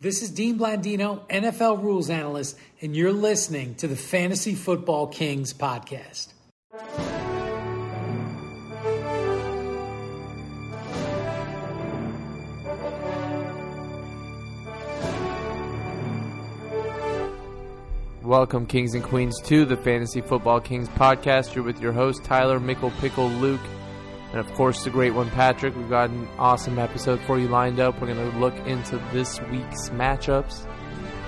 This is Dean Blandino, NFL rules analyst, and you're listening to the Fantasy Football Kings podcast. Welcome, Kings and Queens, to the Fantasy Football Kings podcast. You're with your host, Tyler Mickle Pickle Luke, and of course, the great one, Patrick. We've got an awesome episode for you lined up. We're going to look into this week's matchups,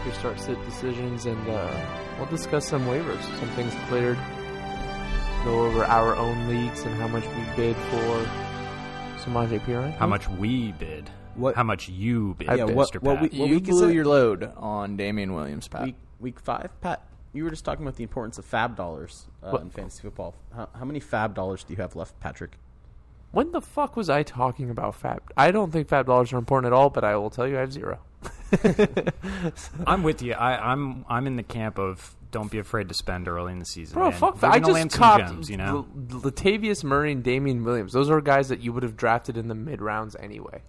your start sit decisions, and uh, we'll discuss some waivers, some things cleared, go over our own leagues and how much we bid for Samaje Perine. How much we bid. What- How much you bid, yeah, Mr. what, Pat. what, we, what you week is blew it? your load on Damian Williams, Pat. week, week five, Pat. You were just talking about the importance of fab dollars uh, What? in fantasy football. How, how many fab dollars do you have left, Patrick? When the fuck was I talking about Fab? I don't think Fab dollars are important at all, but I will tell you I have zero. I'm with you. I, I'm I'm in the camp of don't be afraid to spend early in the season. Bro, man. fuck We're that. I gonna land just some copped gems, you know. L- Latavius Murray and Damian Williams. Those are guys that you would have drafted in the mid rounds anyway.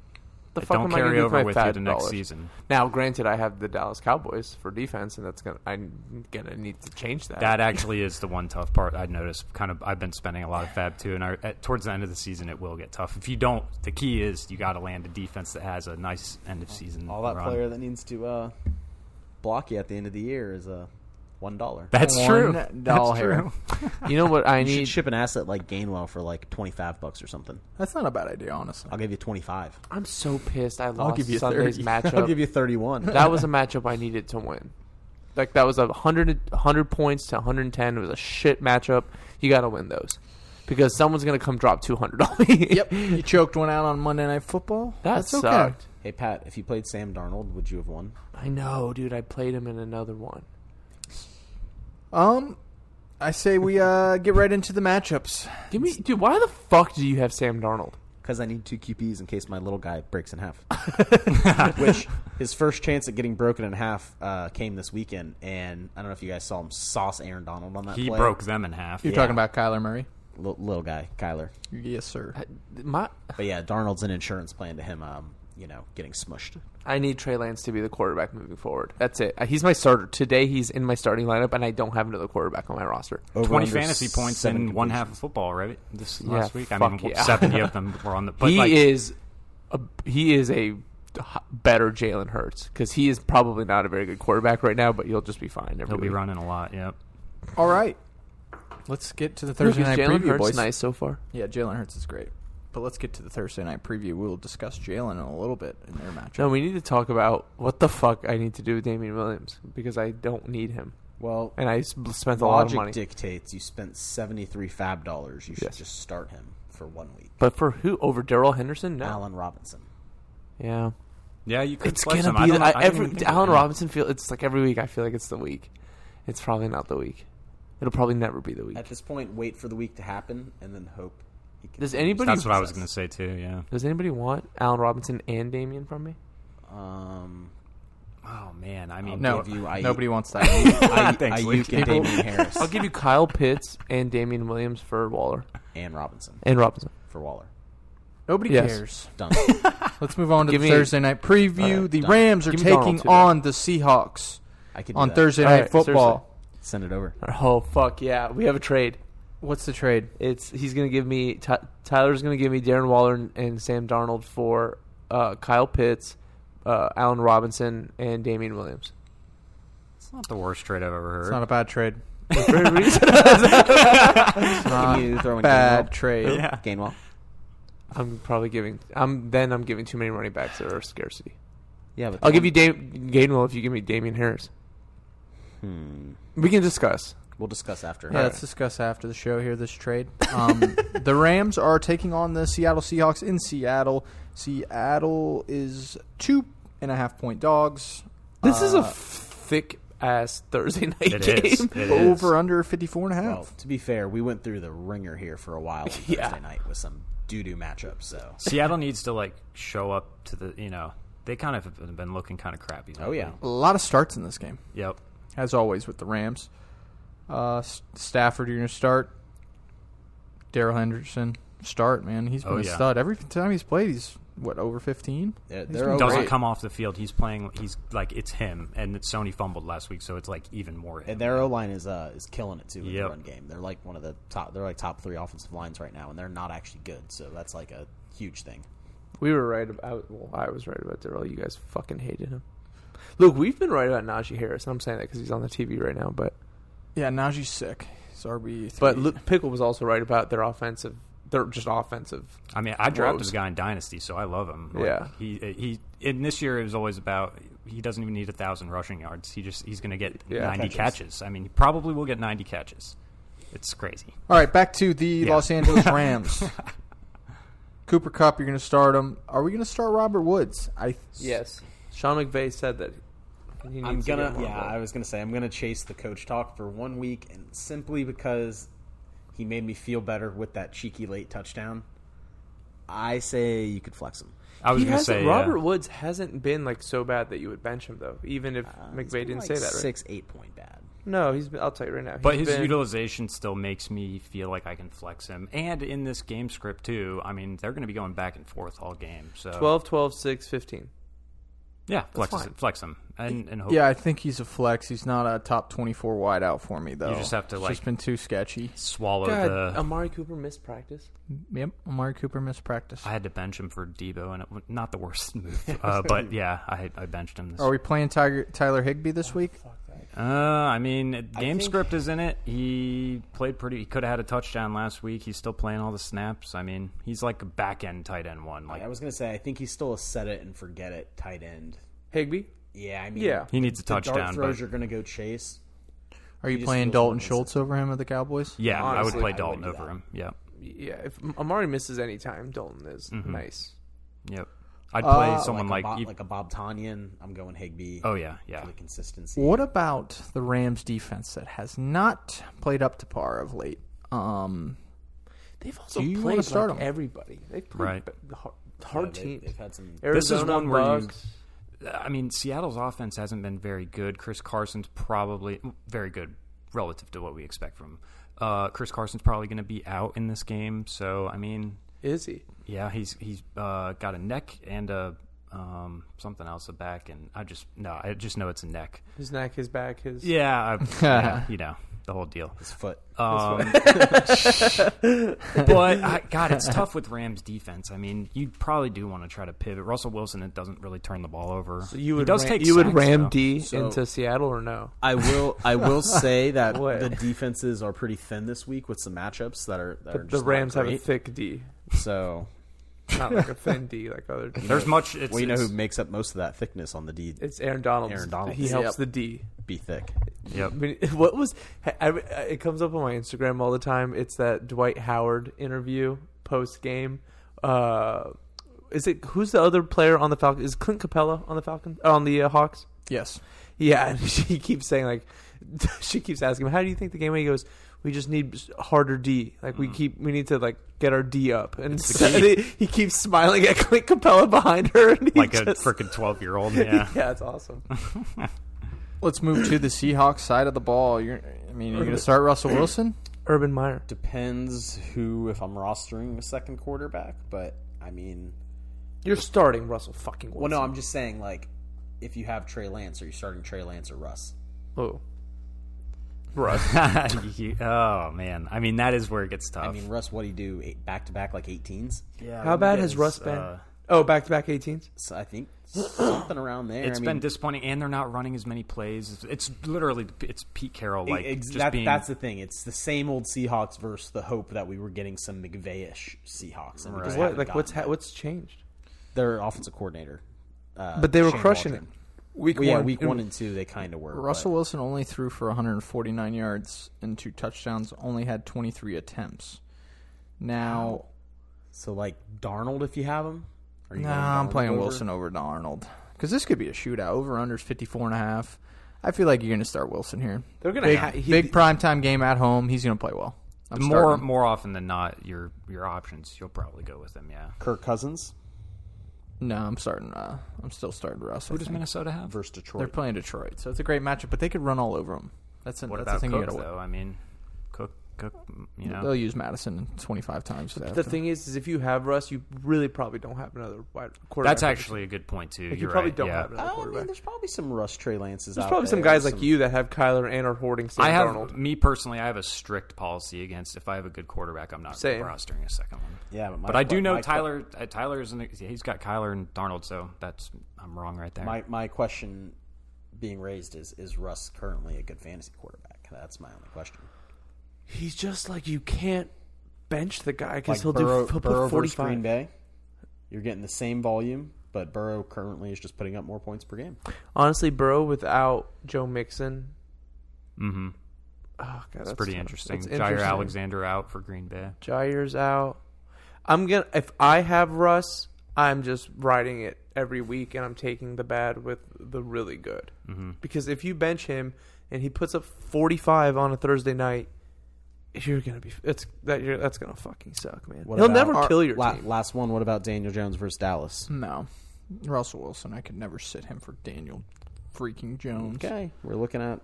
The fuck don't am I gonna carry do over my with Fab you to next dollars? season. Now, granted, I have the Dallas Cowboys for defense, and that's gonna I'm gonna need to change that. That actually is the one tough part I noticed. Kind of, I've been spending a lot of fab too, and I, at, towards the end of the season, it will get tough. If you don't, the key is you got to land a defense that has a nice end of season. All that run. player that needs to uh, block you at the end of the year is uh, one dollar. That's One true. doll That's hair. true. you know what I You should need? ship an asset like Gainwell for like twenty five bucks or something. That's not a bad idea, honestly. I'll give you twenty five. I'm so pissed. I lost give you Sunday's 30. matchup. I'll give you thirty one. that was a matchup I needed to win. Like that was a 100, 100 points to 110. It was a shit matchup. You got to win those because someone's going to come drop 200 on me. yep, you choked one out on Monday Night Football. That That's okay. sucked. hey Pat, if you played Sam Darnold, would you have won? I know, dude. I played him in another one. Um, I say we uh get right into the matchups. Give me, dude. Why the fuck do you have Sam Darnold? Because I need two QPs in case my little guy breaks in half. Which his first chance at getting broken in half uh, came this weekend, and I don't know if you guys saw him sauce Aaron Donald on that. He play. broke them in half. You're talking about Kyler Murray. L- little guy Kyler. Yes, sir. Uh, My, But yeah, Darnold's an insurance plan to him. Um, you know, getting smushed. I need Trey Lance to be the quarterback moving forward. That's it. Uh, He's my starter today. He's in my starting lineup, and I don't have another quarterback on my roster. Over Twenty under fantasy points in seven one completions. half of football, right? This Yeah, last week, I fuck mean, yeah. seventy of them were on the. But he like, is a, he is a better Jalen Hurts because he is probably not a very good quarterback right now, but you'll just be fine. Every he'll be week. running a lot. Yep. All right, let's get to the Look, Thursday is night Jalen preview, Hurts boys. nice so far. Yeah, Jalen Hurts is great. But let's get to the Thursday night preview. We'll discuss Jalen in a little bit in their matchup. No, we need to talk about what the fuck I need to do with Damian Williams because I don't need him, Well, and I s- spent a lot of logic money. dictates you spent seventy three fab dollars. You should Yes. just start him for one week. But for who over Daryl Henderson? No, Allen Robinson. yeah, Yeah, you could. it's flex gonna him. be I the, don't know- I, I didn't every even think of Allen it. Robinson. Feel it's like every week. I feel like it's the week. It's probably not the week. It'll probably never be the week. At this point, wait for the week to happen and then hope. He Does continues. anybody- That's what I was going to say too. Yeah. Does anybody want Allen Robinson and Damian from me? Um, Oh man, I mean, no, give you I- nobody wants that. I, Thanks, Ayuk Luke. and People- Damian Harris I'll give you Kyle Pitts and Damian Williams for Waller and Robinson and Robinson. for Waller. Nobody Yes. cares. Done. Let's move on to Give the me- Thursday night preview. Alright, the done. Rams are Give me Donald taking too, though. on the Seahawks I could do on that. Thursday night Alright, football. Send it over. Oh fuck yeah, we have a trade. What's the trade? It's he's gonna give me Ty Tyler's gonna give me Darren Waller and, and Sam Darnold for uh, Kyle Pitts, uh, Allen Robinson, and Damian Williams. it's not the worst trade I've ever heard. It's not a bad trade. For very reason, Can you throw in Bad Gainwell? trade. Yeah. Gainwell. I'm probably giving. I'm then I'm giving too many running backs that are scarcity. Um, Yeah, but I'll give you Dam- Gainwell if you give me Damian Harris. Hmm. We can discuss. We'll discuss after. Yeah, let's discuss after the show here this trade. Um, the Rams are taking on the Seattle Seahawks in Seattle. Seattle is two and a half point dogs. This is a Uh, thick ass Thursday night It game. is. It is. over under 54 and a half. Well, to be fair, we went through the ringer here for a while on Thursday Yeah. night with some doo doo matchups. So Seattle needs to like show up to the you know they kind of have been looking kind of crappy. Oh, yeah. a lot of starts in this game, Yep. as always with the Rams. Uh, S- Stafford, you're going to start. Daryl Henderson, start, man. He's been Oh, a yeah. stud. Every time he's played, he's what over fifteen? They're, He's they're Oh, been- over doesn't eight, come off the field. He's playing. He's like it's him, and that Sony fumbled last week, so it's like even more him. and their O line is uh, is killing it too in the Yep. run game. They're like one of the top. They're like top three offensive lines right now, and they're not actually good. So that's like a huge thing. We were right about. Well, I was right about Darrell. You guys fucking hated him. Look, we've been right about Najee Harris, and I'm saying that because he's on the TV right now. But Yeah, Najee's sick. He's RB. but Luke Pickle was also right about their offensive. They're just offensive. I mean, I dropped Woes. this guy in Dynasty, so I love him. Like, Yeah. he he. And this year it was always about he doesn't even need a thousand rushing yards. He just he's going to get Yeah. ninety Catches. catches. I mean, he probably will get ninety catches. It's crazy. all right, back to the Yeah. Los Angeles Rams. Cooper Cup, you're going to start him. Are we going to start Robert Woods? I Yes, Sean McVay said that. He I'm needs to gonna. get more Yeah, involved. I was gonna say I'm gonna chase the coach talk for one week, and simply because he made me feel better with that cheeky late touchdown, I say you could flex him. I was He going to hasn't- say uh, Robert yeah. Woods hasn't been like so bad that you would bench him though, even if Uh, He's McVay been didn't like say that. Right? Six eight point bad. No, he's. Been, I'll tell you right now. But he's his been- utilization still makes me feel like I can flex him. And in this game script, too, I mean, they're going to be going back and forth all game. So 12, 12, 6, 15. yeah, flex, fine. flex him, and and hope. yeah, I think he's a flex. He's not a top 24 wideout for me though. just have to, It's like- just been too sketchy. swallow God, the. Amari Cooper missed practice. Yep, Amari Cooper missed practice. I had to bench him for Debo, and it was not the worst move. Uh, but yeah, I, I benched him. This Are we playing Tiger, Tyler Higby this week? Uh, I mean, game think- script is in it. He played pretty. He could have had a touchdown last week. He's still playing all the snaps. I mean, he's like a back end tight end one. Like I was gonna say I think he's still a set it and forget it tight end. Higby. Yeah, I mean, Yeah. he needs a the touchdown. dart throws but- you're gonna go chase. Are you just playing feels Dalton like he's- Schultz over him at the Cowboys? yeah, I Honestly, would play I Dalton would do over that. him. Yeah, Yeah, if Amari misses any time, Dalton is Mm-hmm. nice. yep. I'd play Uh, someone like, like a, Bob, you- like a Bob Tanyan. I'm going Higby. oh yeah, yeah. for the consistency. What about the Rams defense that has not played up to par of late? Um, They've also Do you wanna played start like him? everybody. They played Right. b- the hard, Yeah, hard they- teams. They've had some. This is Arizona one where you- Bucks. I mean, Seattle's offense hasn't been very good. Chris Carson's probably mm, very good relative to what we expect from him. Uh, Chris Carson's probably going to be out in this game. So, I mean, is he? yeah, he's he's uh, got a neck and a um, something else a back, and I just no, I just know it's a neck. His neck, his back, his Yeah, I, yeah, you know the whole deal. His foot. Um, but I, God, it's tough with Rams defense. I mean, you probably do want to try to pivot. Russell Wilson it doesn't really turn the ball over. So you He would does ram, take you would sacks, ram though. D So- into Seattle or no? I will. I will say that What? the defenses are pretty thin this week with some matchups that are. That are The just Rams not have a great. thick D, So not like a thin D like other. There's much. It's, well, you know it's- who makes up most of that thickness on the D. It's Aaron Donald. Aaron Donald. He helps Yep. the D. Be thick. Yep. I mean, what was I- I- it comes up on my Instagram all the time. It's that Dwight Howard interview post game. Uh, is it who's the other player on the Falcons? Is Clint Capella on the Falcons on the uh, Hawks? yes. Yeah, and she keeps saying like she keeps asking him, "How do you think the game?" went?" He goes, "We just need harder D. Like Hmm. we keep we need to like get our D up." And so- he, he keeps smiling at Clint Capella behind her, and he like a just- freaking 12 year old. Yeah. yeah, it's awesome. Let's move to the Seahawks side of the ball. You're, I mean, you're going to start Russell Wilson. Urban Meyer. Depends who, if I'm rostering a second quarterback, but I mean, You're starting Russell fucking well, Wilson. no, I'm just saying like, if you have Trey Lance, are you starting Trey Lance or Russ? Oh. You- oh man, I mean that is where it gets tough. I mean, Russ, what do you do eight, back to back like 18s? yeah, How bad has Russ been? uh, oh, back to back 18s. So I think something around there. It's I mean, been disappointing, and they're not running as many plays. It's literally it's Pete Carroll like E, Ex- just that- being that's the thing. It's the same old Seahawks versus the hope that we were getting some McVay-ish Seahawks. And we just What haven't like what's gotten ha- what's changed? it. their offensive coordinator? Uh, But they were Shane crushing Waldron. it. Week Well, yeah, week one and two they kind of were. Russell Wilson only threw for 149 yards and two touchdowns. Only had 23 attempts. Now, but- so like Darnold, if you have him. Are you no, going I'm Darnold playing over? Wilson over to Arnold because this could be a shootout. Over unders 54 and a half. I feel like you're going to start Wilson here. They're gonna Big, ha- he- big primetime game at home. He's going to play well. I'm more starting him. more often than not your your options. You'll probably go with them. Yeah. Kirk Cousins No, I'm starting. Uh, I'm still starting Russ. I Who does think. Minnesota have? versus They're Detroit. playing Detroit, so it's a great matchup. But they could run all over them. That's, a, What that's the about thing you Cook got to though? I mean, Cook Cook, you know. They'll use Madison 25 times. The thing is, is if you have Russ, you really probably don't have another wide quarterback. That's actually a good point too. Like, you You're probably right, don't yeah. have another I quarterback. mean, there's probably some Russ Trey Lances. there's out probably there, some guys some- like you that have Kyler and are hoarding Sam I have Darnold. me personally. I have a strict policy against if I have a good quarterback, I'm not Same. rostering a second one. Yeah, but, my, But I do my- know my- Tyler. Uh, Tyler is an, he's got Kyler and Darnold, so that's I'm wrong right there. My my question being raised is: Is Russ currently a good fantasy quarterback? That's my only question. He's just like you can't bench the guy because Like he'll Burrow, do he'll put Burrow versus 45. Green Bay, you're getting the same volume, but Burrow currently is just putting up more points per game. Honestly, Burrow without Joe Mixon, mm-hmm. oh god, that's It's pretty tough. interesting. It's Jair interesting. Alexander out for Green Bay. Jair's out. I'm gonna if I have Russ, I'm just riding it every week, and I'm taking the bad with the really good. Mm-hmm. Because if you bench him and he puts up 45 on a Thursday night, you're gonna be it's that you're that's gonna fucking suck, man. What He'll about- never our- kill your la- team. Hmm. Last one. What about Daniel Jones versus Dallas? No. Russell Wilson, I could never sit him for Daniel freaking Jones. Okay, we're looking at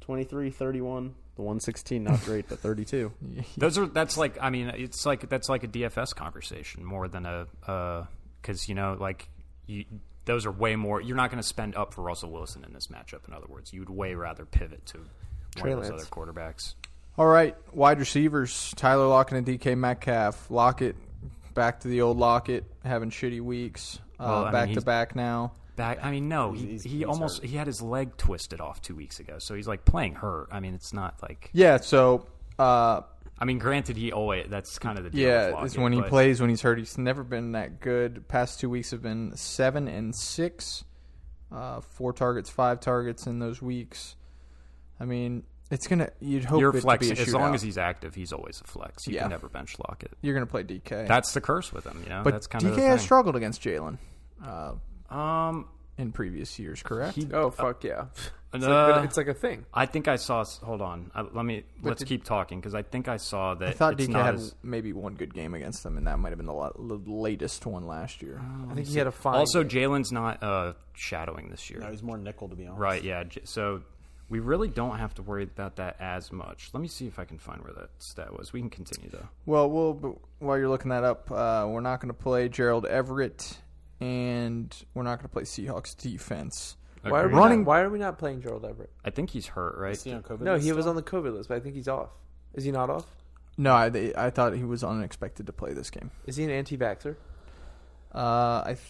23, 31, the 116, not great, but 32. Those are that's like I mean it's like that's like a DFS conversation more than a because you know like you, those are way more. You're not going to spend up for Russell Wilson in this matchup. In other words, you would way rather pivot to Trey one of those Lance. other quarterbacks. All right, wide receivers: Tyler Lockett and DK Metcalf. Lockett back to the old Lockett, having shitty weeks. Well, I Uh, mean, back to he's- back now. Back, I mean, no, he, he's- he he's almost hurt. he had his leg twisted off two weeks ago, so he's like playing hurt. I mean, it's not like Yeah. So, uh, I mean, granted, he always that's kind of the deal with yeah, Lockett, it's when he but plays when he's hurt. He's never been that good. Past two weeks have been seven and six, uh, four targets, five targets in those weeks. I mean, it's gonna. You'd hope You're it to flexing be a as long shootout. as he's active. He's always a flex. You Yeah. can never bench Lockett. You're gonna play DK. That's the curse with him, you know. but that's kind DK of the has thing. struggled against Jalen uh, Um, in previous years, correct? he oh fuck yeah, it's, Uh, like, it's like a thing. I think I saw. Hold on. I, let me. let's did- keep talking because I think I saw that. I thought it's DK not had as- maybe one good game against them, and that might have been the la- the latest one last year. Oh, I think he had a fine. also, Jalen's not uh, shadowing this year, No, he's more nickel, to be honest. right? Yeah. J- So we really don't have to worry about that as much. Let me see if I can find where that stat was. We can continue though. Well, well, but while you're looking that up, uh, we're not going to play Gerald Everett, and we're not going to play Seahawks defense. why are we running- Not, why are we not playing Gerald Everett? I think he's hurt, right? Is he on COVID No, list he was still? on the COVID list, but I think he's off. Is he not off? No, I, they, I thought he was unexpected to play this game. Is he an anti-vaxer? Uh, I th-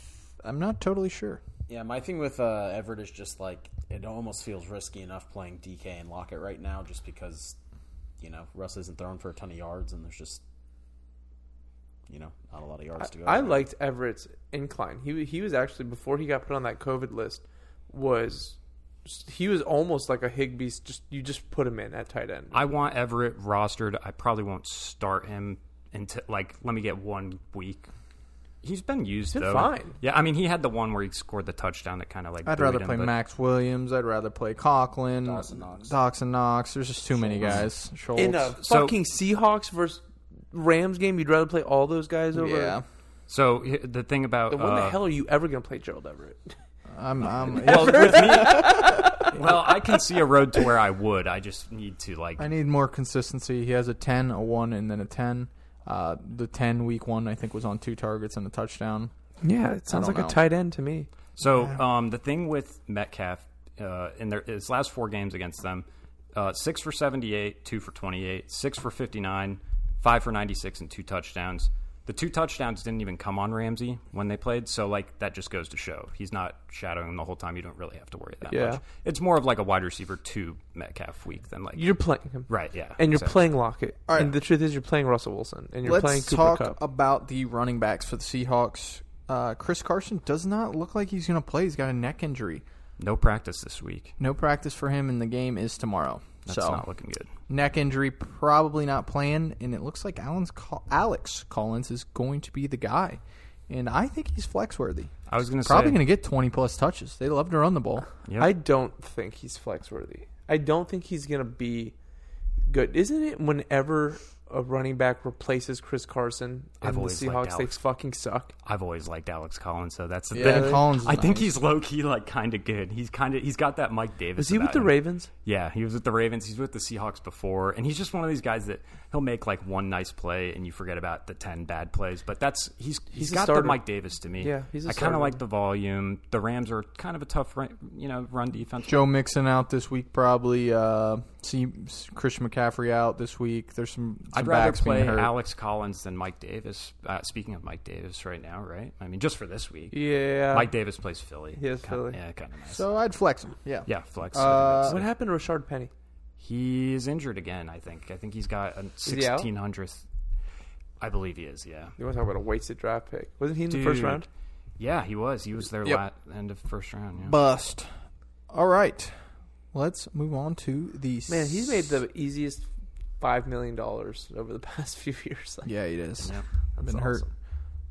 I'm not totally sure. Yeah, my thing with uh, Everett is just like it almost feels risky enough playing DK and Lockett right now, just because you know Russ isn't throwing for a ton of yards, and there's just you know not a lot of yards to go. I liked Everett's incline. He he was actually before he got put on that COVID list was he was almost like a Higby's. Just you just put him in at tight end. I want Everett rostered. I probably won't start him until like let me get one week. He's been used been though. fine. Yeah, I mean he had the one where he scored the touchdown that kind of like. I'd buoyed rather him, play but- Max Williams. I'd rather play Conklin, Dawson Knox. Dawson Knox. There's just too many guys. Schultz. in a So- fucking Seahawks versus Rams game, you'd rather play all those guys over. yeah, So h- the thing about Then when uh, the hell are you ever gonna play Gerald Everett? I'm. I'm Well, with me, well, I can see a road to where I would. I just need to like. I need more consistency. He has a 10, a 1, and then a 10. Uh, the 10 week one, I think, was on two targets and a touchdown. Yeah, it sounds sounds I don't like like a know. a tight tight end to me. So um, the thing with Metcalf uh, in their his last four games against them, uh, six for seventy-eight, two for twenty-eight, six for fifty-nine, five for ninety-six, and two touchdowns. The two touchdowns didn't even come on Ramsey when they played, so like that just goes to show he's not shadowing him the whole time. You don't really have to worry that Yeah. much. It's more of like a wide receiver two Metcalf week than like You're playing him, right, yeah, and you're So- playing Lockett. All right. And the truth is, you're playing Russell Wilson, and you're playing Let's Cooper talk Cup. about the running backs for the Seahawks. Uh, Chris Carson does not look like he's going to play. He's got a neck injury. no practice this week. No practice for him, and the game is tomorrow. That's so, not looking good. neck injury, probably not playing. And it looks like Allen's Col- Alex Collins is going to be the guy. And I think he's flex worthy. I was going to say Probably going to get 20 plus touches. They love to run the ball. Yep. I don't think he's flex worthy. I don't think he's gonna be good. Isn't it whenever a running back replaces Chris Carson I've and the always liked Seahawks, they Alex. fucking suck. I've always liked Alex Collins, so that's the Yeah, thing. Collins is I think nice. he's low key, like kind of good. He's kind of he's got that Mike Davis. Is he with about the him. Ravens? Yeah, he was with the Ravens. He's with the Seahawks before, and he's just one of these guys that he'll make like one nice play, and you forget about the ten bad plays. But that's he's He's he's a got starter. the Mike Davis to me. Yeah, he's a I kind starter. of like the volume. The Rams are kind of a tough, run- you know, run defense. Joe Mixon out this week, probably. Uh, see Christian McCaffrey out this week. There's some, some I'd rather backs being play hurt. Alex Collins than Mike Davis. Uh, speaking of Mike Davis, right now, right? I mean, just for this week, Yeah. Mike Davis plays Philly. He is Kinda- Philly. Yeah, kind of nice. So I'd flex him. Yeah. yeah, flex. Uh, what happened to Rashard Penny? He is injured again. I think. I think he's got a he out? sixteen hundredth. I believe he is. Yeah. You want to talk about a wasted draft pick? Wasn't he in the first Dude. round? Yeah, he was. He was there Yep. la- end of first round. Yeah. Bust. All right. Let's move on to the Man, he's he's made the easiest five million dollars over the past few years. Like, Yeah, it is. Yeah. I've been hurt.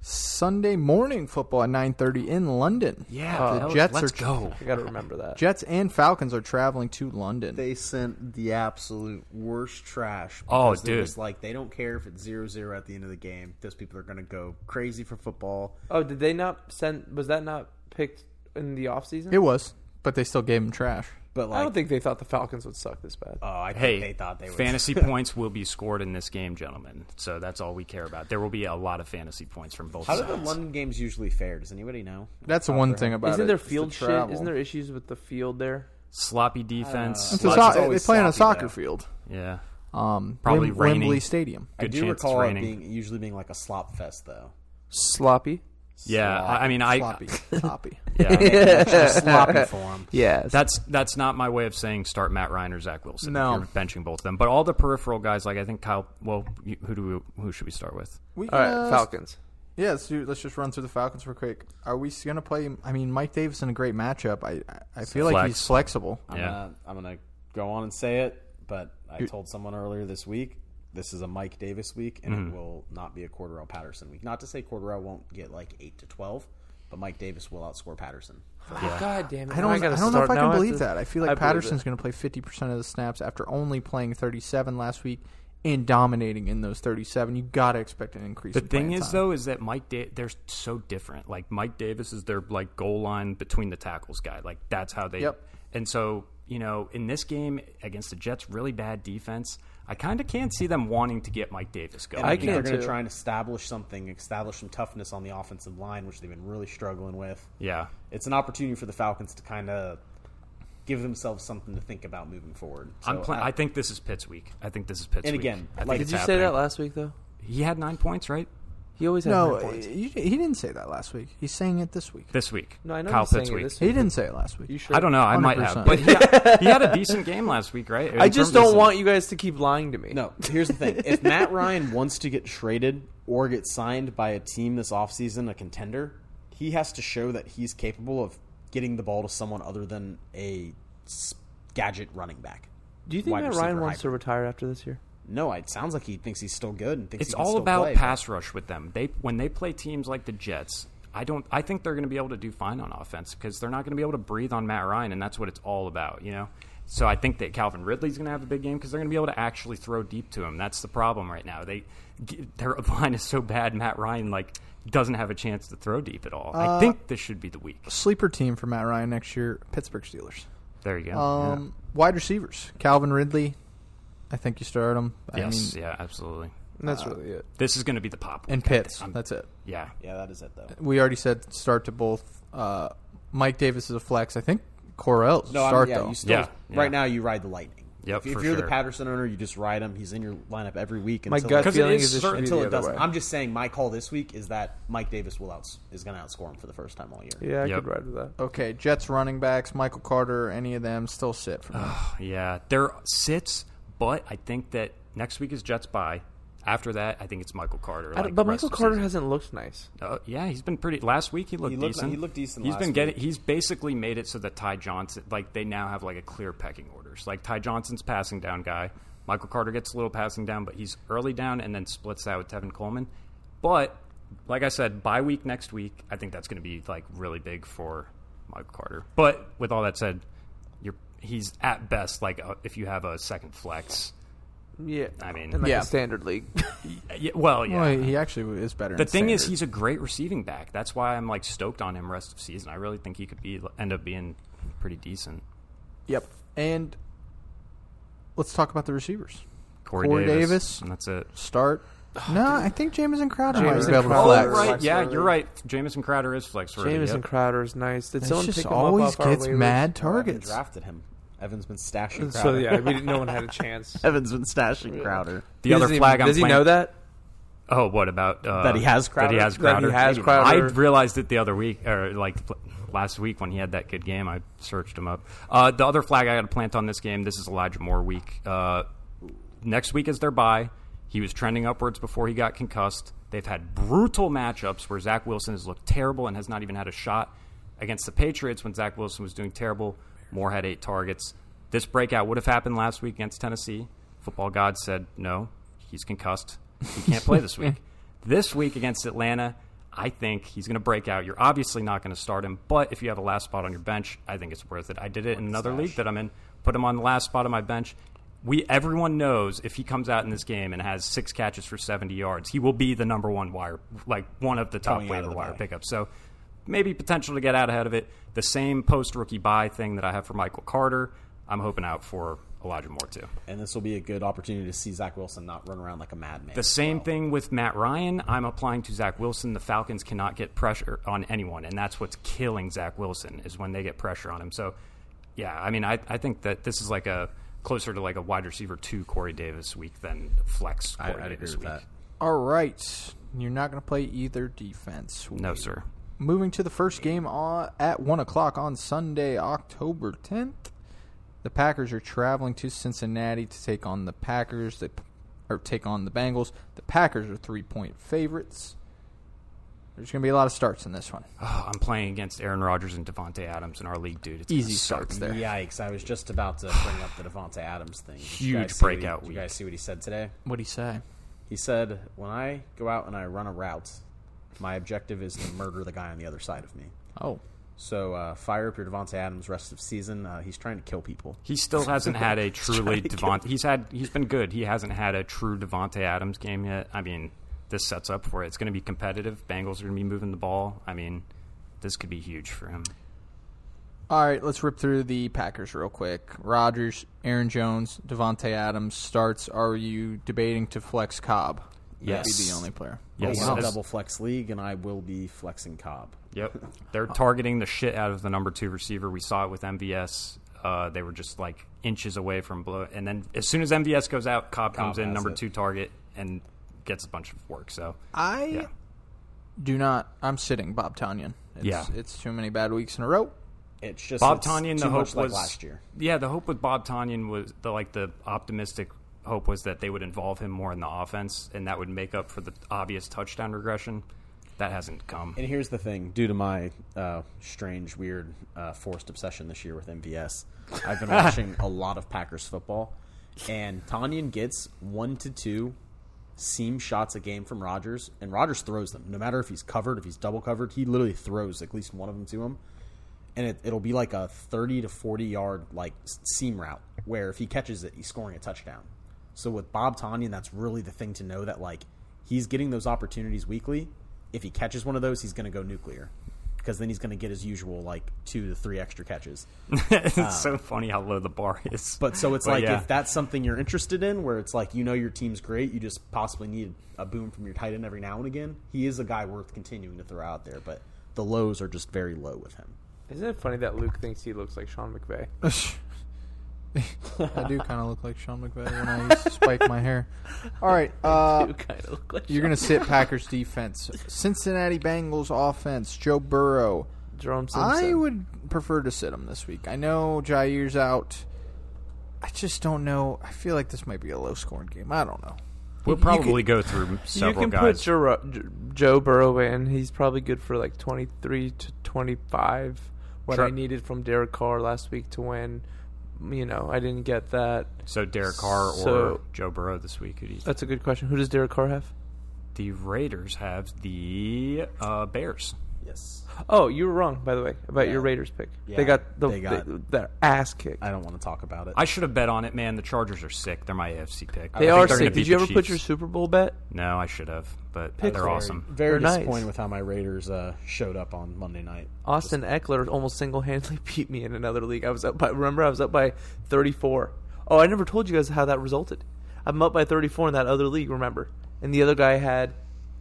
Sunday morning football at 9:30 in London. Yeah, the that was- uh, Jets let's are go. I got to remember that. Jets and Falcons are traveling to London. They sent the absolute worst trash. Oh, because they're dude. Just like they don't care if it's zero zero at the end of the game. Those people are going to go crazy for football. Oh, did they not send? Was that not picked in the offseason? it was, but they still gave him trash. But like, I don't think they thought the Falcons would suck this bad. oh, I think Hey, they thought they would. fantasy points will be scored in this game, gentlemen. So that's all we care about. There will be a lot of fantasy points from both How do sides. the London games usually fare? Does anybody know? That's the one thing about it. Isn't there is the field shit? travel. Isn't there issues with the field there? Sloppy defense. It's a Well, so- it's they always play on a sloppy, soccer though. field. yeah, Um, Probably Wim- raining. Wembley Stadium. I Good do chance it's recall it raining. being usually being like a slop fest though. Sloppy. yeah. I, I mean, I sloppy, sloppy. yeah. Just sloppy for 'em. Yes. That's that's not my way of saying start Matt Ryan or Zach Wilson. No. if you're benching both of them. But all the peripheral guys, like I think Kyle. Well, you- who do we, who should we start with? We All can, right, uh, Falcons. Yeah, let's, do, let's just run through the Falcons real quick. Are we going to play? I mean, Mike Davis in a great matchup. I I I feel like Flex. he's flexible. I'm Yeah. gonna I'm gonna go on and say it, but I told someone earlier this week this is a Mike Davis week, and Mm-hmm. it will not be a Cordell Patterson week. Not to say Cordell won't get like eight to twelve, but Mike Davis will outscore Patterson. God damn it. I don't. I, gotta don't know start if I now. can have believe to- that. I feel I like believe it. Patterson's going to play fifty percent of the snaps after only playing thirty-seven last week and dominating in those thirty-seven. You got to expect an increase. The in thing playing is, time. though, is that Mike da- they're so different. Like Mike Davis is their like goal line between the tackles guy. Like that's how they. Yep. And so you know, in this game against the Jets, really bad defense. I kind of can't see them wanting to get Mike Davis going. And I think they're can going too. to try and establish something, establish some toughness on the offensive line, which they've been really struggling with. yeah. It's an opportunity for the Falcons to kind of give themselves something to think about moving forward. I'm So, pl- uh, I think this is Pitt's week. I think this is Pitt's And week. again, I think like- it's Did you say happening. that last week though? He had nine points, right? He always has no, nine points. he, he didn't say that last week. He's saying it this week. This week. No, I know Kyle he's saying Pitt's it week. this He didn't say it last week. You sure? I don't know. I might have, 100%. but he had, he had a decent game last week, right? I just don't want you guys to keep lying to me. No, here's the thing. If Matt Ryan wants to get traded or get signed by a team this offseason, a contender, he has to show that he's capable of getting the ball to someone other than a s- gadget running back. Do you think Wide that receiver Ryan wants to hybrid. retire after this year? No, it sounds like he thinks he's still good and thinks It's he can all still about play, but pass rush with them. They when they play teams like the Jets, I don't. I think they're going to be able to do fine on offense because they're not going to be able to breathe on Matt Ryan, and that's what it's all about, you know. So I think that Calvin Ridley's going to have a big game because they're going to be able to actually throw deep to him. That's the problem right now. They their line is so bad. Matt Ryan like doesn't have a chance to throw deep at all. Uh, I think this should be the week. Sleeper team for Matt Ryan next year: Pittsburgh Steelers. There you go. Um, Wide receivers: Calvin Ridley. I think you start him. I yeah. Yes. mean, yeah. Absolutely. And that's really it. This is going to be the pop. and week, I Pitts. think. I'm- That's it. yeah. Yeah, that is it, though. We already said start to both. Uh, Mike Davis is a flex. I think Corell's No, start I'm, yeah, though. you still, Yeah, yeah. right now you ride the Lightning. Yep, if if for you're the sure. Patterson owner, you just ride him. He's in your lineup every week My until, gut Because it feeling is is, this should certain- be until the it other doesn't. way. I'm just saying my call this week is that Mike Davis will outs, is going to outscore him for the first time all year. yeah, I Yep. could ride with that. Okay, Jets running backs, Michael Carter, any of them still sit for me. Yeah, there sits, but I think that next week is Jets bye. After that, I think it's Michael Carter. I don't- like, but rest Michael of Carter season. hasn't looked nice. Uh, yeah, he's been pretty. Last week he looked, He looked- decent. he looked decent He's last been getting. week. He's basically made it so that Ty Johnson, like they now have like a clear pecking orders. Like Ty Johnson's passing down guy. Michael Carter gets a little passing down, but he's early down and then splits out with Tevin Coleman. But like I said, bye week next week, I think that's going to be like really big for Michael Carter. But with all that said, you're he's at best like a, if you have a second flex Yeah, I mean, in like Yeah. a standard league. yeah, well, yeah. Well, he actually is better. the in thing is, standard. he's a great receiving back. That's why I'm like stoked on him rest of season. I really think he could be end up being pretty decent. yep. And let's talk about the receivers. Corey, Corey Davis, Davis. and that's it. Start. no, I think Jamison Crowder might Jamison be able to Crowder. flex. Flex. Oh, right, Flex yeah, worthy. you're right. Jamison Crowder is flex worthy. Jamison yep. Crowder is nice. Did He someone pick just him up always off our gets waivers? mad Well, Evan targets. drafted him. Evan's been stashing. Crowder. So yeah, we didn't, no one had a chance. Evan's been stashing Crowder. The other Does he- flag I'm Does he playing- know that? Oh, what about uh, That he has That he Crowder? That has he Crowder. has Crowder. I realized it the other week, or like pl- last week when he had that good game. I searched him up. Uh, the other flag I got to plant on this game. This is Elijah Moore week. Uh, next week is their bye. He was trending upwards before he got concussed. They've had brutal matchups where Zach Wilson has looked terrible and has not even had a shot against the Patriots when Zach Wilson was doing terrible. Moore had eight targets. This breakout would have happened last week against Tennessee. Football God said no. He's concussed. He can't play this week. This week against Atlanta, I think he's going to break out. You're obviously not going to start him, but if you have a last spot on your bench, I think it's worth it. I did it in another league that I'm in. Put him on the last spot on my bench. We everyone knows if he comes out in this game and has six catches for 70 yards, he will be the number one wire, like one of the top Coming out of waiver the wire bye. pickups. So maybe potential to get out ahead of it. The same post rookie buy thing that I have for Michael Carter. I'm hoping out for Elijah Moore too. and this will be a good opportunity to see Zach Wilson not run around like a madman. The same thing with Matt Ryan. I'm applying to Zach Wilson. The Falcons cannot get pressure on anyone, and that's what's killing Zach Wilson is when they get pressure on him. So, yeah, I mean, I, I think that this is like a closer to like a wide receiver two Corey Davis week than flex Corey Davis week. All right. You're not going to play either defense. No, sir. Moving to the first game on, at 1 o'clock on Sunday, October 10th. The Packers are traveling to Cincinnati to take on the Packers, the, or take on the Bengals. The Packers are three point favorites. There's going to be a lot of starts in this one. Oh, I'm playing against Aaron Rodgers and Devontae Adams in our league, dude. It's Easy gonna suck. starts there. Yikes! I was just about to bring up the Devonte Adams thing. Did Huge you guys see what he- breakout did You guys see what he said today? What'd he say? He said, "When I go out and I run a route, my objective is to murder the guy on the other side of me. Oh. So uh, fire up your Devonte Adams rest of season. Uh, he's trying to kill people. He still hasn't had a truly Devonte. He's had he's been good. He hasn't had a true Devonte Adams game yet. I mean, this sets up for it. It's going to be competitive. Bengals are going to be moving the ball. I mean, this could be huge for him. All right, let's rip through the Packers real quick. Rodgers, Aaron Jones, Devontae Adams starts. Are you debating to flex Cobb? That'd be Yes. the only player. Oh, Yes. It's Wow. a Oh, double flex league, and I will be flexing Cobb. Yep, they're targeting the shit out of the number two receiver. We saw it with MVS. Uh, they were just like inches away from blow. And then as soon as MVS goes out, Cobb, comes in has number it. two target and gets a bunch of work. So I yeah, do not. I'm sitting Bob Tanyan. It's, Yeah. it's too many bad weeks in a row. It's just Bob it's Tanyan, too the hope much was like last year. Yeah, the hope with Bob Tanyan was the like the optimistic hope was that they would involve him more in the offense, and that would make up for the obvious touchdown regression. That hasn't come. And here's the thing, due to my uh, strange, weird, uh, forced obsession this year with MVS, I've been watching a lot of Packers football, and Tanyan gets one to two seam shots a game from Rodgers, and Rodgers throws them. No matter if he's covered, if he's double covered, he literally throws at least one of them to him, and it, it'll be like a thirty to forty yard like s- seam route where if he catches it, he's scoring a touchdown. So with Bob Tanyan, that's really the thing to know that like he's getting those opportunities weekly. If he catches one of those, he's going to go nuclear because then he's going to get his usual like two to three extra catches. it's so funny how low the bar is. um, But so it's But like yeah. if that's something you're interested in, where it's like you know your team's great, you just possibly need a boom from your tight end every now and again. He is a guy worth continuing to throw out there, but the lows are just very low with him. Isn't it funny that Luke thinks he looks like Sean McVay? I do kind of look like Sean McVay when I used to spike my hair. All right, uh, kind of look like you're gonna sit Packers defense, Cincinnati Bengals offense, Joe Burrow. Jerome Simpson. I would prefer to sit him this week. I know Jair's out. I just don't know. I feel like this might be a low scoring game. I don't know. we'll probably go through you several can put guys. Joe, Joe Burrow in. He's probably good for like 23 to 25. What Sure. I needed from Derek Carr last week to win, you know, I didn't get that. so Derek Carr or So- Joe Burrow this week. Uh, Who do you That's a good question. Who does Derek Carr have? the Raiders have the uh, Bears. Yes. Oh, you were wrong, by the way, about your Raiders pick. Yeah, they got the they got- the- their ass kicked. I don't want to talk about it. I should have bet on it, man. The Chargers are sick. They're my AFC pick. they I think are they're gonna sick. beat Did you the ever put Chiefs. your Super Bowl bet? No, I should have, but Pick they're Larry. awesome. Very They're nice. disappointed with how my Raiders uh, showed up on Monday night. Austin Eckler almost single-handedly beat me in another league. I was up by remember I was up by 34. Oh, I never told you guys how that resulted. I'm up by 34 in that other league, remember? And the other guy had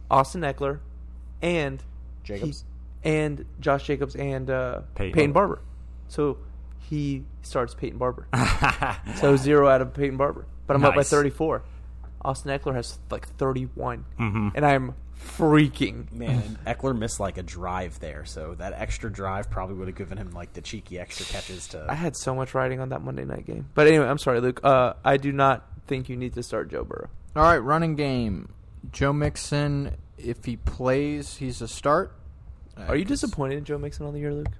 Austin Eckler and Jacobs? he- and Josh Jacobs and uh, Peyton. Peyton. Barber. So he starts Peyton Barber. so 0 out of Peyton Barber. But I'm up by Nice. 34. Austin Eckler has like 31. And I'm freaking Man, and Eckler missed like a drive there, so that extra drive probably would have given him like the cheeky extra catches to. I had so much riding on that Monday night game. But anyway, I'm sorry, Luke. Uh, I do not think you need to start Joe Burrow. All right, running game. Joe Mixon, if he plays, he's a start. Are you disappointed in Joe Mixon all the year, Luke?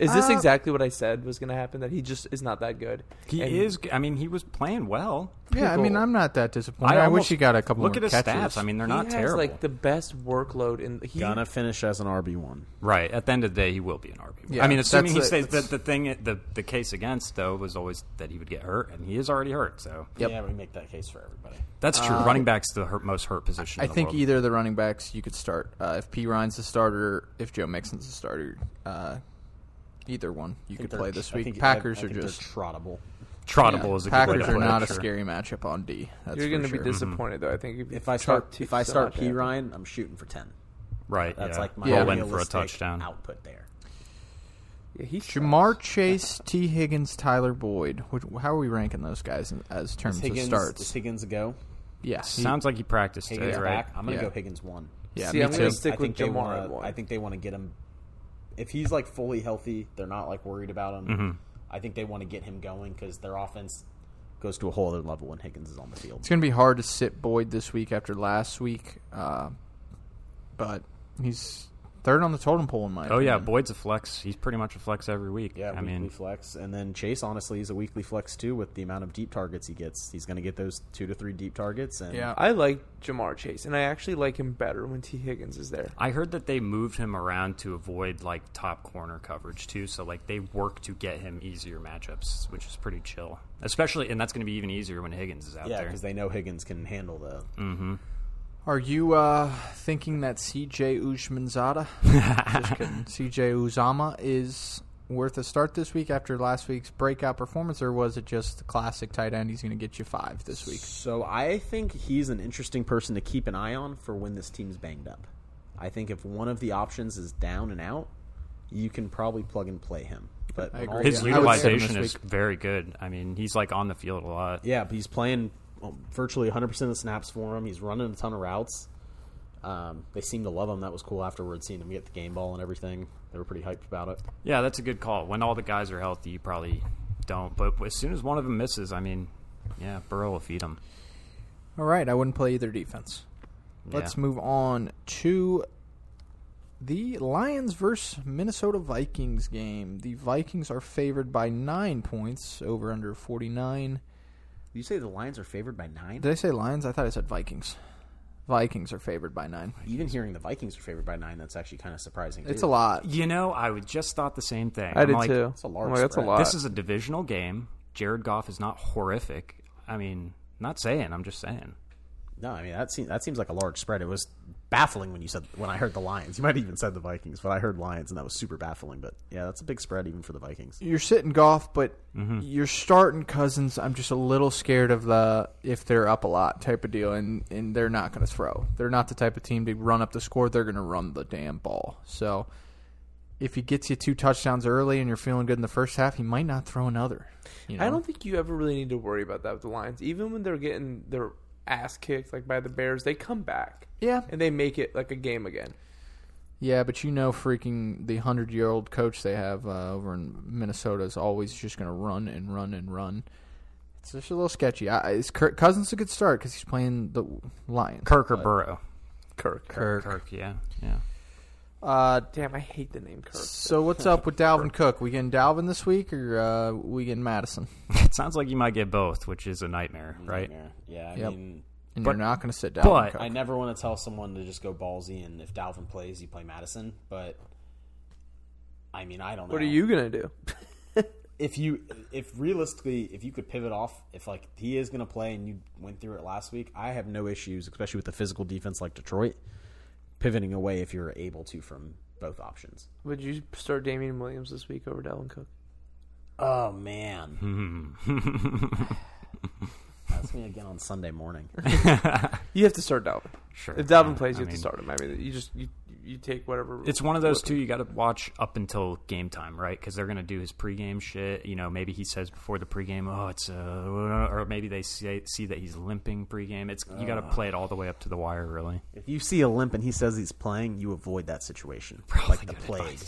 Is this Uh, exactly what I said was going to happen? That he just is not that good. He And- is. I mean, he was playing well. Yeah, I mean, I'm not that disappointed. I, wish almost- he got a couple Look more at his catches. stats. I mean, they're he not has, terrible. Like the best workload in he. Gonna finish as an RB one. Right. At the end of the day, he will be an RB. Yeah, I mean, assuming he that's stays. it. The, the thing, the the case against though was always that he would get hurt, and he is already hurt. So Yep. Yeah, we make that case for everybody. that's true. Running back's the hurt, most hurt position. Uh, I in the think world. either of the running backs you could start. Uh, if P Ryan's the starter, if Joe Mixon's the starter, uh, either one you could play this week. Packers are just trottable. Trottable yeah, is a good way Packers to are put it, not a sure. scary matchup on D. That's You're going to be disappointed though. I think if, you If I start start, two if I so start much, P yeah. Ryan, I'm shooting for ten. Right. That's yeah. like my roll in for a realistic touchdown. output there. yeah, he's Jamar Chase, T Higgins, Tyler Boyd. Which, how are we ranking those guys in, as terms of Is starts? Higgins a go? Yes. Sounds like he practiced Higgins today, right? back. I'm gonna Yeah. go Higgins one. yeah, See, me I'm too. gonna stick I with think they Jamar. wanna, at one. I think they want to get him. If he's like fully healthy, they're not like worried about him. Mm-hmm. I think they want to get him going because their offense goes to a whole other level when Higgins is on the field. It's going to be hard to sit Boyd this week after last week, uh, but he's third on the totem pole in my. Oh yeah, opinion. Boyd's a flex. He's pretty much a flex every week. Yeah, I weekly mean, flex, and then Chase honestly is a weekly flex too with the amount of deep targets he gets. He's going to get those two to three deep targets, and Yeah. I like Jamar Chase, and I actually like him better when T Higgins is there. I heard that they moved him around to avoid like top corner coverage too. So like they work to get him easier matchups, which is pretty chill. Especially, and that's going to be even easier when Higgins is out yeah, there. because they know Higgins can handle the. Are you uh, thinking that CJ Uzmanzada, just kidding, CJ Uzama is worth a start this week after last week's breakout performance, or was it just the classic tight end? He's going to get you five this week. So I think he's an interesting person to keep an eye on for when this team's banged up. I think if one of the options is down and out, you can probably plug and play him. But on I agree. all Yeah, His I would say utilization him this is very good. I mean, he's like on the field a lot. Yeah, but he's playing well, virtually 100% of the snaps for him. He's running a ton of routes. Um, they seem to love him. That was cool afterwards, seeing him get the game ball and everything. They were pretty hyped about it. Yeah, that's a good call. When all the guys are healthy, you probably don't. But as soon as one of them misses, I mean, yeah, Burrow will feed him. All right, I wouldn't play either defense. Let's Yeah. move on to the Lions versus Minnesota Vikings game. The Vikings are favored by nine points over under 49. Did you say the Lions are favored by nine? Did I say Lions? I thought I said Vikings. Vikings are favored by nine. Even hearing the Vikings are favored by nine, that's actually kind of surprising. It's too. a lot. You know, I would just thought the same thing. I I'm did like, too. a large I'm like, that's a spread. lot. This is a divisional game. Jared Goff is not horrific. I mean, not saying. I'm just saying. No, I mean that seems that seems like a large spread. It was baffling when you said when I heard the Lions. You might have even said the Vikings, but I heard Lions, and that was super baffling. But yeah, that's a big spread even for the Vikings. You're sitting golf, but you're starting Cousins. I'm just a little scared of the if they're up a lot type of deal, and, and they're not going to throw. They're not the type of team to run up the score. They're going to run the damn ball. So if he gets you two touchdowns early and you're feeling good in the first half, he might not throw another. You know? I don't think you ever really need to worry about that with the Lions. Even when they're getting their ass kicked like by the Bears, they come back. Yeah. And they make it like a game again. Yeah, but you know, freaking the hundred year old coach they have uh, over in Minnesota is always just going to run and run and run. It's just a little sketchy. I, I- is Kirk Cousins a good start because he's playing the Lions? Kirk or Burrow? Kirk. Kirk. Kirk, yeah, yeah. Uh, Damn, I hate the name Kirk. so what's up with Dalvin Cook? We getting Dalvin this week or uh, we getting Madison? It sounds like you might get both, which is a nightmare, right? Yeah, I Yep. mean, and But- you're not going to sit down. but- Cook. I never want to tell someone to just go ballsy and if Dalvin plays, you play Madison. But I mean, I don't know. What are you gonna do? If you, if realistically, if you could pivot off, if like he is going to play and you went through it last week, I have no issues, especially with a physical defense like Detroit, pivoting away if you're able to from both options. Would you start Damian Williams this week over Dalvin Cook? Oh man. Ask me again on Sunday morning. You have to start Dalvin. Sure. If Dalvin I- plays, I you have mean- to start him. I mean, you just you, you take whatever. It's one of those two you got to watch up until game time, right? Because they're going to do his pregame shit. You know, maybe he says before the pregame, "Oh, it's uh," or maybe they see, see that he's limping pregame. It's you got to play it all the way up to the wire, really. If you see a limp and he says he's playing, you avoid that situation like the plague.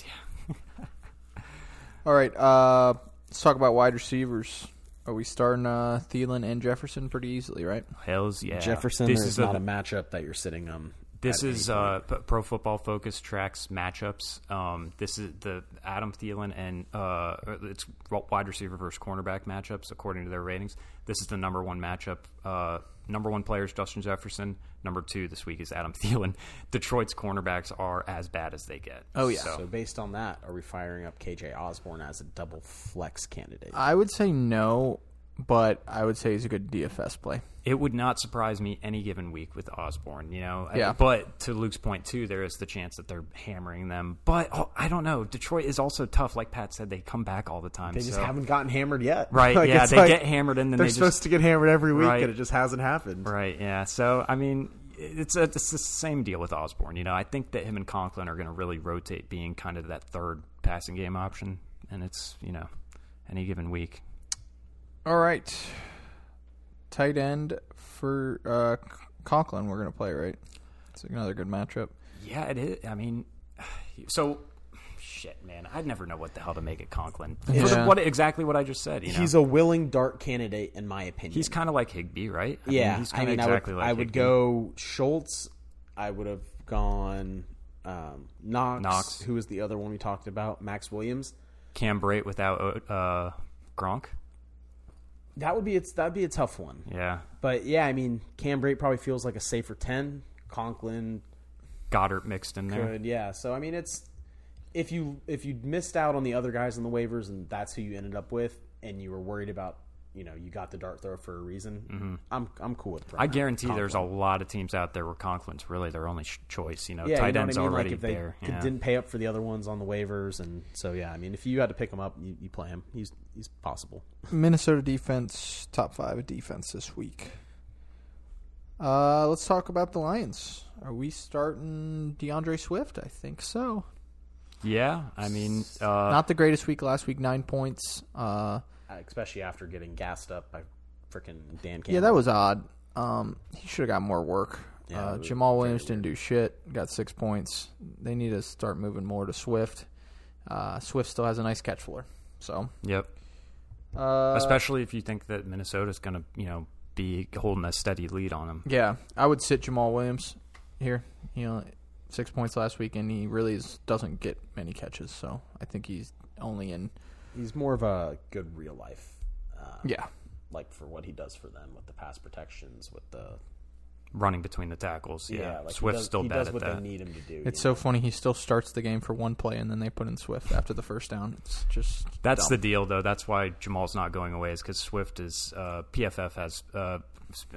All right, uh, let's talk about wide receivers. Are we starting uh, Thielen and Jefferson pretty easily, right? Hell's yeah. Jefferson This is, is not a- a matchup that you're sitting um. This at is any point. uh, P- Pro Football Focus tracks matchups. Um, this is the Adam Thielen and uh, it's wide receiver versus cornerback matchups according to their ratings. This is the number one matchup. Uh, number one player is Justin Jefferson. Number two this week is Adam Thielen. Detroit's cornerbacks are as bad as they get. Oh yeah. So based on that, are we firing up KJ Osborne as a double flex candidate? I would say no, but I would say he's a good DFS play. it would not surprise me any given week with Osborne, you know. Yeah. But to Luke's point too, there is the chance that they're hammering them. But oh, I don't know. Detroit is also tough. Like Pat said, they come back all the time. they just so- haven't gotten hammered yet, Right, Like, yeah, it's they get hammered and then they're they just- supposed to get hammered every week, Right. and it just hasn't happened. Right. Yeah. So I mean, it's a, it's the same deal with Osborne. You know, I think that him and Conklin are going to really rotate being kind of that third passing game option, and it's you know, any given week. All right, tight end for uh, C- Conklin. We're going to play right. It's another good matchup. Yeah, it is. I mean, so shit, man. I never know what the hell to make of Conklin. For Yeah. what exactly what I just said. You know, He's he's a willing dart candidate, in my opinion. he's kind of like Higby, right? I mean, yeah. he's I kind of mean, exactly I would, like I would Higbee. go Schultz. I would have gone um, Knox. Knox. Who was the other one we talked about? Max Williams. Cam Brate without uh, Gronk. That would be it's. That'd be a tough one. Yeah, But yeah, I mean, Cam Brate probably feels like a safer ten. Conklin Goddard mixed in there. could, yeah. So I mean, it's if you if you missed out on the other guys on the waivers and that's who you ended up with, and you were worried about, you know, you got the dart throw for a reason. I'm I'm cool with. Mm-hmm. I Brown. guarantee there's a lot of teams out there where Conklin's really their only sh- choice. You know, yeah, you tight know what end's I mean? already like if they there. could- yeah. didn't pay up for the other ones on the waivers, and so yeah, I mean, if you had to pick him up, you, you play him. He's he's possible. Minnesota defense, top five defense this week. Uh, let's talk about the Lions. Are we starting DeAndre Swift? I think so. Yeah, I mean, uh, Not the greatest week last week, nine points. Uh, Uh, especially after getting gassed up by freaking Dan. Campbell. yeah, that was odd. Um, he should have got more work. Yeah, uh, it was Jamal Williams didn't do shit. Got six points. They need to start moving more to Swift. Uh, Swift still has a nice catch floor. So uh, yep. uh, Especially if you think that Minnesota's going to, you know, be holding a steady lead on them. yeah, I would sit Jamal Williams here. You know, six points last week, and he really is, doesn't get many catches. So I think he's only in. he's more of a good real life. Uh, Yeah, like for what he does for them with the pass protections, with the Running between the tackles. Yeah. like he Swift's does- still he bad does at what that. they need him to do. it's you know? so funny. He still starts the game for one play, and then they put in Swift after the first down. It's just That's the deal, though. That's why Jamal's not going away, is because Swift is, uh, PFF has, uh,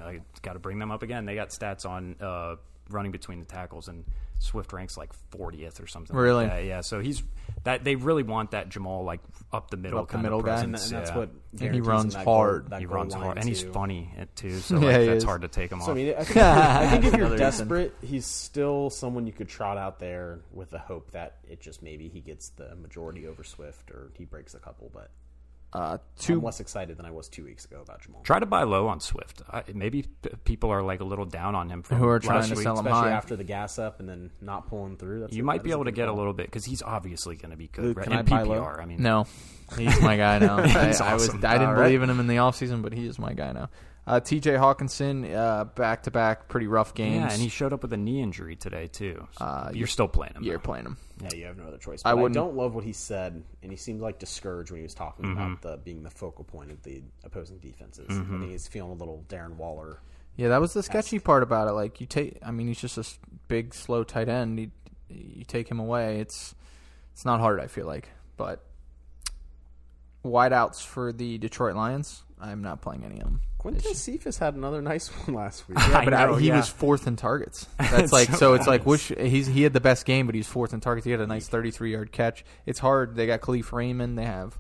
I got to bring them up again. They got stats on uh, running between the tackles, and Swift ranks like 40th or something. like Really? that. Yeah. So he's, that they really want that Jamal, like, up the middle Up the kind middle of guy. and, presence. and that's yeah. what he guarantees him runs that goal- hard. that He goal runs line, hard, and he's too. funny at too. So Yeah, like, he that's is. hard to take him So I off. mean, I think, I think if you're Another reason. desperate, he's still someone you could trot out there with the hope that it just maybe he gets the majority over Swift or he breaks a couple. But uh, I'm two less excited than I was two weeks ago about Jamal, Try to buy low on Swift. I, maybe p- people are like a little down on him. From who are last trying to week. sell him especially high. after the gas up and then not pulling through. That's You a- might that be is able to good get a call. little bit because he's obviously going to be good. Luke, right? can I And buy PPR. low? I mean, No, he's my guy now. I, He's I was awesome. I didn't All right. believe in him in the offseason, but he is my guy now. Uh, T.J. Hawkinson, uh, back to back, pretty rough games. Yeah, and he showed up with a knee injury today too. Uh, you're still playing him. you're though. playing him. Yeah, you have no other choice. But I I, wouldn't- don't love what he said, and he seemed like discouraged when he was talking Mm-hmm. about the being the focal point of the opposing defenses. I think he's feeling a little Darren Waller Yeah, that was the sketchy part about it. Like you take, I mean, he's just a s- big, slow tight end. You, you take him away, it's it's not hard. I feel like, but wideouts for the Detroit Lions, I'm not playing any of them. Quinton Cephas had another nice one last week. Yeah, but I- know, he yeah. was fourth in targets. That's like so. It's like which he's he had the best game, but he's fourth in targets. He had a nice 33 yard catch. It's hard. They got Khalif Raymond. They have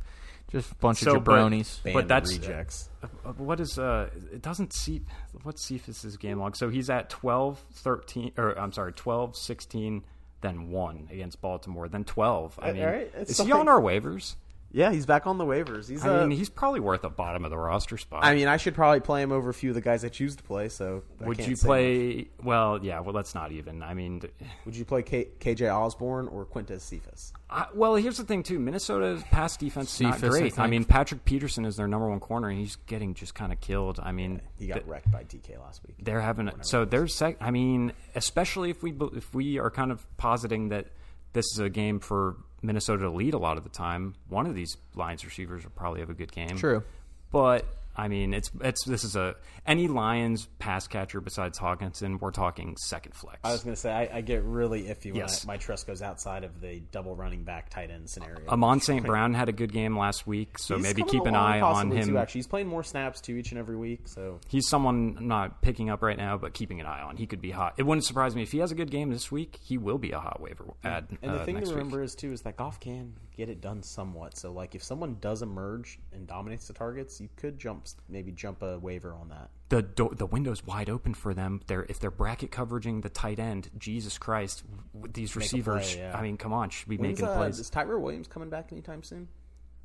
just a bunch So, of but- jabronis. Band But of that's- rejects. Uh, what is uh it doesn't see what's Cephas's game log so he's at 12 13 or I'm sorry 12 16 then 1 against Baltimore then 12 I Uh, mean alright, it's is he something- on our waivers Yeah, he's back on the waivers. He's. I uh, mean he's probably worth a bottom of the roster spot I mean, I should probably play him over a few of the guys I choose to play. So I would can't you say much. play well yeah well that's not even I mean Would you play K- KJ Osborne or Quintus Cephas? I, well here's the thing too Minnesota's pass defense is not Cephas, I great I, think. mean Patrick Peterson is their number one corner and he's getting just kind of killed I mean He got th- wrecked by DK last week. they're having so there's sec- I mean, especially if we bel- if we are kind of positing that this is a game for Minnesota to lead a lot of the time, one of these Lions receivers will probably have a good game. True. But I mean, it's it's this is a any Lions pass catcher besides Hawkinson, we're talking second flex. I was going to say I, I get really iffy when Yes. I, my trust goes outside of the double running back tight end scenario. Amon St. Brown had a good game last week, so He's maybe coming keep an along eye on possibly, him. Too, actually, he's playing more snaps too each and every week. So He's someone I'm not picking up right now, but keeping an eye on. He could be hot. It wouldn't surprise me if he has a good game this week. He will be a hot waiver ad. And the uh, thing next to week. remember is too is that golf can get it done somewhat. So like if someone does emerge and dominates the targets, you could jump maybe jump a waiver on that. the do- the window's wide open for them. They're if they're bracket covering the tight end, Jesus Christ, w- these receivers. play, yeah. I mean, come on, should be When's, making uh, plays. is Tyra Williams coming back anytime soon?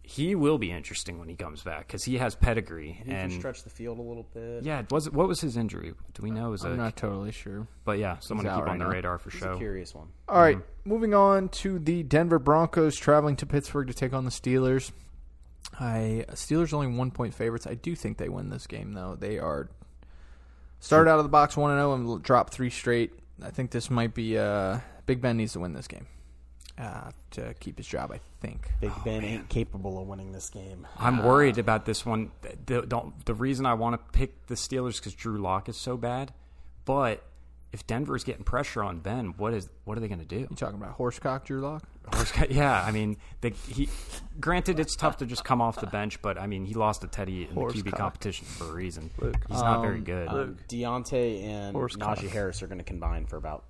He will be interesting when he comes back because he has pedigree He can and. stretch the field a little bit. yeah, it was what was his injury? Do we know? It Was a, I'm not totally sure. but yeah, someone to out keep right on the now. radar for It's a show. curious one. All right, moving on to the Denver Broncos traveling to Pittsburgh to take on the Steelers. I Steelers only one point favorites. I do think they win this game though. They are started out of the box one and zero and l- dropped three straight. I think this might be uh, Big Ben needs to win this game uh, to keep his job. I think. Oh, Big Ben ain't capable of winning this game. I'm worried about this one. The, the, don't- the reason I want to pick the Steelers because Drew Lock is so bad, but if Denver's getting pressure on Ben, what is what are they going to do? You talking about horsecock, Drew Lock? Horse guy- yeah, I mean, the, he. Granted, it's tough to just come off the bench, but I mean, he lost to Teddy in the QB competition for a reason. He's not very um, good. Deontay and Horsecock. Najee Harris are going to combine for about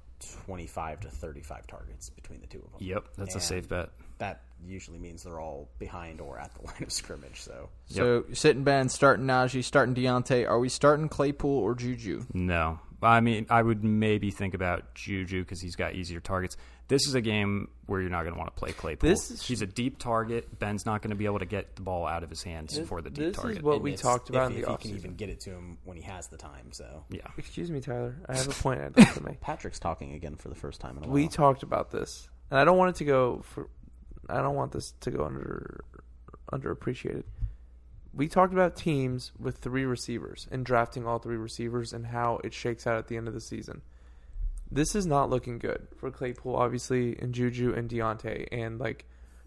twenty-five to thirty-five targets between the two of them. yep, that's a And safe bet. That usually means they're all behind or at the line of scrimmage. So So sitting Ben, starting Najee, starting Deontay. Are we starting Claypool or Juju? No, I mean, I would maybe think about Juju because he's got easier targets. This is a game where you're not going to want to play Claypool. This is- he's a deep target. Ben's not going to be able to get the ball out of his hands for the deep this target. is what we it's talked about iffy in the if he can offseason. even get it to him when he has the time. So yeah, Excuse me, Tyler. I have a point I'd like to make. Patrick's talking again for the first time in a while. We talked about this, and I don't want it to go for. I don't want this to go under underappreciated. We talked about teams with three receivers and drafting all three receivers and how it shakes out at the end of the season. This is not looking good for Claypool, obviously, and Juju and Deontay. And like,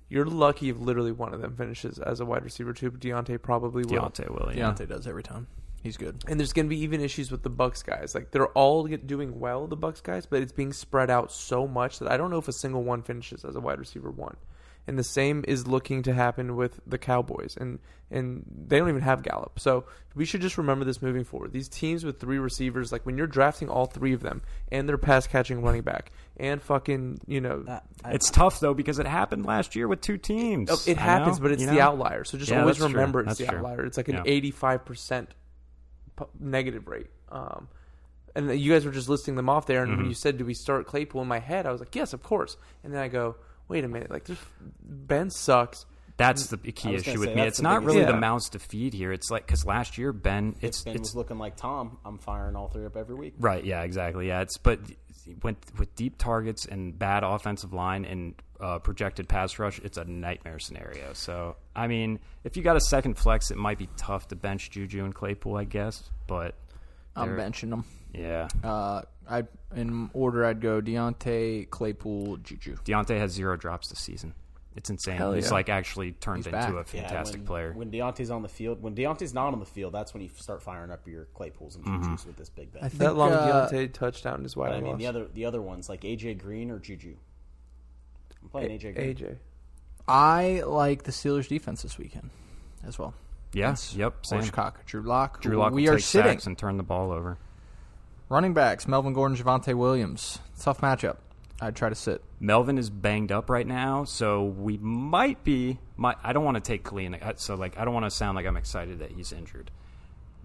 you're lucky if literally one of them finishes as a wide receiver too. But Deontay probably will. Deontay Williams. Deontay does every time. He's good. And there's going to be even issues with the Bucks guys. Like they're all get, doing well, the Bucks guys, but it's being spread out so much that I don't know if a single one finishes as a wide receiver one. And the same is looking to happen with the Cowboys, and and they don't even have Gallup. So we should just remember this moving forward. These teams with three receivers, like when you're drafting all three of them, and their pass catching running back, and fucking you know Uh, I- It's tough though because it happened last year with two teams. Oh, It I happens, know, but it's you the know? outlier. So just Yeah, always that's true. remember it's That's the true. outlier. It's like an Yeah. eighty-five percent negative rate. Um, and you guys were just listing them off there, and Mm-hmm. when you said, "Do we start Claypool?" in my head, I was like, "Yes, of course." And then I go, "Wait a minute! Like, there's, Ben sucks." That's the key was gonna issue with say, me. that's It's the not biggest- really the Yeah. mouths to feed here. It's like because last year Ben, it's Ben it's was looking like Tom. I'm firing all three up every week. right. Yeah, exactly. Yeah, it's but with with deep targets and bad offensive line and uh, projected pass rush, it's a nightmare scenario. So I mean, if you got a second flex, it might be tough to bench Juju and Claypool, I guess. But I'm They're- benching him. yeah, Uh, I in order I'd go Deontay, Claypool, Juju. Deontay has zero drops this season. It's insane. Hell He's yeah. like actually turned He's into back. a Yeah, fantastic when, player. When Deontay's on the field, when Deontay's not on the field, that's when you start firing up your Claypools Mm-hmm. and Juju's with this big bang. that long uh, Deontay touchdown is why But we I mean, lost. the other the other ones like AJ Green or Juju. I'm playing AJ Green. AJ. I like the Steelers defense this weekend as well. Yes. Yep. Same. Horsecock, Drew Lock. Drew Lock we will are take sitting. sacks and turn the ball over. Running backs, Melvin Gordon, Javante Williams. Tough matchup. I'd try to sit. Melvin is banged up right now, so we might be. My, I don't want to take Clean, so like I don't want to sound like I'm excited that he's injured,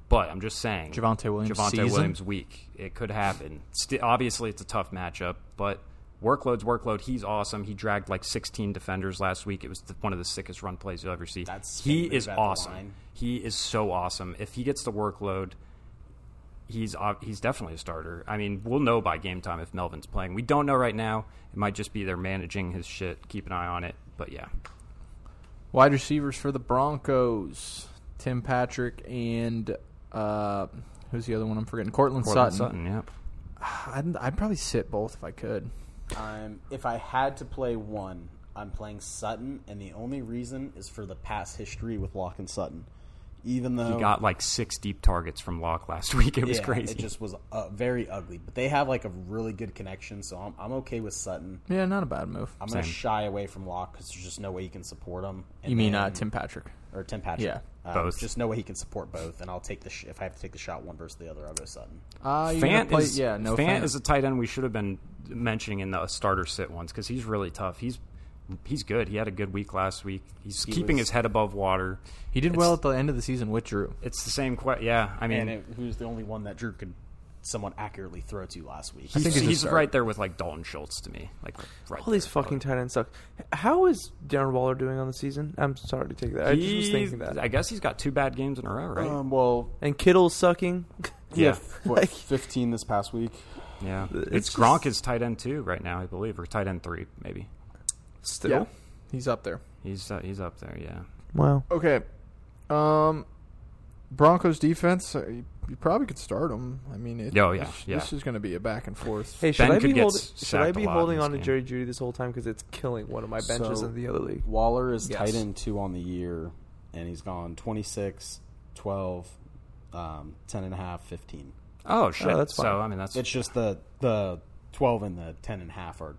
but I'm just saying Javonte Williams Javonte season? Williams week, it could happen. Sti obviously, it's a tough matchup, but workloads, workload. He's awesome. He dragged like 16 defenders last week. It was the, one of the sickest run plays you'll ever see. That's he big move is at the awesome. line. He is so awesome. If he gets the workload, he's ob- he's definitely a starter. I mean, we'll know by game time if Melvin's playing. We don't know right now. It might just be they're managing his shit. Keep an eye on it. But yeah, Wide receivers for the Broncos, Tim Patrick and uh, who's the other one? I'm forgetting. Cortland Cortland Sutton. Sutton. Yeah, I'd, I'd probably sit both if I could. I'm, if I had to play one, I'm playing Sutton, and the only reason is for the past history with Locke and Sutton. Even though he got like six deep targets from Locke last week. It was Oh. yeah, crazy. it just was uh, very ugly. But they have like a really good connection, so I'm, I'm okay with Sutton. Yeah, not a bad move. I'm going to Same. shy away from Locke because there's just no way you can support him. And you mean then- uh, Tim Patrick? or Tim Patrick? Yeah. Um, Both. Just no way he can support both, and I'll take the sh- if I have to take the shot one versus the other, I'll go Sutton. Uh, you're gonna Fant play, is yeah, no Fant Fant. is a tight end we should have been mentioning in the starter sit ones because he's really tough. He's he's good. He had a good week last week. He's keeping was- his head above water. he did well at the end of the season with Drew. It's the same question. Yeah, I mean, And it, who's the only one that Drew could someone accurately throw to last week? he's, think he's a he's start. right there with like Dalton Schultz to me. Like right. All these there. fucking tight ends suck. How is Darren Waller doing on the season? I'm sorry to take that. I just was He- thinking that. I guess he's got two bad games in a row, right? Um, well, and Kittle's sucking. yeah, what, 15 this past week. yeah. It's, It's Gronk just- is tight end two right now, I believe, or tight end three, maybe. Still. Yeah, he's up there. He's uh, he's up there. Yeah, Wow. Okay, um, Broncos defense. uh, You, you probably could start him. I mean, it, Oh, yeah, this, yeah. this is going to be a back and forth. Hey, should Ben I could be, get holding, s- should I sacked a be lot in holding this on to game. Jerry Judy this whole time because it's killing one of my benches So- in the other league? Waller is Yes. tight end two on the year, and he's gone 26, 12, um, 10 and a half, 15. Oh shit! that's fine. So I mean, that's It's just the the 12 and the 10 and a half are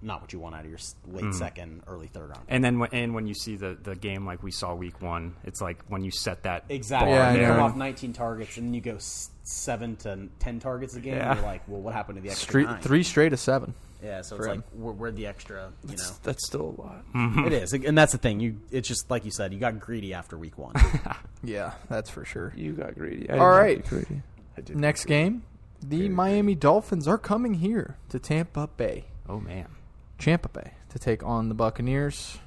not what you want out of your s- Hmm. late second, early third round. and then when, and when you see the, the game like we saw week one, it's like when you set that Exactly. bar Yeah, I you come know. off 19 targets, and then you go s- 7 to n- 10 targets a game, Yeah. and you're like, well, what happened to the extra Three, nine? three straight of seven. Yeah, so it's for like, him. where, where'd the extra, you know? That's still a lot. Hmm. it is. And that's the thing. You, It's just like you said, you got greedy after week one. Yeah, that's for sure. You got greedy. I All did not right. get Greedy. Next game, the Miami Dolphins are coming here to Tampa Bay, Oh man, Tampa Bay, to take on the Buccaneers,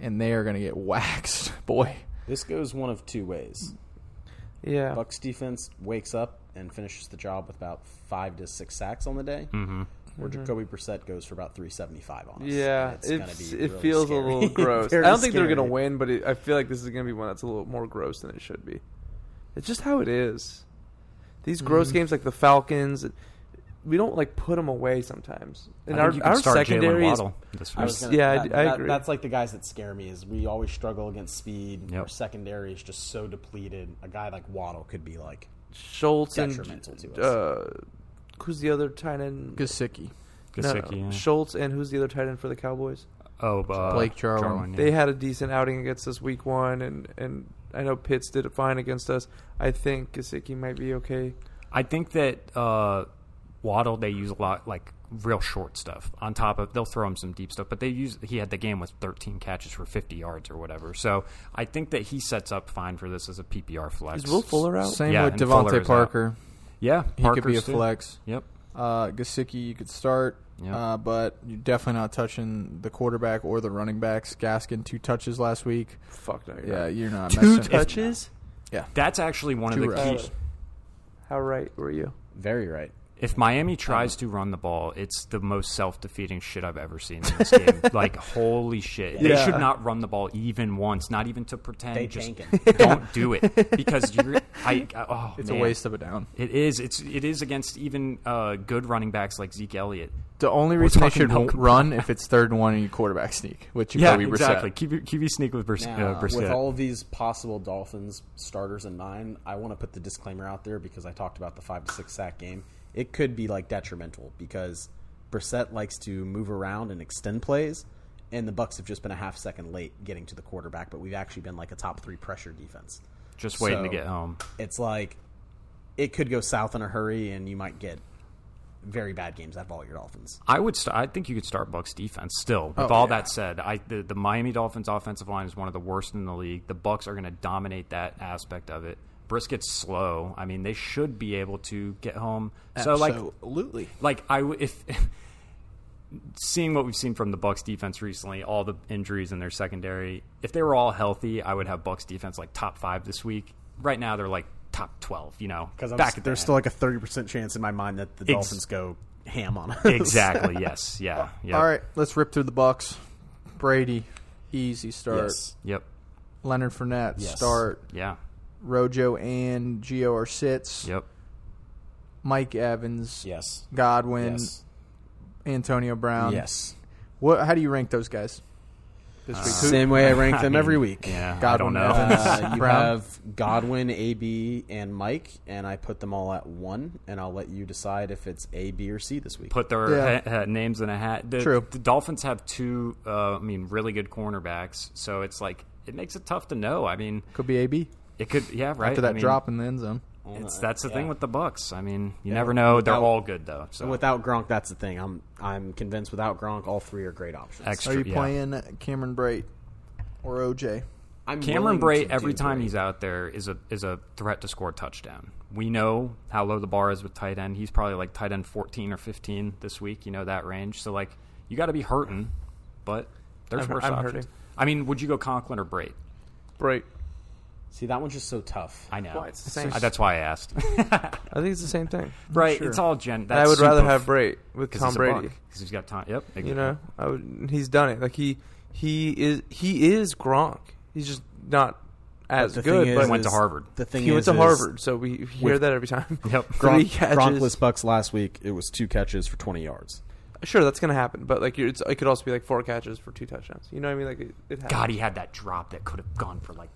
and they are going to get waxed, boy. this goes one of two ways. Yeah. Bucks defense wakes up and finishes the job with about five to six sacks on the day, mm-hmm. or Jacoby Brissett goes for about three seventy five on us. Yeah, And it's gonna it's, be it really feels scary. a little gross. I Very don't think they're gonna scary. win, but it, I feel like this is gonna be one that's a little more gross than it should be. It's just how it is. These gross Mm. games like the Falcons, we don't like put them away sometimes. And I our, think you our can start secondary Jalen is Waddle this I week. was gonna- Yeah, I that- d- I that- agree. That's like the guys that scare me is we always struggle against speed. Yep. Our secondary is just so depleted. A guy like Waddle could be like Schultz and Detrimental to us. uh, who's the other tight end? Gasicki. No, Gesicki, yeah. Schultz and who's the other tight end for the Cowboys? oh, uh, Blake Jarwin. yeah. They had a decent outing against us week one, and and I know Pitts did it fine against us. I think Gasicki might be okay. I think that uh, Waddle they use a lot like real short stuff on top of they'll throw him some deep stuff, but they use he had the game with 13 catches for 50 yards or whatever. So I think that he sets up fine for this as a PPR flex. Is Will Fuller out? Same Yeah, with and Fuller Devontae is Parker. Yeah, He could be a Parker's too. flex. Yep. Uh, Gasicki, you could start, Yeah. uh, but you're definitely not touching the quarterback or the running backs. Gaskin, two touches last week. Fuck no. you're Yeah, not. you're not two messing. touches. That's actually one Two of the routes. key. How right were you? very right. If Miami Um, tries to run the ball, it's the most self defeating shit I've ever seen in this game. like, holy shit. They Yeah. should not run the ball even once, not even to pretend. They just tanking. don't do it because you're. I, I- oh, It's man. a waste of a down. It is. It's it is against even uh, good running backs like Zeke Elliott. The only reason they talking should about- run if it's third and one and you quarterback sneak, which you Yeah, probably exactly. QB, QB sneak with Brissett. Now, uh, with Brissett. all of these possible Dolphins starters in mind, I want to put the disclaimer out there because I talked about the five to six sack game. It could be like detrimental because Brissett likes to move around and extend plays, and the Bucks have just been a half second late getting to the quarterback. But we've actually been like a top three pressure defense. just waiting to so- get home. It's like it could go south in a hurry, and you might get very bad games out of all your Dolphins. I would. St- I think you could start Bucks defense still. With Oh, all that said, I the, the Miami Dolphins offensive line is one of the worst in the league. The Bucks are going to dominate that aspect of it. Briskett's slow. I mean, they should be able to get home. So like absolutely. like I w- if seeing what we've seen from the Bucks defense recently, all the injuries in their secondary, if they were all healthy, I would have Bucks defense like top 5 this week. Right now they're like top 12, you know. Because back at the there's end. still like a thirty percent chance in my mind that the Ex- Dolphins go ham on us. Exactly, yes. Yeah. Yeah. All right, let's rip through the Bucks. Brady, easy start. Yes. Yep. Leonard Fournette, Yes. start. Yeah. Rojo and Gio are sits. Yep. Mike Evans, Yes. Godwin, Yes. Antonio Brown. yes. What? How do you rank those guys? This week, Who- Same way I rank them Uh, I every mean, week. Yeah. I Godwin don't know. Evans. Uh, you Brown. have Godwin, AB, and Mike, and I put them all at one, and I'll let you decide if it's A, B, or C this week. Put their Yeah. ha- ha- names in a hat. The, True. The Dolphins have two, uh, I mean, really good cornerbacks. So it's like it makes it tough to know. I mean, could be AB it could, yeah, right. after I that mean, drop in the end zone. It's that's the yeah. thing with the Bucks. I mean, you never know. They're Without- all good though. So without Gronk, that's the thing. I'm I'm convinced without Gronk, all three are great options. extra, Are you yeah. playing Cameron Brate or OJ? I'm Cameron willing Bray? to do Every time Bray. he's out there is a is a threat to score a touchdown. We know how low the bar is with tight end. He's probably like tight end fourteen or fifteen this week. You know that range. So like you got to be hurting, but there's I'm- worse I'm options. hurting. I mean, would you go Conklin or Bray? Right. see that one's just so tough. I know. Well, it's the same. Uh, That's why I asked. I think it's the same thing. right. It's all gen. That's I would rather super- have Brady with 'cause Tom he's a Brady. buck, 'cause he's got Tom. Yep. You know, I would. He's done it. Like he, he is. He is Gronk. He's just not as The good. thing but is- went to is- Harvard. The thing he went is- to is Harvard, so we hear With- that every time. Yep. Three Gronk, catches. Gronkless Bucks last week. It was two catches for 20 yards. Sure, that's gonna happen. But like, you're, it's, it could also be like four catches for two touchdowns. You know what I mean? Like, it, it happens. God, he had that drop that could have gone for like,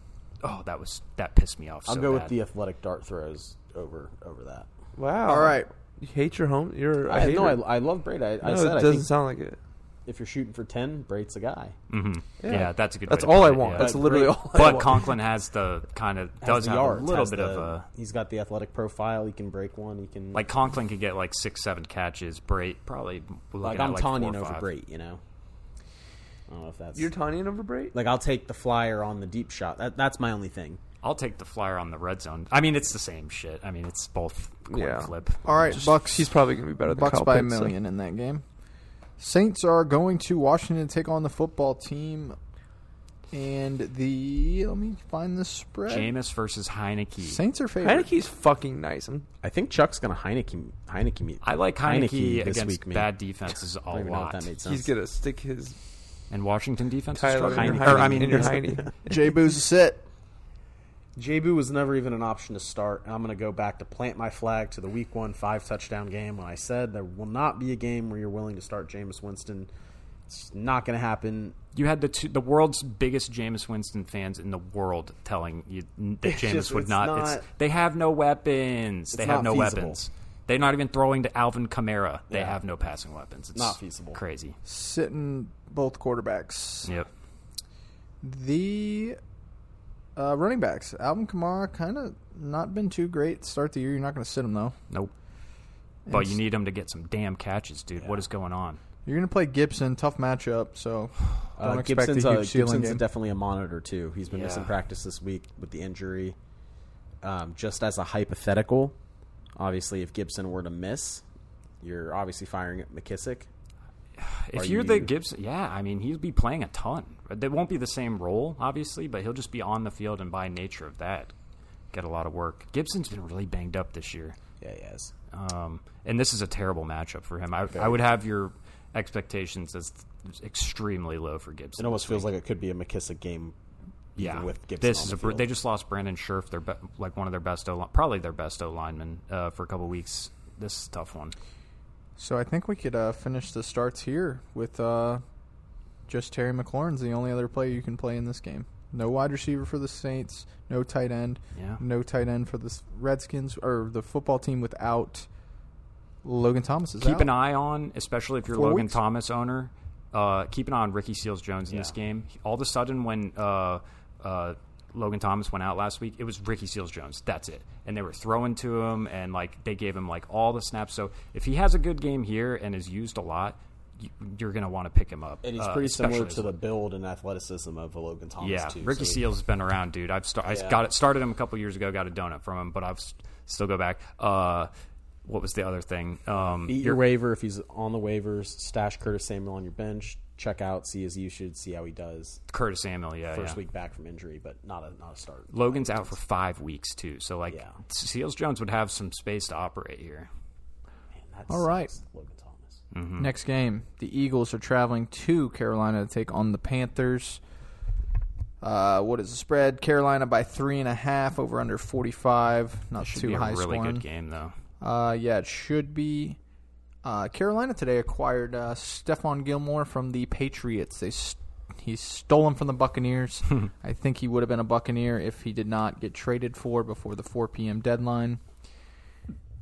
oh, that was that pissed me off. I'll so go with bad. the athletic dart throws over over that. Wow. All right. You hate your home. You're. I, I, hate no, it. I, I love Brady. I, I No, said it I doesn't think sound like it. if you're shooting for 10, Brate's a guy. Mm-hmm. Yeah, that's a good. That's way to all put I it, want. yeah. That's But literally great. all. I but want. Conklin has the kind of Has does the have yards, a little has bit the- of a He's got the athletic profile. He can break one. He can like Conklin could get like six, seven catches. Brait probably we're like looking at, I'm like Tanyan four or over five. Brate. You know, I don't know if that's You're Tanyan over Brady. like I'll take the flyer on the deep shot. That, that's my only thing. I'll take the flyer on the red zone. I mean, it's the same shit. I mean, it's both coin Yeah. flip. All right, Bucks. He's probably gonna be better than Bucks Kyle by a Pitts, so- million in that game. Saints are going to Washington to take on the football team, and the let me find the spread. Jameis versus Heineke. Saints are favored. Heineke's fucking nice. I'm I think Chuck's gonna Heineke Heineke me. I like Heineke, this against week. man. bad defenses a I don't even know if lot. that made sense. He's gonna stick his And Washington defense. is Tyler in struggling. your Heineke. Heine- Or, I mean, in your Heine. Jay Boo's a sit. Jabu was never even an option to start, and I'm going to go back to plant my flag to the Week One five touchdown game when I said there will not be a game where you're willing to start Jameis Winston. It's not going to happen. You had the two, the world's biggest Jameis Winston fans in the world telling you that It's Jameis just- would it's not, not- It's, they have no weapons. They It's have not no feasible. weapons. They're not even throwing to Alvin Kamara. They Yeah. have no passing weapons. It's Not feasible. Crazy. Sitting both quarterbacks. Yep. The uh, running backs. Alvin Kamara kind of not been too great to start the year. You're not going to sit him though. Nope. But you need him to get some damn catches, dude. What is going on? You're going to play Gibson. Tough matchup. So don't Uh, expect Gibson's, a uh, huge ceiling Gibson's game. definitely a monitor too. He's been missing Yeah. practice this week with the injury. Um, just as a hypothetical, obviously, if Gibson were to miss, you're obviously firing at McKissick. If Are you're the you- Gibson, yeah, I mean, he'll be playing a ton. They won't be the same role, obviously, but he'll just be on the field and by nature of that, get a lot of work. Gibson's been really banged up this year. Yeah, he is. Um, and this is a terrible matchup for him. I, I would have your expectations as extremely low for Gibson. It almost feels like it could be a McKissick game. even yeah, with Gibson this on is the a br- field. they just lost Brandon Scherf, their be- like one of their best O probably their best O lineman uh, for a couple weeks. This is a tough one. So I think we could uh, finish the starts here with uh, just Terry McLaurin's the only other player you can play in this game. No wide receiver for the Saints, no tight end, Yeah. no tight end for the S- Redskins or the football team without Logan Thomas. Is keep out. an eye on, especially if you're Four Logan weeks? Thomas owner. Uh, keep an eye on Ricky Seals Jones in this Yeah. game. All of a sudden, when uh, uh, Logan Thomas went out last week, it was Ricky Seals Jones. That's it. And they were throwing to him, and like they gave him like all the snaps. So if he has a good game here and is used a lot, you, you're going to want to pick him up. And he's uh, pretty similar especially to as- the build and athleticism of a Logan Thomas. yeah. too, Ricky so he- Seals has been around, dude. I've sta- I Yeah. got it started him a couple years ago. Got a donut from him, but I've s- still go back. Uh, what was the other thing? Um, Beat your waiver if he's on the waivers. Stash Curtis Samuel on your bench. Check out, see as you should, see how he does. Curtis Samuel, yeah, First yeah. week back from injury, but not a not a start. Logan's out for five weeks too, so like Yeah. Seals Jones would have some space to operate here. That All right. sucks, Logan Thomas. Hmm. Next game, the Eagles are traveling to Carolina to take on the Panthers. Uh, what is the spread? Carolina by three and a half, over under forty-five. Not Should too be a high really scoring. good game though. Uh, yeah, it should be. Uh, Carolina today acquired uh, Stephon Gilmore from the Patriots. They st- he stole him from the Buccaneers. I think he would have been a Buccaneer if he did not get traded for before the 4 p.m. deadline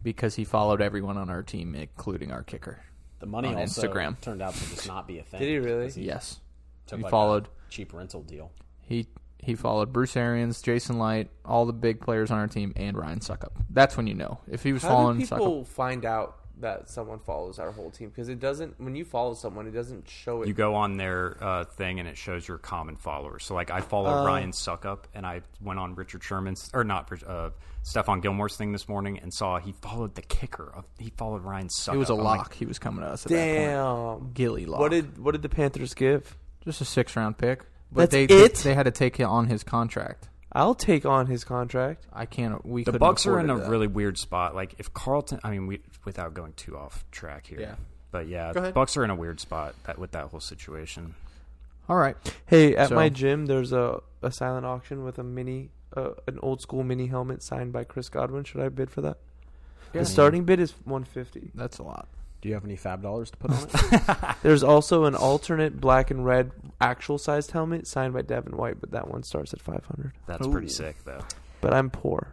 because he followed everyone on our team, including our kicker. The money On also Instagram. turned out to just not be a thing. Did he really? because Yes, took, he like, a followed. cheap rental deal. He he followed Bruce Arians, Jason Light, all the big players on our team, and Ryan Suckup. That's when you know if he was How do following people Suckup. find out that someone follows our whole team? Because it doesn't. When you follow someone, it doesn't show it. You go on their uh, thing and it shows your common followers. So like I follow Uh, Ryan Suckup and I went on Richard Sherman's or not uh, Stephon Gilmore's thing this morning and saw he followed the kicker. Of, he followed Ryan Suckup. It was a I'm like, lock. he was coming to us. At That point. Damn, Gilly lock. What did What did the Panthers give? Just a six round pick. But That's they, it? they had to take it on his contract. Contract. I can't. We the couldn't Bucks are afford in a it, uh, really weird spot. Like if Carlton, I mean, we, without going too off track here, Yeah. but yeah, Go ahead. Bucks are in a weird spot that, with that whole situation. All right. Hey, at So- my gym, there's a, a silent auction with a mini, uh, an old school mini helmet signed by Chris Godwin. Should I bid for that? The starting bid is 150. That's a lot. Do you have any fab dollars to put on it? There's also an alternate black and red actual sized helmet signed by Devin White, but that one starts at 500. That's pretty sick though. But I'm poor.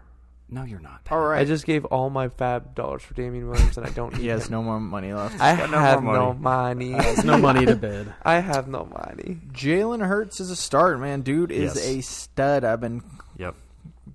No, you're not. All I right. just gave all my fab dollars for Damian Williams, and I don't need He has him. no more money left. I got no have more no money. Uh, There's no money to bid. I have no money. Jalen Hurts is a start, man. Dude is Yes. a stud. I've been Yep.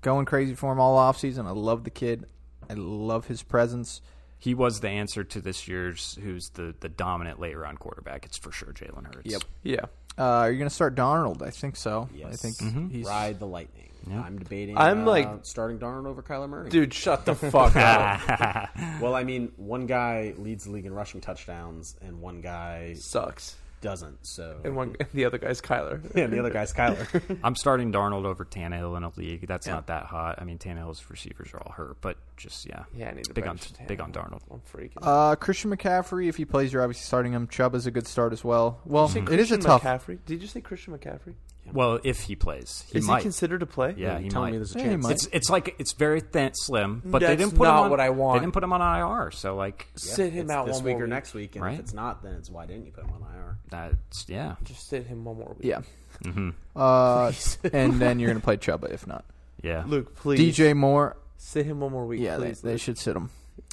going crazy for him all offseason. I love the kid. I love his presence. He was the answer to this year's who's the, the dominant late round quarterback. It's for sure Jalen Hurts. Yep. Yeah. Uh, are you going to start Donald? I think so. I Yes. think Mm-hmm. he's. Ride the lightning. I'm debating. I'm, uh, like- starting Darnold over Kyler Murray. Dude, shut the fuck up. Well, I mean, one guy leads the league in rushing touchdowns, and one guy Sucks. doesn't. So And one, the other guy's Kyler. yeah, the other guy's Kyler. I'm starting Darnold over Tannehill in a league. That's not that hot. I mean, Tannehill's receivers are all hurt, but just yeah. Yeah, I need to big on bench big on Tannehill. Darnold. I'm freaking. Uh, Christian McCaffrey, if he plays, you're obviously starting him. Chubb is a good start as well. Well, Say it is a Christian tough. McCaffrey. Did you say Christian McCaffrey? Well, if he plays, he Is might. he considered to play? yeah, he Tell might. me there's a Yeah, he chance. might. it's it's like it's very thin, slim, but they That's didn't put him not on, what I want. They didn't put him on IR, so like Sit him It's out this one week more or next week, and Right. if it's not, then it's why didn't you put him on IR? that's yeah. Just sit him one more week. Yeah. Mm-hmm. Uh, and then you're going to play Chuba if not. Yeah. Luke, please. DJ Moore, sit him one more week. yeah, they, please. they should sit him.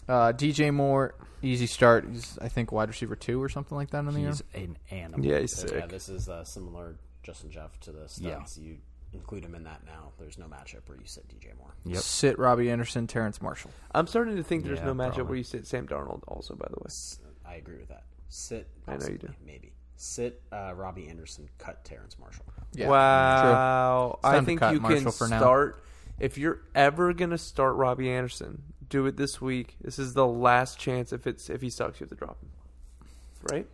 Uh, DJ Moore, easy start. He's I think wide receiver two or something like that in the year. He's an animal. Yeah, he's So, sick. yeah, this is uh, similar, Justin Jeff, to the Yeah. stats. You include him in that now. There's no matchup where you sit DJ Moore. Yep. Sit Robbie Anderson, Terrence Marshall. I'm starting to think there's Yeah, no matchup probably. where you sit Sam Darnold. Also, by the way, S- uh, I agree with that. Sit. I know you possibly, do. Maybe sit uh, Robbie Anderson. Cut Terrence Marshall. Yeah, wow. It's time I to think cut you can Marshall for now. start. If you're ever gonna start Robbie Anderson, do it this week. This is the last chance. If it's if he sucks, you have to drop him. Right?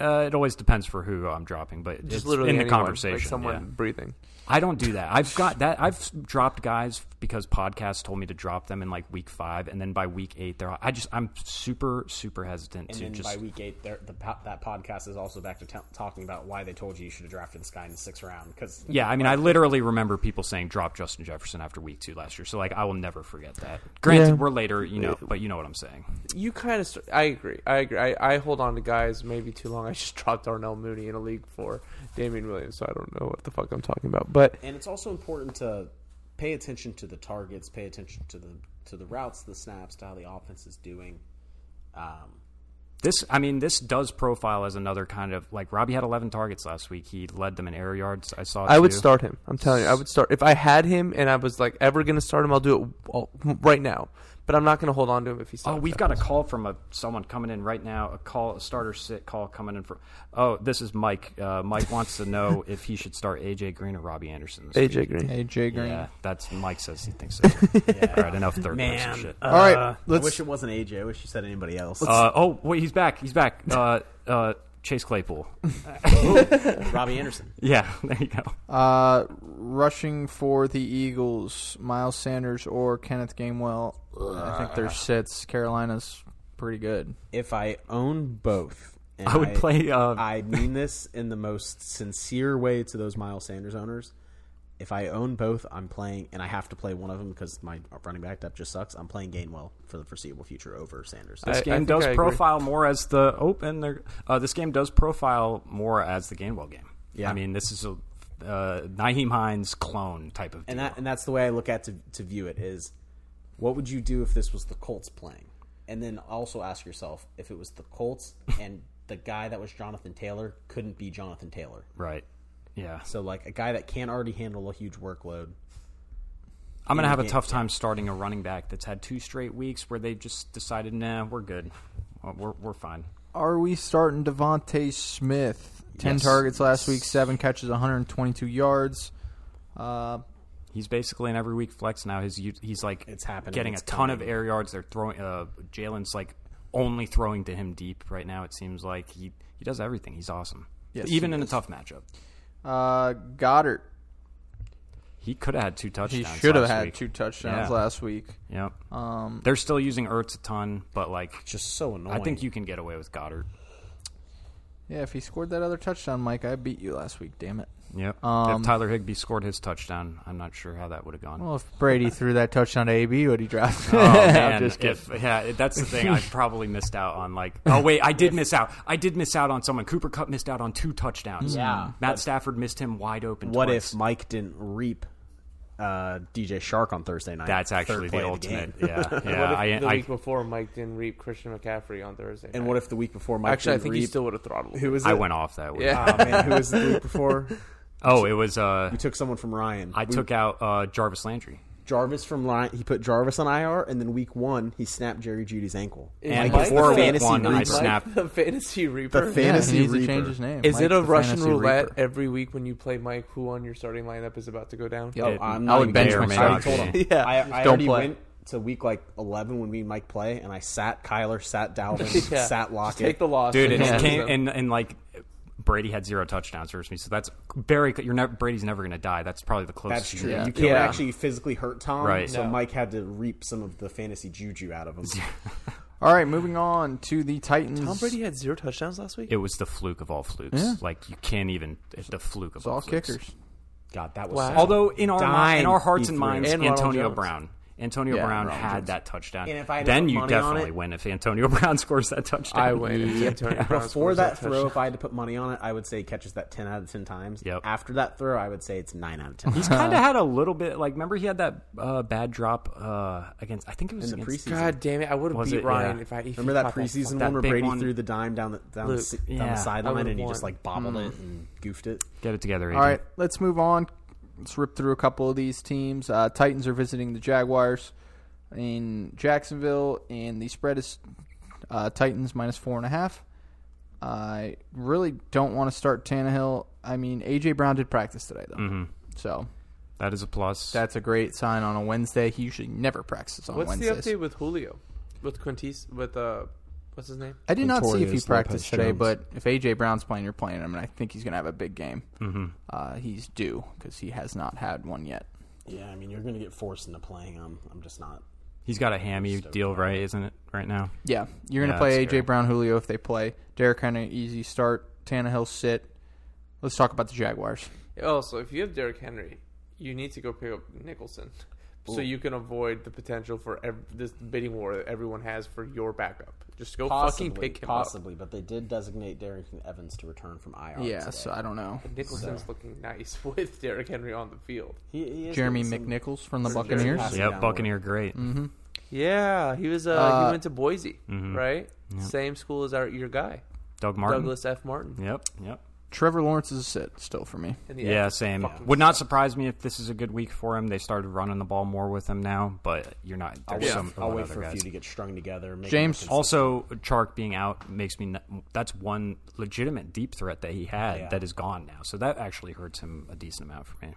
Uh, it always depends for who I'm dropping, but Just it's literally in the anyone, conversation. like someone yeah. breathing. I don't do that. I've got that. I've dropped guys because podcasts told me to drop them in like week five, and then by week eight, they're. I just I'm super super hesitant And to then just by week eight, there- the, po- that podcast is also back to t- talking about why they told you you should have drafted this guy in the sixth round. Because Yeah, I mean, I literally remember people saying drop Justin Jefferson after week two last year. So like, I will never forget that. Granted, Yeah. we're later, you Uh, know, but you know what I'm saying. You kind of. I agree. I agree. I, I hold on to guys maybe too long. I just dropped Darnell Mooney in a league for Damian Williams, so I don't know what the fuck I'm talking about. But and it's also important to pay attention to the targets, pay attention to the to the routes, the snaps, to how the offense is doing. Um, This, I mean, this does profile as another kind of like Robbie had 11 targets last week. He led them in air yards. I saw. I would too. start him. I'm telling you, I would start if I had him and I was like ever going to start him. I'll do it all- right now, but I'm not going to hold on to him if he's. Oh, we've got a call from a someone coming in right now. A call, a starter sit call coming in from. Oh, this is Mike. Uh, Mike wants to know if he should start AJ Green or Robbie Anderson. This AJ Green. AJ week. Green. Yeah, that's Mike says he thinks so. All right, enough third person shit. All Uh, right, I let's wish it wasn't AJ. I wish you said anybody else. Uh, oh, wait, he's back. He's back. Uh, uh, Chase Claypool. Uh, Robbie Anderson. Yeah, there you go. uh, rushing for the Eagles. Miles Sanders or Kenneth Gamewell. I think Uh. their sits. Carolina's pretty good. If I own both, and I would play, uh, I mean this in the most sincere way to those Miles Sanders owners. If I own both, I'm playing, and I have to play one of them because my running back depth just sucks. I'm playing Gainwell for the foreseeable future over Sanders. This I game think does I agree. profile more as the open. there- Uh, this game does profile more as the Gainwell game. Yeah. I mean, this is a uh, Naheem Hines clone type of. and deal. that and that's the way I look at to to view it is, what would you do if this was the Colts playing? And then also ask yourself if it was the Colts and the guy that was Jonathan Taylor couldn't be Jonathan Taylor. right. Yeah, So like a guy that can already handle a huge workload. I'm gonna in have the a game, tough time starting a running back that's had two straight weeks where they just decided, nah, we're good, Uh, we're we're fine. Are we starting Devonte Smith? Ten targets last week, seven catches, 122 yards. Uh, He's basically an every week flex now. His u- he's like It's happening. getting It's a ton of coming. air yards. They're throwing uh, Jalen's like only throwing to him deep right now. It seems like he he does everything. He's awesome. Yes, even he in is. a tough matchup, uh, Goddard. he could have had two He touchdowns. should have last had week. two touchdowns Yeah. last week. Yep. Um, They're still using Ertz a ton, but like Just so annoying. I think you can get away with Goddard. Yeah, if he scored that other touchdown, Mike, I beat you last week. Damn it. Yep. Um, if Tyler Higbee scored his touchdown, I'm not sure how that would have gone. Well, if Brady threw that touchdown to AB, would he drop? Oh, man. I'm just kidding. If- yeah, that's the thing. I probably missed out on like. Oh wait, I did miss out. I did miss out on someone. Cooper Cup missed out on two touchdowns. Yeah. Matt Stafford missed him wide open. What twice. if Mike didn't reap uh, DJ Shark on Thursday night? That's Third actually the play of ultimate. game. yeah, yeah. What if I, the I, week before, Mike didn't reap Christian McCaffrey on Thursday. And night? what if the week before Mike Actually, I didn't think reap? he still would have throttled. Who was I it? went off that week. Yeah. Oh, man, who was it the week before? Oh, it was. Uh, We took someone from Ryan. I We- took out uh, Jarvis Landry. Jarvis from Ryan. He put Jarvis on IR, and then week one he snapped Jerry Judy's ankle. And Like, before the week fantasy one, I reaper. snapped. the fantasy reaper. The fan- Fantasy yeah, he needs to Reaper. change his name. is Mike it a the Russian Fantasy roulette Reaper. every week when you play Mike? Who on your starting lineup is about to go down? Yo, It I'm may not or even may kidding. not I already be. told him. Yeah, I, I just don't already play. went to week like 11 when me and Mike play, and I sat Kyler, sat Dalvin, Yeah. sat Just take Lockett. the loss, dude. And, Yeah. it came, and and like Brady had zero touchdowns versus me, so that's very. cl- You're never Brady's never going to die. That's probably the closest. That's you true. can You get. can't Yeah. actually physically hurt Tom, Right. so No. Mike had to reap some of the fantasy juju out of him. All right, moving on to the Titans. Tom Brady had zero touchdowns last week. It was the fluke of all flukes. Yeah. Like you can't even it's the fluke of all flukes. kickers. God, that was Wow. such a Although in our mi- in dime our hearts he and threw. minds, And Ronald Antonio Jones. Brown. Antonio Yeah, Brown Ronald had Jones. that touchdown. And if I had to then put you money on definitely it- win if Antonio Brown scores that touchdown. I win. if Antonio Brown Before scores that throw, touchdown. if I had to put money on it, I would say he catches that 10 out of 10 times. Yep. After that throw, I would say it's 9 out of 10 He's times. kind of had a little bit like remember he had that uh, bad drop uh, against I think it was In the against preseason. God damn it! I would have Was beat it? Ryan Yeah. if I if he Remember that caught preseason fuck- one that where big Brady one? threw the dime down the, down Luke, the, si- down yeah, the I sideline would've and he won. just like bobbled it and goofed it? Get it together. All Adrian. right, let's move on. Let's rip through a couple of these teams. Uh, Titans are visiting the Jaguars in Jacksonville, and the spread is uh, Titans minus four and a half. I really don't want to start Tannehill. I mean, AJ Brown did practice today though, so That is a plus. that's a great sign on a Wednesday. He usually never practices on What's Wednesdays. the update with Julio? With Quintis? With uh, what's his name? I did not see if he Notorious practiced Lopez today, Jones. but if AJ Brown's playing, you're playing him, and I think he's going to have a big game. Mm-hmm. Uh, he's due because he has not had one yet. Yeah, I mean, you're going to get forced into playing him. I'm just not. He's got a hammy deal, right? Isn't it right now? Yeah, you're going to Yeah, play that's AJ scary. Brown, Julio if they play. Derek Henry, easy start. Tannehill, sit. Let's talk about the Jaguars. Also, Oh, if you have Derrick Henry, you need to go pick up Nicholson, so you can avoid the potential for ev- this bidding war that everyone has for your backup. Just go fucking pick him possibly, but they did designate Darrington Evans to return from IR. yeah, today. so I don't know. up. Nicholson's looking nice with Derrick Henry on the field. He- he is Jeremy getting some- McNichols from the Jeremy Buccaneers. Pass- Yeah, downward. Buccaneer, great. Mm-hmm. Yeah, he was. Uh, Uh, he went to Boise, right? Same school as our your guy, Doug Martin. Douglas F. Martin. Yep, yep. Trevor Lawrence is a sit still for me. And the Yeah, F- same. fucking Would not surprise me if this is a good week for him. They started running the ball more with him now, but you're not. I'll There's wait, some I'll lot wait other for a guys. few to get strung together. make James- them look Also, Chark being out makes me. n- That's one legitimate deep threat that he had Yeah. that is gone now. So that actually hurts him a decent amount for me.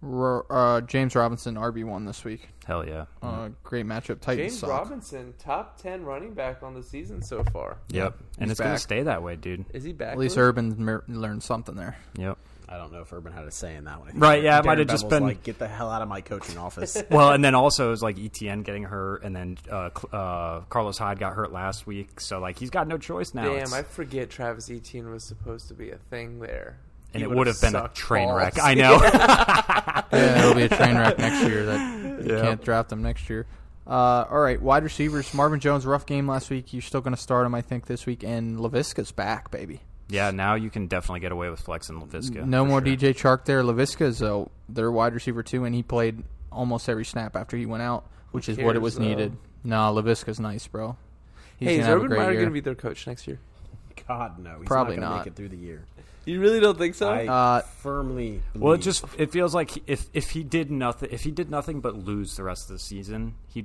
Ro- uh, James Robinson RB one this week. Hell yeah. Uh, great matchup. Titans James suck. Robinson, top ten running back on the season so far. Yep. And He's it's going back. to stay that way, dude. Is he back? At least Urban mer- learned something there. Yep. I don't know if Urban had a say in that one. I think Right, yeah, it Darren might have just Bevel's been- like, get the hell out of my coaching office. well, and then also it's like ETN getting hurt, and then uh, Cl- uh, Carlos Hyde got hurt last week. So like he's got no choice now. Damn, It's- I forget Travis Etienne was supposed to be a thing there. and He it would have been a sucked train wreck. balls. I know. yeah, it'll be a train wreck next year. That you can't draft them next year. Uh, all right, wide receivers. Marvin Jones, rough game last week. You're still going to start him, I think, this week. And Lavisca's back, baby. yeah, now you can definitely get away with Flex and Lavisca. No for more sure. DJ Chark there. Lavisca's uh, their wide receiver too, and he played almost every snap after he went out, which is what it cares, was though? needed. Nah, Lavisca's nice, bro. He's hey, gonna is have a Urban great Meyer year. going to be their coach next year? God no, he's Probably not going to not. make it through the year. You really don't think so? I Uh, firmly. Well, it believe- just it feels like he- if if he did nothing, if he did nothing but lose the rest of the season, he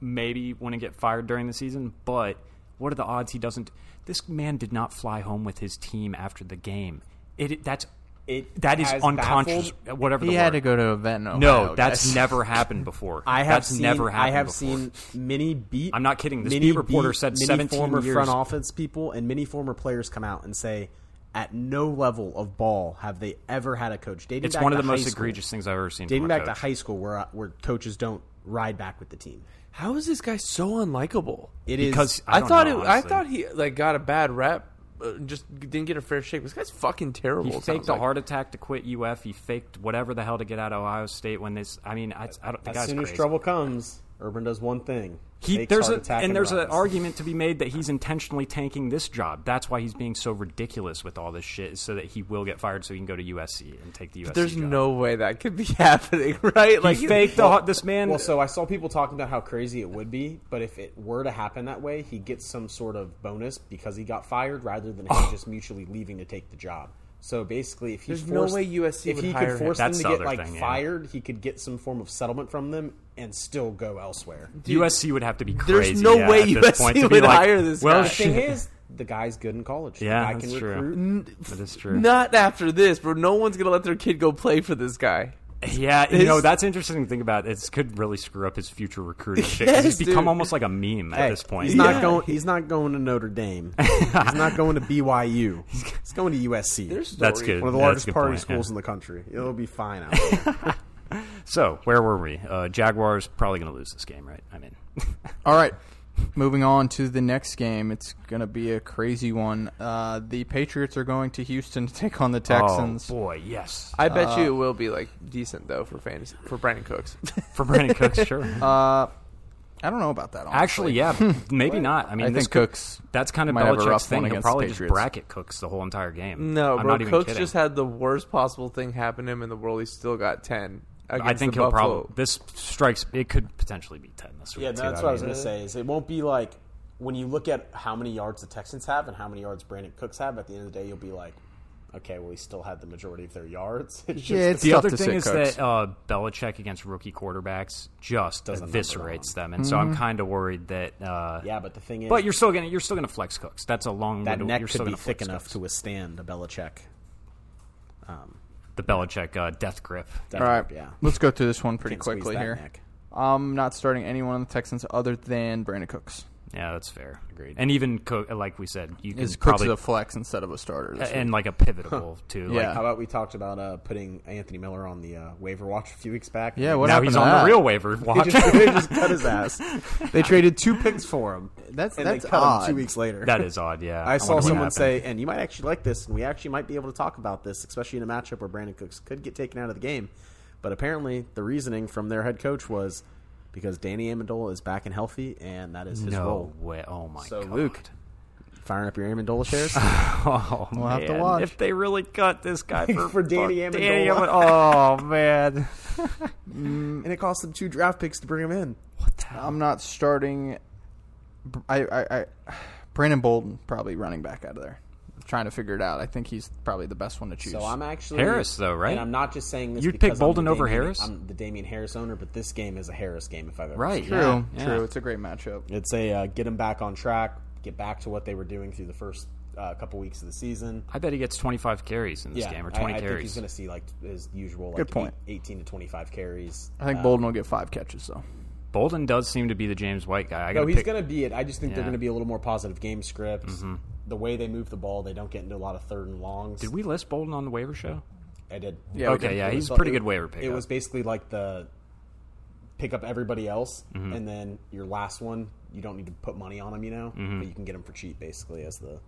maybe wouldn't get fired during the season. But what are the odds he doesn't? This man did not fly home with his team after the game. It that's It that is has unconscious. baffled- Whatever he the had word. to go to a vet. in Ohio, No, that's guys. never happened before. I have that's seen, never happened I have before. seen many beat. I'm not kidding. This many beat reporter beat- said many 17 former years. front office people and many former players come out and say, at no level of ball have they ever had a coach. Dating It's back one of to the most high school- egregious things I've ever seen. Dating from a back to coach. high school, where uh, where coaches don't ride back with the team. How is this guy so unlikable? It is because I, don't thought know, it, I honestly. thought he like got a bad rep, uh, just didn't get a fair shake. This guy's fucking terrible. He it sounds faked a like. heart attack to quit UF. He faked whatever the hell to get out of Ohio State. When this, I mean, I, I don't. The as guy's soon crazy. as trouble comes, Urban does one thing. He, Fakes there's heart a attack and there's an runs. argument to be made that he's intentionally tanking this job. That's why he's being so ridiculous with all this shit, is so that he will get fired, so he can go to USC and take the USC. There's job. no way that could be happening, right? He faked the, this man. Well, so I saw people talking about how crazy it would be, but if it were to happen that way, he gets some sort of bonus because he got fired, rather than Oh. him just mutually leaving to take the job. So basically, if he There's no forced, way USC if would he hire him. could force That's them the to get other like thing, yeah. fired, he could get some form of settlement from them and still go elsewhere. USC would have to be There's crazy. no yeah, way at this point, USC to be would like, hire this well, guy." The thing Shit. is, the guy's good in college. Yeah, the guy that's can true. recruit. That is true. Not after this, bro. No one's gonna let their kid go play for this guy. Yeah, you His- know that's interesting to think about. It could really screw up his future recruiting. shit, 'cause Yes, he's become dude. almost like a meme at Hey, this point. He's not going. He's not going to Notre Dame. he's not going to BYU. He's going to USC. Their story- That's good. one of the Yeah, that's largest a good party point, yeah. schools in the country. It'll be fine out there. So where were we? Uh, Jaguars probably going to lose this game, right? I mean, All right. Moving on to the next game. It's going to be a crazy one. Uh, the Patriots are going to Houston to take on the Texans. oh boy, yes, I bet Uh, you it will be like decent though for fantasy for Brandon Cooks. for Brandon Cooks, sure. I don't know about that. Honestly. Actually, yeah, maybe not. I mean, I this think could- Cooks That's kind of might have a rough Belichick's thing. one He'll against the probably just Patriots. bracket Cooks the whole entire game. no, I'm bro. not even Cooks kidding. just had the worst possible thing happen to him in the world. He still got ten. Against I think the he'll Buffalo. probably. This strikes. It could potentially be ten this week. Yeah, too. that's what I was mean, going to say. Is it won't be like when you look at how many yards the Texans have and how many yards Brandon Cooks have. At the end of the day, you'll be like, okay, well, he still had the majority of their yards. It's just, yeah, it's The tough other to thing sit is Cooks. that uh, Belichick against rookie quarterbacks just Doesn't number eviscerates them, and so I'm Mm-hmm. kind of worried that. Uh, yeah, but the thing is, But you're still gonna you're still gonna flex Cooks. That's a long that window. neck you're could still be gonna thick flex enough Cooks. to withstand a Belichick. the Belichick uh, death grip. That All neck, right. yeah. Let's go through this one pretty Can't squeeze quickly that here. neck. I'm not starting anyone on the Texans other than Brandon Cooks. Yeah, that's fair. Agreed. And even Cook, like we said, you can Is Cook's probably a flex instead of a starter. this and like a pivotable too. Yeah. Like, How about we talked about uh, putting Anthony Miller on the uh, waiver watch a few weeks back? Yeah, what now happened he's to on that? the real waiver They watch. just, they just cut his ass, and week. they traded two picks for him. That's they that's cut odd. him two weeks later. that is odd. Yeah, I wonder saw what someone happened. say, and you might actually like this, and we actually might be able to talk about this, especially in a matchup where Brandon Cooks could get taken out of the game. But apparently, the reasoning from their head coach was because Danny Amendola is back and healthy, and that is his "No role. way! Oh my So, god, Luke. Firing up your Amendola shares. Oh, we'll have to watch. if they really cut this guy for, For Danny fuck Amendola. Amen- oh man, and it cost them two draft picks to bring him in. I'm not starting. I, I, I Brandon Bolden probably running back out of there. I'm trying to figure it out. I think he's probably the best one to choose. So I'm actually Harris, though, right? And I'm not just saying this. You'd because pick I'm Bolden the over Damien- Harris? I'm the Damien Harris owner, but this game is a Harris game if I've ever right? seen true, yeah, true. yeah. It's a great matchup. it. It's a uh, get them back on track, get back to what they were doing through the first uh, couple weeks of the season. I bet he gets 25 carries in this game or I- 20 I, carries. think he's going to see like his usual like Good point. eight- 18 to 25 carries. I Uh, think Bolden will get five catches though. Bolden does seem to be the James White guy. I No, gotta he's pick- going to be it. I just think they're Yeah. Mm-hmm. going to be a little more positive game script. The way they move the ball, they don't get into a lot of third and longs. Did we list Bolden on the waiver show? I did. Yeah, okay, yeah, It he's a was- pretty it- good waiver It pickup. was basically like the pick up everybody else, Mm-hmm. and then your last one, you don't need to put money on them, you know, Mm-hmm. but you can get them for cheap, basically. As the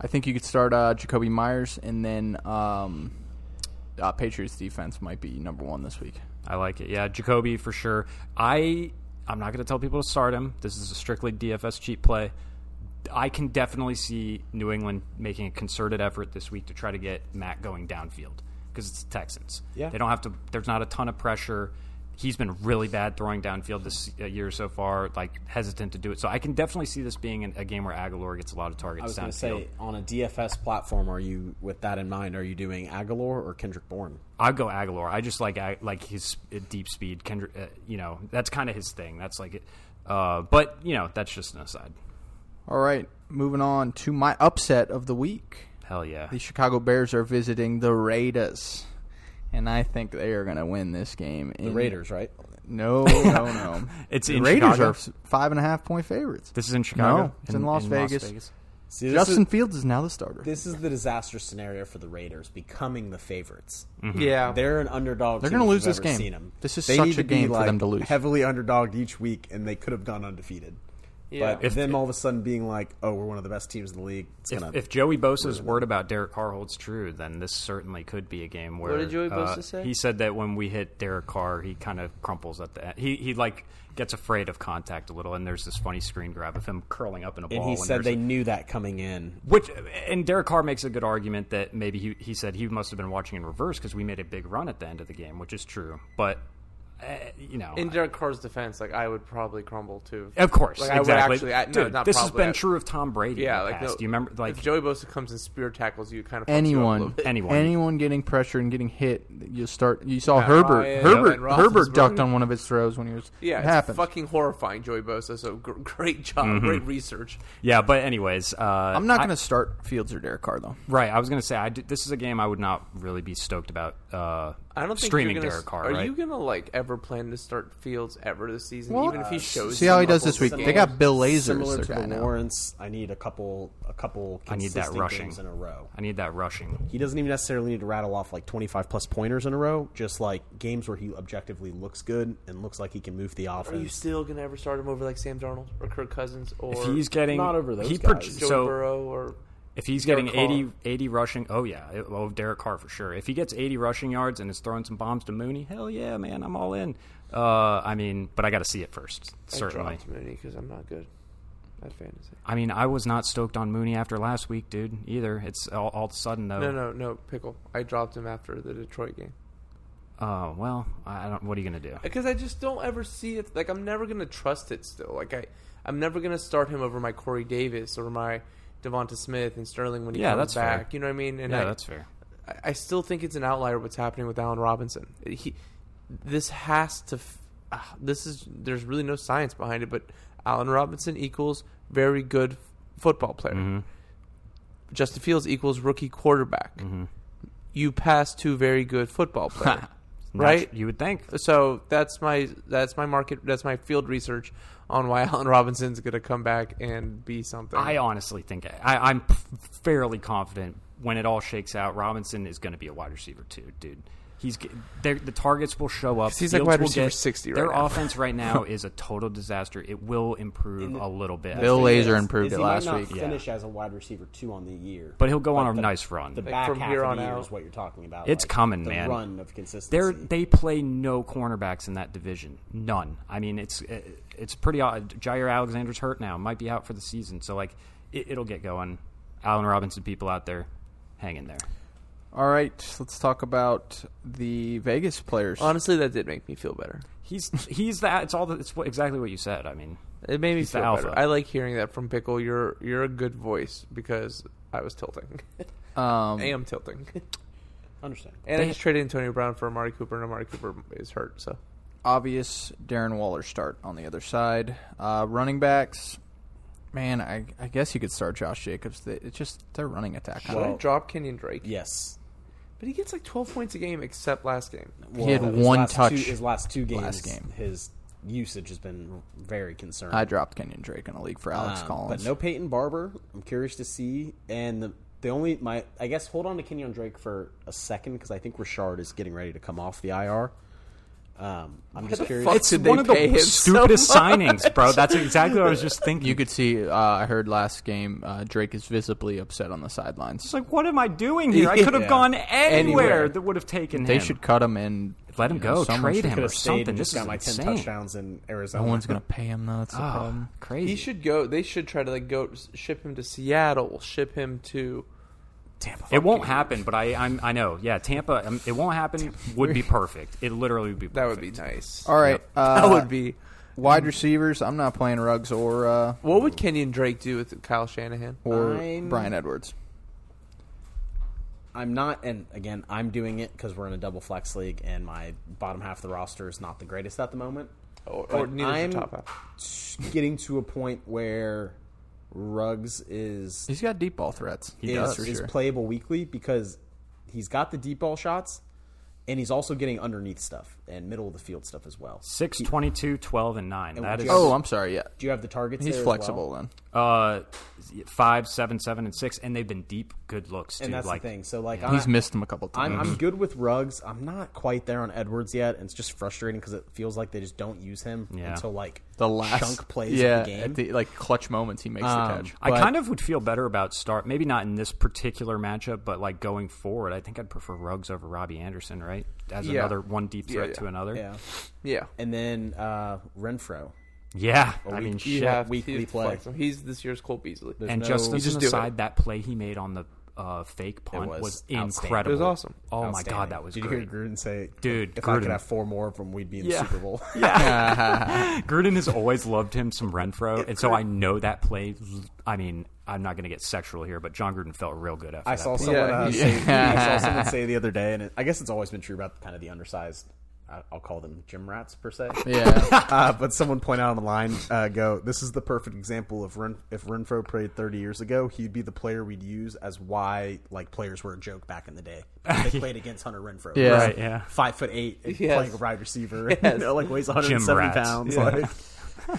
I think you could start uh, Jacoby Myers, and then um, uh, Patriots defense might be number one this week. I like it. Yeah, Jacoby for sure. I I'm not going to tell people to start him. This is a strictly DFS cheap play. I can definitely see New England making a concerted effort this week to try to get Matt going downfield because it's the Texans. Yeah. They don't have to there's not a ton of pressure. He's been really bad throwing downfield this uh, year so far, like hesitant to do it. So I can definitely see this being an, a game where Aguilar gets a lot of targets I was going downfield. to say on a DFS platform, are you with that in mind? Are you doing Aguilar or Kendrick Bourne? I'd go Aguilar. I just like I, like his uh, deep speed. Kendrick, uh, you know, that's kind of his thing. That's like it. Uh, but you know, that's just an aside. All right, moving on to my upset of the week. Hell yeah, The Chicago Bears are visiting the Raiders, and I think they are going to win this game. The Raiders, right? No, no, no. It's the in Raiders Chicago? are f- five and a half point favorites. this is in Chicago. No, it's in Las Vegas. See, this Justin is, Fields is now the starter. this is the disaster scenario for the Raiders becoming the favorites. yeah, They're an underdog. Mm-hmm. They're going gonna to lose this game. Seen 'em. This is They such need a be, game for like, them to lose. Heavily underdogged each week, and they could have gone undefeated. But If- them all of a sudden being like, "Oh, we're one of the best teams in the league," it's If, gonna. if Joey Bosa's word about Derek Carr holds true, then this certainly could be a game where. What did Joey uh, Bosa say? He said that when we hit Derek Carr, he kind of crumples at the end. He he like gets afraid of contact a little, and there's this funny screen grab of him curling up in a ball. and he said there's they knew that coming in. Which and Derek Carr makes a good argument that maybe he he said he must have been watching in reverse because we made a big run at the end of the game, which is true. But uh, you know, In Derek Carr's defense, like I would probably crumble too. of course, like, exactly. I would actually. I, no, Dude, not this has probably. been true of Tom Brady. Yeah, in the like past. no, do you remember? Like if Joey Bosa comes and spear tackles you, it kind of fucks you up a little anyone, bit. Anyone. anyone getting pressure and getting hit, you start. You saw Herbert. Ryan, Herbert. Yep. Ryan Herbert Roethlisberger. ducked on one of his throws when he was. Yeah, it it's happened. fucking horrifying, Joey Bosa. So gr- great job, Mm-hmm. great research. yeah, but anyways, uh, I'm not going to start Fields or Derek Carr though. right. I was gonna say I did, this is a game I would not really be stoked about. Uh, I don't think streaming you're gonna, Derek Carr. Are right? you gonna like ever plan to start Fields ever this season, Well, even if he uh, shows? see how some he does levels this week. of They game? got Bill Lazor as Similar their to guy the now. Lawrence, I need a couple, a couple. I need that consistent rushing games in a row. I need that rushing. He doesn't even necessarily need to rattle off like twenty-five plus pointers in a row. Just like games where he objectively looks good and looks like he can move the Are you offense. still gonna ever start him over like Sam Darnold or Kirk Cousins or If he's getting not over those he guys. Joe so Burrow or If he's Derek getting Carr. 80, 80 rushing, oh yeah, it- oh Derek Carr for sure. If he gets eighty rushing yards and is throwing some bombs to Mooney, hell yeah, man, I'm all in. Uh, I mean, but I got to see it first, certainly. Mooney because I'm not good at fantasy. I mean, I was not stoked on Mooney after last week, dude. Either it's all, all of a sudden though. No, no, no, pickle. I dropped him after the Detroit game Uh, well, I don't. What are you gonna do? because I just don't ever see it. Like I'm never gonna trust it. Still, like I, I'm never gonna start him over my Corey Davis or my Devonta Smith and Sterling when he Yeah, comes that's fair. back. You know what I mean? And Yeah, I, that's fair. I- I still think it's an outlier what's happening with Allen Robinson. He, this has to. f- Uh, this is there's really no science behind it, but Allen Robinson equals very good f- football player. Mm-hmm. Justin Mm-hmm. Fields equals rookie quarterback. You pass two very good football players. right? You would think. So that's my that's my market that's my field research on why Allen Robinson's going to come back and be something. I honestly think I, I'm f- fairly confident when it all shakes out, Robinson is going to be a wide receiver too, dude. He's g- they're- the targets will show up. He's like Fields wide will receiver get- 60 right Their now. offense right now is a total disaster. It will improve a little bit, Bill Lazor Is- improved is it he might last not week. Finish as a wide receiver two on the year, but he'll go on a the- nice run. the back from half here of on the year out. is what you're talking about. It's like, coming, the man. Run of They're, consistency. they play no cornerbacks in that division, none. I mean, it's it- it's pretty odd. Jair Alexander's hurt now, might be out for the season. So like, it, it'll get going. Allen Robinson, people out there, hang in there. All right, let's talk about the Vegas players. Honestly, that did make me feel better. He's he's that. It's all the, it's what, exactly what you said. I mean, It made me He's the feel better. alpha. I like hearing that from Pickle. You're you're a good voice because I was tilting. Um, I am tilting. understand. And I They- just traded Antonio Brown for Amari Cooper, and Amari Cooper is hurt. So obvious Darren Waller start on the other side. Uh, running backs, man, I, I guess you could start Josh Jacobs. They, it's just their running attack. should I Well- drop Kenyon Drake? Yes, But he gets like 12 points a game, except last game. Well, had his one last touch Two, his last two games, last game. his usage has been very concerning. I dropped Kenyon Drake in a league for Alex Um, Collins. But no Peyton Barber. I'm curious to see. And the, the only my I guess hold on to Kenyon Drake for a second because I think Richard is getting ready to come off the IR. Um, I'm just curious. fuck It's- did they one of pay him the so stupidest much? signings, bro. That's exactly what I was just thinking. You could see. Uh, I heard last game uh, Drake is visibly upset on the sidelines. It's like, what am I doing here? I could have Yeah. gone anywhere, Anywhere. that would have taken They him. should cut him and Let him you know, go. someone Trade should- him could or have stayed something. and This just is got my insane. ten touchdowns in Arizona. No one's gonna pay him though. That's the Ah, problem. crazy. He should go. They should try to like go s- ship him to Seattle, ship him to. It won't happen, but I I'm, I know. Yeah, Tampa. Um, it won't happen. Would be perfect. It literally would be. Perfect. That would be nice. All right, uh, that would be. wide receivers. I'm not playing Ruggs or uh, What would Kenyon Drake do with Kyle Shanahan? or I'm- Brian Edwards. I'm not, and again, I'm doing it because we're in a double flex league, and my bottom half of the roster is not the greatest at the moment. Or, or But Oh, neither I'm is the top half. getting to a point where Ruggs is He's got deep ball threats. He is, for is sure. playable weekly because he's got the deep ball shots and he's also getting underneath stuff and middle of the field stuff as well. 6, 22, 12, and nine. That would is you- oh, I'm sorry. Yeah, Do you have the targets? he's there as flexible well? then. uh, five, seven, seven, and six, and they've been deep, good looks. Too. and that's like, the thing. So like, He's I, missed him a couple times. I'm, I'm good with Ruggs. I'm not quite there on Edwards yet, and it's just frustrating because it feels like they just don't use him Yeah. until like the last chunk plays yeah, of the game. at the, like clutch moments he makes the Um, catch. I But- kind of would feel better about start. Maybe not in this particular matchup, but like going forward, I think I'd prefer Ruggs over Robbie Anderson, right? As Yeah. another one deep Yeah, threat yeah. to another. yeah, Yeah. and then uh, Renfro. Yeah, I mean, You shit. have weekly to play. flex him. He's this year's Cole Beasley. There's and no- just you as just an do it. aside, that play he made on the uh, fake punt was was, outstanding. incredible. It was awesome. Oh my Outstanding. god, that was Did great. you hear Gruden say, Dude, If I Gruden. could have four more of them, we'd be in Yeah. the Super Bowl." Gruden has always loved him some Renfro, and so I know that play. I mean, I'm not going to get sexual here, but John Gruden felt real good after I that. saw play. someone Yeah, uh, he- say I saw someone say the other day, and it, I guess it's always been true about kind of the undersized. I- I'll call them gym rats per se. yeah, Uh, but someone point out on the line, uh, go. This is the perfect example of Ren- if Renfro played 30 years ago, he'd be the player we'd use as why like players were a joke back in the day. Because they played against Hunter Renfro. Yeah. who's Right, yeah. five foot eight, and Yes. playing a wide receiver. You know, like weighs 107 rats. pounds. Yeah. Like,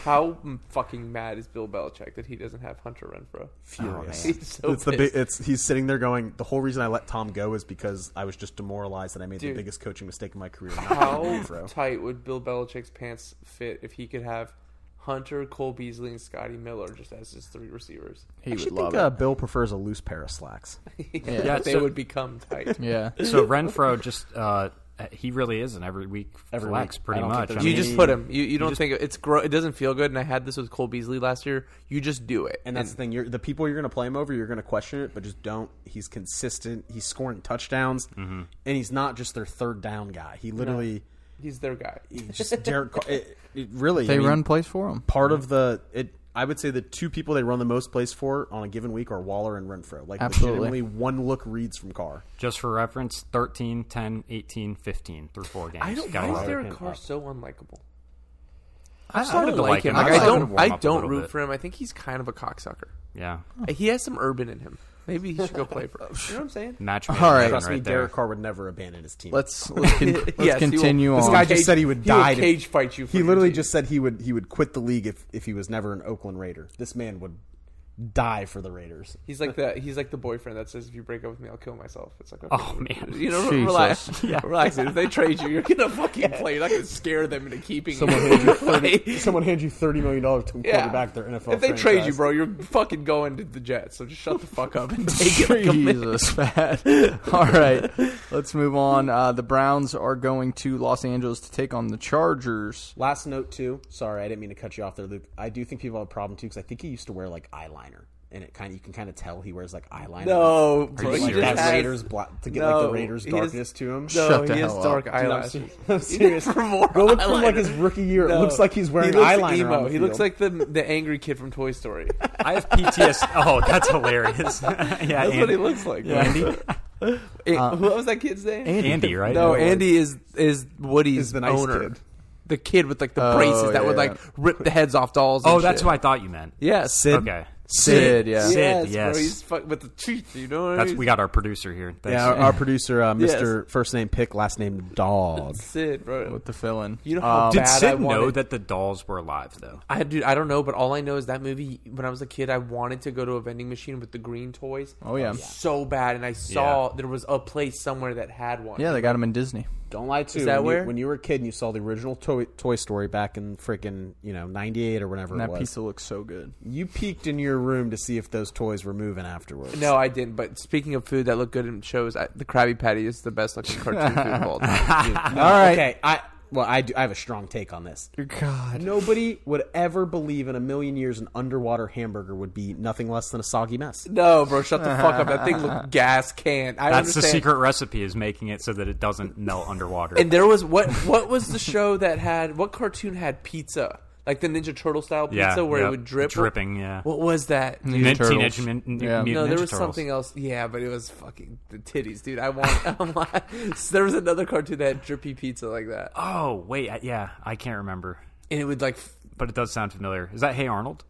How m- fucking mad is Bill Belichick that he doesn't have Hunter Renfro? furious. man. He's so it's the big, pissed. it's he's sitting there going. The whole reason I let Tom go is because I was just demoralized and I made Dude. the biggest coaching mistake of my career. not How letting Renfro. tight would Bill Belichick's pants fit if he could have Hunter, Cole Beasley, and Scotty Miller just as his three receivers? he I would actually love think it. uh, Bill prefers a loose pair of slacks. But they so- would become tight. yeah, So Renfro just uh, he really is an every week Every flex, week. pretty I don't think much. there's I You mean, just put him. You, you don't think it's gro- it doesn't feel good. And I had this with Cole Beasley last year. You just do it. And that's the thing. You're, the people you're going to play him over, you're going to question it, but just don't. He's consistent. He's scoring touchdowns, Mm-hmm. and he's not just their third down guy. He literally, he's their guy. he's just Derek. Carr- it, it really, they I mean, run plays for him. part of the. It, I would say the two people they run the most plays for on a given week are Waller and Renfro. Like Absolutely. legitimately one look reads from Carr. just for reference, 13, 10, 18, 15 through four games. I don't. Got a Why lot is of- Derek Carr so unlikable? I started to like him. Like, I I started to don't. warm I up a don't little root bit. for him. I think he's kind of a cocksucker. Yeah, He has some urban in him. Maybe he should go play for. You know what I'm saying? Match. All right. Trust me, right there. Derek Carr would never abandon his team. Let's let's, con- let's Yes, he will. continue This on. guy He just said he would He would die. to- cage fight you for he your literally team. just said he would he would quit the league if if he was never an Oakland Raider. This man would die for the Raiders. He's like the he's like the boyfriend that says if you break up with me, I'll kill myself. It's like okay, Oh, man. you know, Jesus. relax, relax. dude. If they trade you, you're gonna fucking play. You're not gonna scare them into keeping Someone you. hands you Like, thirty. someone hands you thirty million dollars to yeah. quarterback their NFL. If they franchise. trade you, bro, you're fucking going to the Jets. So just shut the fuck up and take it. Like a man. Jesus, Matt. All right, let's move on. Uh, the Browns are going to Los Angeles to take on the Chargers. Last note too. Sorry, I didn't mean to cut you off there, Luke. I do think people have a problem too because I think he used to wear like eyeliner, and it kind of you can kind of tell he wears like eyeliner. No, To bro, get, he like, serious? just that has, Raiders bla- to get like No, the Raiders he has- darkness to him. No, Shut the he has hell up. dark Dude, I'm eyelashes. ser- I'm serious. For more Go look from like eyeliner. his rookie year. No. It looks like he's wearing he looks eyeliner. Emo. on the he looks field. like the the angry kid from Toy Story. I have PTSD. oh, that's hilarious. yeah, That's Andy. what he looks like. bro. Andy. Eh, Uh, what was that kid's name? Andy, right? No, Yeah. Andy is is Woody's Is the nice owner. kid. The kid with like the Oh, braces that would yeah. like rip the heads off dolls. and Oh, that's shit. who I thought you meant. Yes. Sid. Okay. Sid, yeah. Sid, yes, yes. Bro, he's fuck with the teeth. You know what I That's mean? we got our producer here. Thanks. Yeah, our, our producer, uh, Yes. Mr. First Name Pick, Last Name Dog. Sid, bro. With the fill-in, Um, You know how Did bad I Sid wanted. know that the dolls were alive though? I dude, I don't know, but all I know is that movie. When I was a kid, I wanted to go to a vending machine with the green toys. Oh, yeah. so bad, and I saw there was a place somewhere that had one. yeah, they got him in Disney. Don't lie to Is that when where? You, when you were a kid and you saw the original Toy, Toy Story back in freaking you know '98 or whenever And it that was, pizza looks so good. you peeked in your room to see if those toys were moving afterwards. No, I didn't. But speaking of food that looked good in shows, I, the Krabby Patty is the best looking cartoon food of all time. dude. All right. Okay. I well, I do. I have a strong take on this. God, Nobody would ever believe in a million years an underwater hamburger would be nothing less than a soggy mess. No, bro, shut the fuck up. That thing looked gas can. I That's understand. the secret recipe is making it so that it doesn't melt underwater. And there was what? What was the show that had? What cartoon had pizza? Like the Ninja Turtle style pizza yeah, where yeah. it would drip. dripping. Yeah, What was that? dude? Min- Turtles. teenage Min- Yeah. no, Mutant there Ninja was Turtles. something else. Yeah, but it was fucking the titties, dude. I want. I'm like- so there was another cartoon that had drippy pizza like that, Oh wait, I- yeah, I can't remember, and it would like f- but it does sound familiar. Is that Hey Arnold?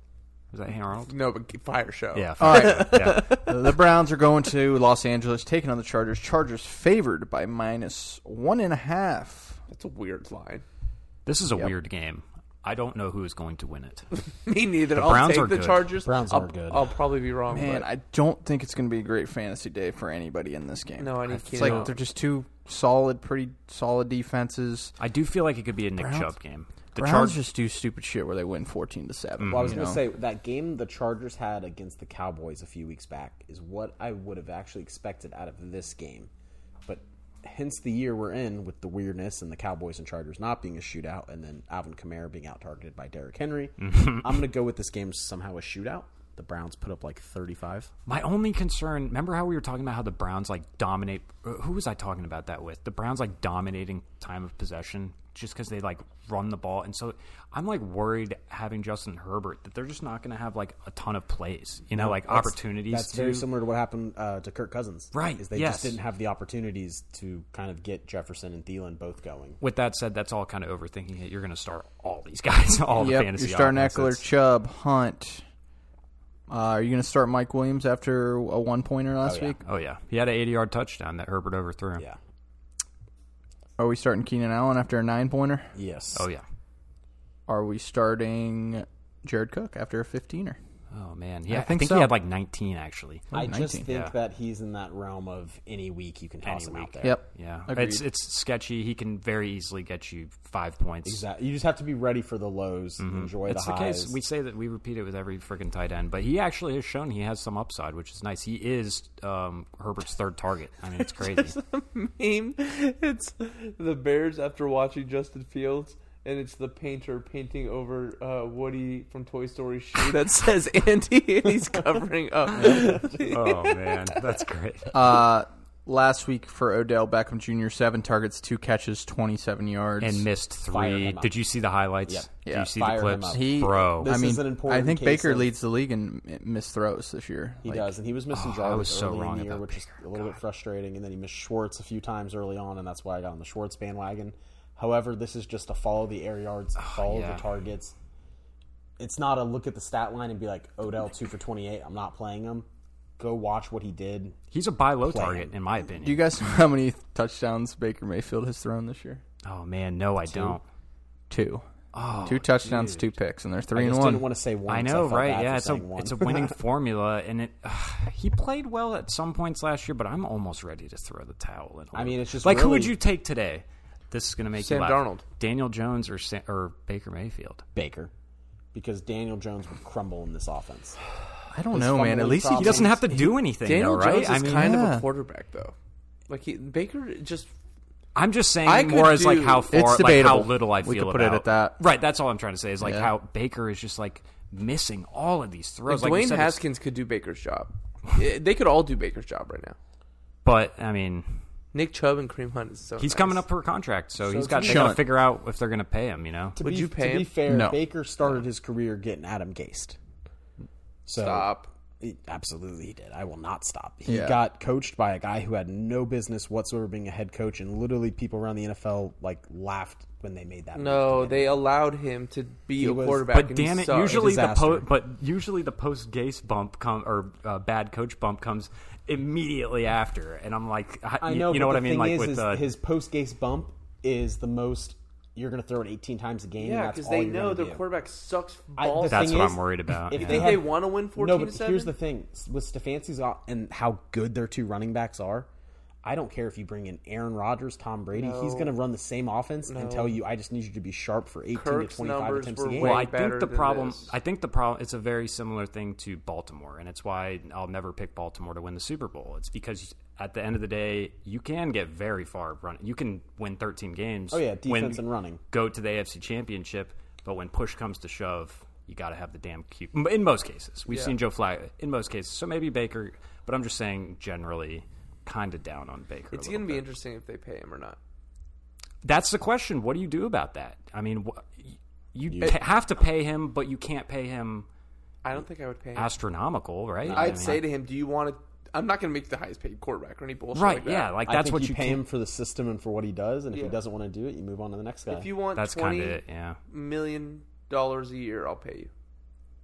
Is that Hey Arnold? no, but fire show. Yeah. All right. yeah. the Browns are going to Los Angeles, taking on the Chargers. Chargers favored by minus one and a half. that's a weird line. This is a weird game. I don't know who is going to win it. Me neither. The I'll Browns take are the good. Chargers. Browns I'll, are good. I'll probably be wrong. Man, but I don't think it's going to be a great fantasy day for anybody in this game. no, I need. It's Keenan. like they're just two solid, pretty solid defenses. I do feel like it could be a Nick Chubb game. The Browns Chargers. just do stupid shit where they win fourteen to seven. Well, I was going you to know? say that game the Chargers had against the Cowboys a few weeks back is what I would have actually expected out of this game, but hence the year we're in with the weirdness and the Cowboys and Chargers not being a shootout, and then Alvin Kamara being out targeted by Derrick Henry. I'm going to go with this game somehow a shootout. The Browns put up like 35. My only concern, remember how we were talking about how the Browns like dominate uh, who was I talking about that with? The Browns like dominating time of possession just cuz they like run the ball. And so I'm like worried having Justin Herbert that they're just not going to have like a ton of plays, you know, like opportunities That's to very similar to what happened uh, to Kirk Cousins. Right, Is they yes. just didn't have the opportunities to kind of get Jefferson and Thielen both going. With that said, that's all kind of overthinking it. You're going to start all these guys, all the Yep, fantasy you're starting offense. Eckler, That's- Chubb, Hunt. Uh, are you going to start Mike Williams after a one pointer last week? Oh yeah. He had an 80-yard touchdown that Herbert overthrew. Yeah. Are we starting Keenan Allen after a nine pointer? Yes. Oh yeah. Are we starting Jared Cook after a fifteener? Oh man. Yeah. I think, think he so. had like 19 actually. I just 19, think yeah. that he's in that realm of any week you can toss Any him out week. there. Yep. Yeah, Agreed. it's it's sketchy. He can very easily get you five points. Exactly. You just have to be ready for the lows, enjoy Mm-hmm. It's the the highs. case. We say that we repeat it with every freaking tight end, but he actually has shown he has some upside, which is nice. He is um, Herbert's third target. I mean, it's crazy. meme. It's the Bears after watching Justin Fields, and it's the painter painting over uh, Woody from Toy Story shoe that says Andy, and he's covering up. oh man, that's great. Uh, last week for Odell Beckham Jr., seven targets, two catches, twenty-seven yards. And missed Fire three. him up. Did you see the highlights? Yep. Did Yeah, you see fire the him clips, up. he, bro? I This mean, is an important I think case Baker of- leads the league in m- missed throws this year. he Like, does, and he was missing oh, I was Jarvis so early wrong in the year, about which is a little bit frustrating. And then he missed Schwartz a few times early on, and that's why I got on the Schwartz bandwagon. However, this is just to follow the air yards, follow Oh, yeah. the targets. It's not a look at the stat line and be like Odell two for twenty eight. I'm not playing him. go watch what he did. He's a buy low Plan. target, in my opinion. Do you guys know how many touchdowns Baker Mayfield has thrown this year? oh man, no, I don't. Two. Oh, Two touchdowns, two picks, and they're I three and just one. didn't want to say one. I know, right? Yeah, it's a it's a winning formula, and it. he played well at some points last year, but I'm almost ready to throw the towel. In I mean, it's just like who would really- you take today? This is going to make Sam you laugh. Darnold. Daniel Jones, or Sa- or Baker Mayfield. Baker because Daniel Jones would crumble in this offense. I don't know, man. At fumbling least he problem. He doesn't. doesn't have to do anything, Daniel though, right? Jones is I mean, kind of yeah. a quarterback though. Like he, Baker just I'm just saying I could more as like do- how far, It's like how debatable. little I feel We could put it about at that. Right, that's all I'm trying to say is like Yeah. how Baker is just like missing all of these throws. Like, you Dwayne said, it's- Haskins could do Baker's job. Eh, they could all do Baker's job right now. but I mean, Nick Chubb and Kareem Hunt is so. he's nice. coming up for a contract, so, he's it's got they Chunt. got to figure out if they're going to pay him. You know, To Would be, you pay To be him? fair, No. Baker started his career getting Adam Gase. So Stop. He- absolutely, he did. I will not stop. He Yeah. got coached by a guy who had no business whatsoever being a head coach, and literally people around the NFL like laughed when they made that. No, move to they allowed him to be a was- quarterback. but and he damn it, sucked. usually the po- Disaster. but usually the post Gase bump come or uh, bad coach bump comes immediately after, and I'm like, I, I you- know. you know but what the I mean? thing Like is, with is uh, his post Gase bump is the most. You're going to throw it 18 times a game. yeah, because because they know their quarterback sucks I- the balls. That's thing what is, I'm worried about, If yeah. they, Think had- they wanna win 14 no, but to here's 7? the thing: with Stefanski's o- and how good their two running backs are, I don't care if you bring in Aaron Rodgers, Tom Brady. He's No. going to run the same offense and tell you, "I just need you to be sharp for 18 Kirk's to 25 numbers attempts were a game." way Well, I better think the than problem. this. I think the problem. It's a very similar thing to Baltimore, and it's why I'll never pick Baltimore to win the Super Bowl. It's because at the end of the day, you can get very far running. You can win 13 games. Oh yeah, win- defense and running. Go to the AFC Championship, but when push comes to shove, you got to have the damn cute. In most cases, we've seen Joe Fly. In most cases, so maybe Baker, but I'm just saying generally, kind of down on Baker. a It's little going to be bit. interesting if they pay him or not. That's the question. What do you do about that? I mean, wh- you, you have to pay him, but you can't pay him I don't think I would pay him. astronomical, right? I I'd mean, say to him, "Do you want to?" I'm not going to make the highest paid quarterback or any bullshit. right, like that. yeah, like I that's think what you, you pay can- him for the system and for what he does, and if Yeah. he doesn't want to do it, you move on to the next guy. If you want That's kind twenty of million it, yeah. dollars a year, I'll pay you.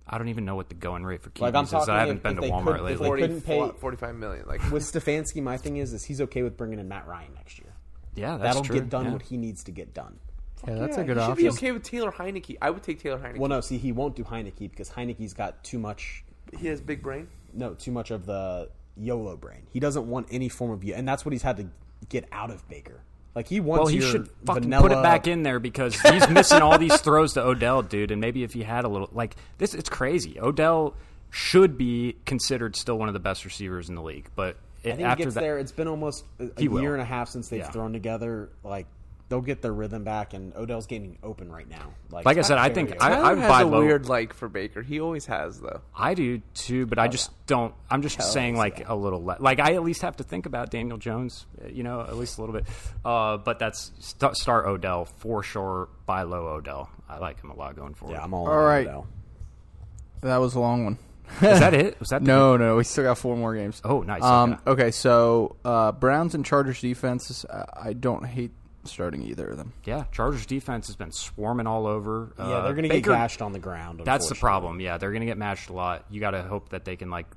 I don't even know what the going rate for QBs Like, I'm is. talking I haven't if- been if to they Walmart could- if lately. they 40, couldn't pay- 45 million. Like with Stefanski, my thing is, is he's okay with bringing in Matt Ryan next year. yeah, that's That'll true. get done yeah. what he needs to get done. Yeah, that's a you good should be option. okay with Taylor Heineke. I would take Taylor Heineke. Well, no, see, he won't do Heineke because Heineke's got too much he has big brain. no, too much of the YOLO brain. He doesn't want any form of you, and that's what he's had to get out of Baker. Like he wants. Well, he your should fucking vanilla, put it back in there because he's missing all these throws to Odell, dude. And maybe if he had a little, like this, it's crazy. Odell should be considered still one of the best receivers in the league, but it, I think after he gets that, there. It's been almost a, a He will. year and a half since they've Yeah. thrown together. Like they'll get their rhythm back, and Odell's getting open right now. Like, Like I it's said, I not fair think yet. I- Tyler I'd has buy a low. weird like for Baker. He always has though. I do too, Oh, but I just don't. I'm just saying, like a little, le- like I at least have to think about Daniel Jones, uh, you know, at least a little bit. Uh, but that's st- star Odell for sure. Buy low Odell. I like him a lot going forward. yeah, I'm all, All in on right. Odell. That was a long one. Is that it? Was that the- No, no, we still got four more games. Oh, nice, Um, okay. okay. so uh, Browns and Chargers defenses. I, I don't hate starting either of them. Yeah, Chargers defense has been swarming all over. Yeah, they're going to get gashed on the ground. Uh, That's the unfortunately. problem. Yeah, they're going to get matched a lot. You got to hope that they can like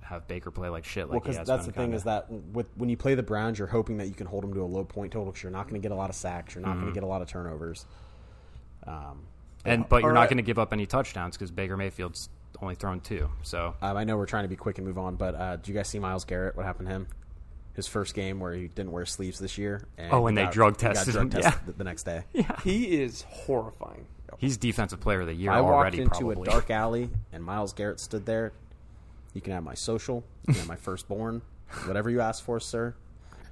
have Baker play like shit. Like Well, he because has that's the been kinda. thing is that with, when you play the Browns, you're hoping that you can hold them to a low point total because you're not going to get a lot of sacks, you're not Mm-hmm. going to get a lot of turnovers. Um, and but you're All not right. going to give up any touchdowns because Baker Mayfield's only thrown two. So Um, I know we're trying to be quick and move on, but uh, do you guys see Miles Garrett? What happened to him? His first game where he didn't wear sleeves this year. And Oh, and he they drug he got tested drug him, yeah. tested the- the next day. He is horrifying. he's defensive player of the year I walked already. into probably. a dark alley, and Miles Garrett stood there. You can have my social, you can have my firstborn, whatever you ask for, sir.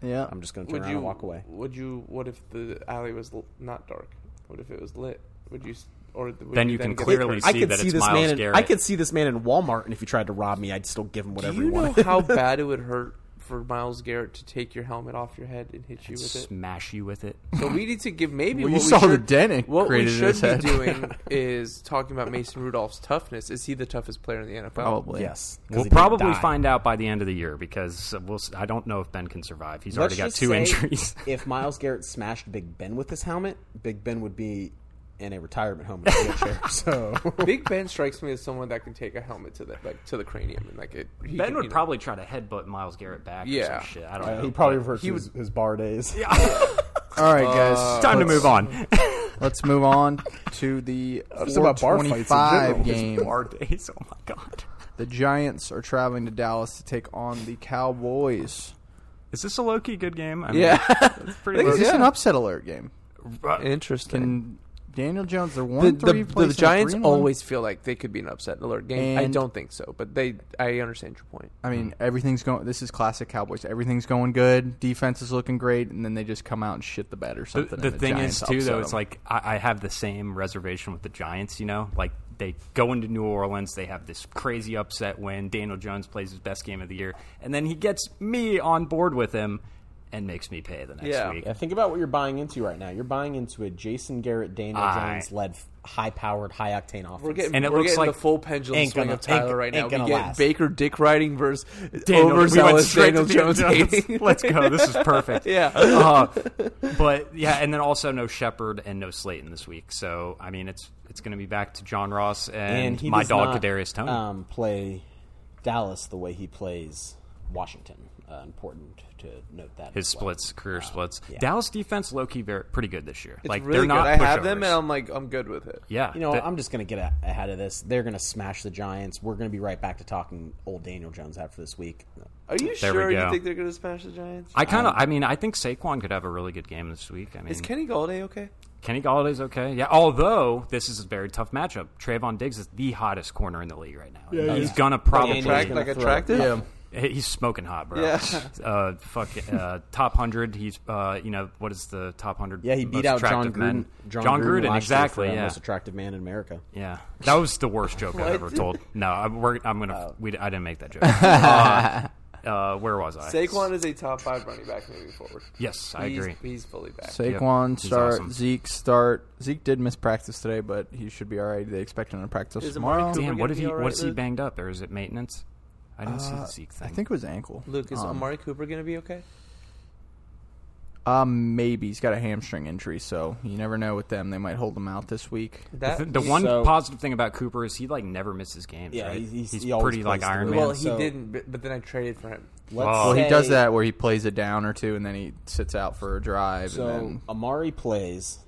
Yeah, I'm just going to turn Would around you and walk away. Would you? What if the alley was l- not dark? What if it was lit? Would you? s- Or would Then you can get clearly hurt? see that it's this Myles man. In, Garrett. I could see this man in Walmart, and if he tried to rob me, I'd still give him whatever Do you he know wanted. how bad it would hurt for Miles Garrett to take your helmet off your head and hit you with it? smash you with it. So we need to give maybe Well, you what saw we the should, dent it what we created in should his be head. doing is talking about Mason Rudolph's toughness. Is he the toughest player in the NFL? probably. yes, 'cause We'll he didn't probably die. find out by the end of the year because we'll. s- I don't know if Ben can survive. He's Let's already got just two say injuries. if Miles Garrett smashed Big Ben with his helmet, Big Ben would be in a retirement home in a wheelchair. so Big Ben strikes me as someone that can take a helmet to the like to the cranium and like it. he Ben can, would you know- probably try to headbutt Miles Garrett back. Yeah. or some shit. I don't know. he probably reverts to his, his bar days. All right, guys. Time to let's- move on. Let's move on to the Just about bar fights in 425 general. game. Bar days. Oh my god. The Giants are traveling to Dallas to take on the Cowboys. Is this a low key good game? I mean, Yeah. it's pretty. Is low-key. this an upset alert game? Interesting. And Daniel Jones, they're The, one three. the, the Giants always feel like they could be an upset alert game. I And- don't think so, but they. I understand your point. I mean, everything's going. This is classic Cowboys. Everything's going good. Defense is looking great, and then they just come out and shit the bed or The, something. the and thing is Giants too upset though, it's them. like I, I have the same reservation with the Giants. You know, like they go into New Orleans, they have this crazy upset win. Daniel Jones plays his best game of the year, and then he gets me on board with him and makes me pay the next Yeah. week. yeah, think about what you're buying into right now. You're buying into a Jason Garrett, Daniel I- Jones led, high powered, high octane offense. We're getting, And it we're looks getting like the full pendulum ain't swing gonna- of Tyler ain't- right now. ain't We gonna get last. Baker dick riding versus Daniel- we went overzealous straight Daniel to Daniel Jones. hating. Let's go. This is perfect. Yeah. Uh, but yeah, and then also no Shepard and no Slayton this week. So I mean, it's it's going to be back to John Ross and, and he my does dog not, Kadarius Tony. Um, play Dallas the way he plays Washington. Uh, important to note that his as well. splits, career splits. yeah. Dallas defense, low key, very pretty good this year. It's like really they're not. good. I have them, pushovers. and I'm like, I'm good with it. yeah, um, You know, that- I'm just going to get a- ahead of this. They're going to smash the Giants. We're going to be right back to talking old Daniel Jones out for this week. Are you There we sure you go. think they're going to smash the Giants? I um, kind of. I mean, I think Saquon could have a really good game this week. I mean, Is Kenny Galladay okay? Kenny Galladay's okay. Yeah, although this is a very tough matchup. Trayvon Diggs is the hottest corner in the league right now. he's gonna probably Daniel's Attract, gonna like throw it. attractive? yeah. He- He's smoking hot, bro. Yeah. Uh, fuck. Uh, top hundred. He's. Uh, you know what is the top hundred? Yeah, he beat out John Gruden. John, last Gruden. year exactly. for, uh, yeah. most attractive man in America. yeah. That was the worst joke I've ever told. No, I'm. We're, I'm gonna. we, I didn't make that joke. uh, uh, where was I? Saquon is a top five running back moving forward. Yes, I He's- agree. He's fully back. Saquon Yep, he's start, awesome. Zeke start. Zeke did miss practice today, but he should be all right. They expect him to practice Is Amari tomorrow. Cooper- Damn. What gonna if be he? all right What is he with- banged up? Or is it maintenance? I didn't see the Uh, Zeke thing. I think it was ankle. Luke, is um, Amari Cooper going to be okay? Um, maybe he's got a hamstring injury, so you never know with them. They might hold him out this week. The, That the one so- positive thing about Cooper is he like never misses games. Yeah, right? he's- he's- he's he always pretty like plays Iron through. Man. well, man, he so- didn't, but, but then I traded for him. Let's Well, Well, he does say- that where he plays a down or two, and then he sits out for a drive. So and then, Amari plays,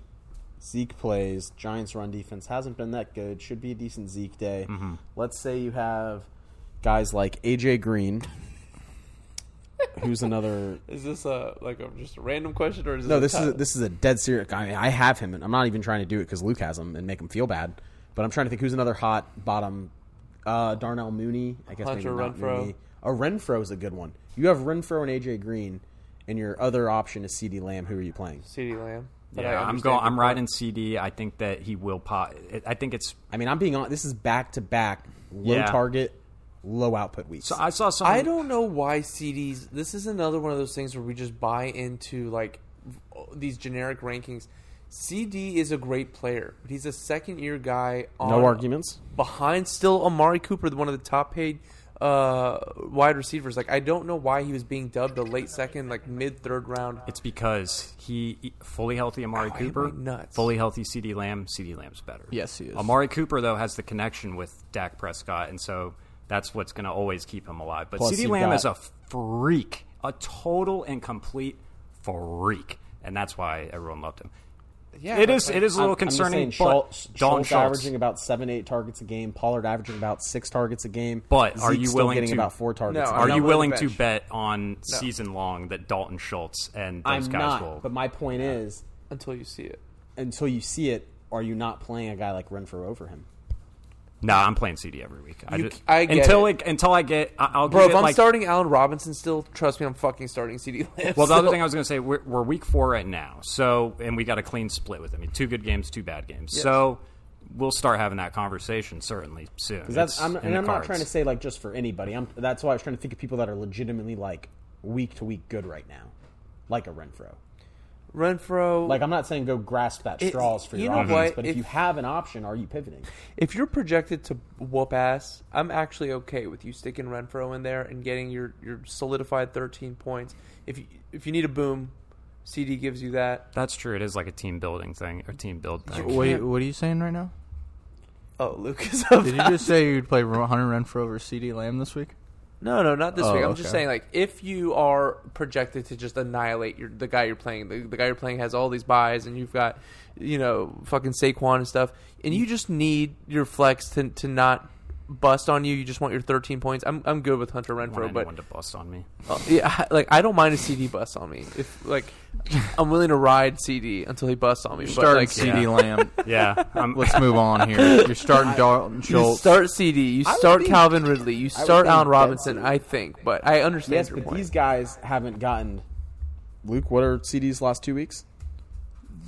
Zeke plays. Giants run defense hasn't been that good. Should be a decent Zeke day. Mm-hmm. Let's say you have guys like AJ Green, who's another. Is this a like a, just a random question or is No, it this is a, Tyler? this is a dead serious. I mean, I have him, and I'm not even trying to do it because Luke has him and make him feel bad. But I'm trying to think who's another hot bottom. Uh, Darnell Mooney, I guess Hunter maybe not Renfro. Mooney. A Renfro is a good one. You have Renfro and AJ Green, and your other option is CD Lamb. Who are you playing? CD Lamb. But I yeah, I'm understand going. your I'm point. riding CD. I think that he will pop. I think it's. I mean, I'm being on. This is back to back, low Yeah. target, low output weeks. So I saw some. I don't know why CDs. This is another one of those things where we just buy into like these generic rankings. CD is a great player, but he's a second year guy. On, no arguments. behind still Amari Cooper, one of the top paid uh, wide receivers. Like I don't know why he was being dubbed a late second, like mid third round. It's because he e, fully healthy Amari Ow, I hit Cooper, my nuts. fully healthy CD Lamb. CD Lamb's better. Yes, he is. Amari Cooper though has the connection with Dak Prescott, and so that's what's going to always keep him alive. But Plus, CD you've Lamb got- is a freak, a total and complete freak, and that's why everyone loved him. yeah, it but, is. like, It is a little concerning. I'm just saying, but Schultz, Dalton Schultz Schultz. averaging about seven, eight targets a game. Pollard averaging about six targets a game. But Zeke's are you still willing getting to- about four targets? No, a I'm Are not you willing willing to to bench. bet on season long that Dalton Schultz and I'm those guys not. will? But my point is, until you see it. until you see it, are you not playing a guy like Renfro over him? no, I'm playing CD every week. I, You just, c- I get until it. until I get I- I'll Bro, give if it I'm like, starting Allen Robinson still, trust me, I'm fucking starting CD Lamb. Well, the other still. thing I was going to say, we're, we're week four right now, so and we got a clean split with them. Two good games, two bad games. So we'll start having that conversation certainly soon. Because It's that's I'm, in and the I'm not cards. trying to say like just for anybody. I'm that's why I was trying to think of people that are legitimately like week to week good right now, like a Renfro. Renfro, Like I'm not saying go grasp that It- straws for you your know offense, what? but if, If- you have an option, are you pivoting? if you're projected to whoop ass, I'm actually okay with you sticking Renfro in there and getting your, your solidified 13 points. If you, if you need a boom, CD gives you that. That's true. It is like a team building thing or team build thing. Wait, what are you saying right now? Oh, Luke is Did you just say you'd play Hunter Renfro over CD Lamb this week? No, no, not this Oh, week. I'm just okay. saying, like, if you are projected to just annihilate your the guy you're playing, the, the guy you're playing has all these buys, and you've got, you know, fucking Saquon and stuff, and you just need your flex to to not bust on you. You just want your 13 points. I'm I'm good with Hunter I don't want Renfro, but anyone to bust on me. uh, yeah, I- like I don't mind a CD bust on me. If like, I'm willing to ride CD until he busts on me. But, Starting like, CD yeah. Lamb. Yeah, I'm, Let's move on here. You're starting Dalton You Schultz. start CD. You would start think- Calvin Ridley. You start think Allen that's- Robinson. I think, but I understand Yes, your but point. these guys haven't gotten. Luke, what are CD's last two weeks?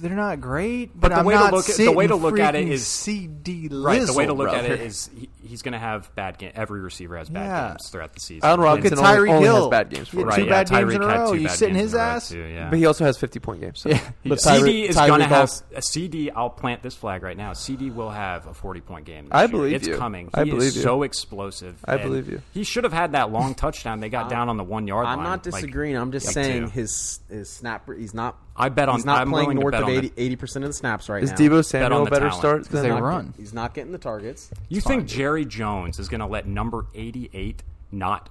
They're not great, But the I'm way to not look at- the sitting way to look at it freaking is- CD Lizzle, right. The way to look at brother. it is he, he's going to have bad games. Every receiver has bad Yeah. games throughout the season. Allen Look at Robinson only, Tyreek only Hill. has bad games for Yeah, us. two bad games in a Tyreek had row. two You bad sitting games his in a row, ass? too, yeah. But he also has 50 point games. So. But CD is going to Tyreek have Hill- a CD. I'll plant this flag right now. CD will have a forty-point game. This I year. believe it's you. coming. He I believe is you. so explosive. I and believe you. He should have had that long touchdown. They got down on the one-yard line. I'm not Like, disagreeing. I'm just me saying too. his his snap. He's not. I bet on- He's not I'm playing willing to north bet of on 80 percent of the snaps right Is now. Debo Samuel on a the better talent. start they than Not get- run. He's not getting the targets. You think Jerry Jones is going to let number eighty-eight not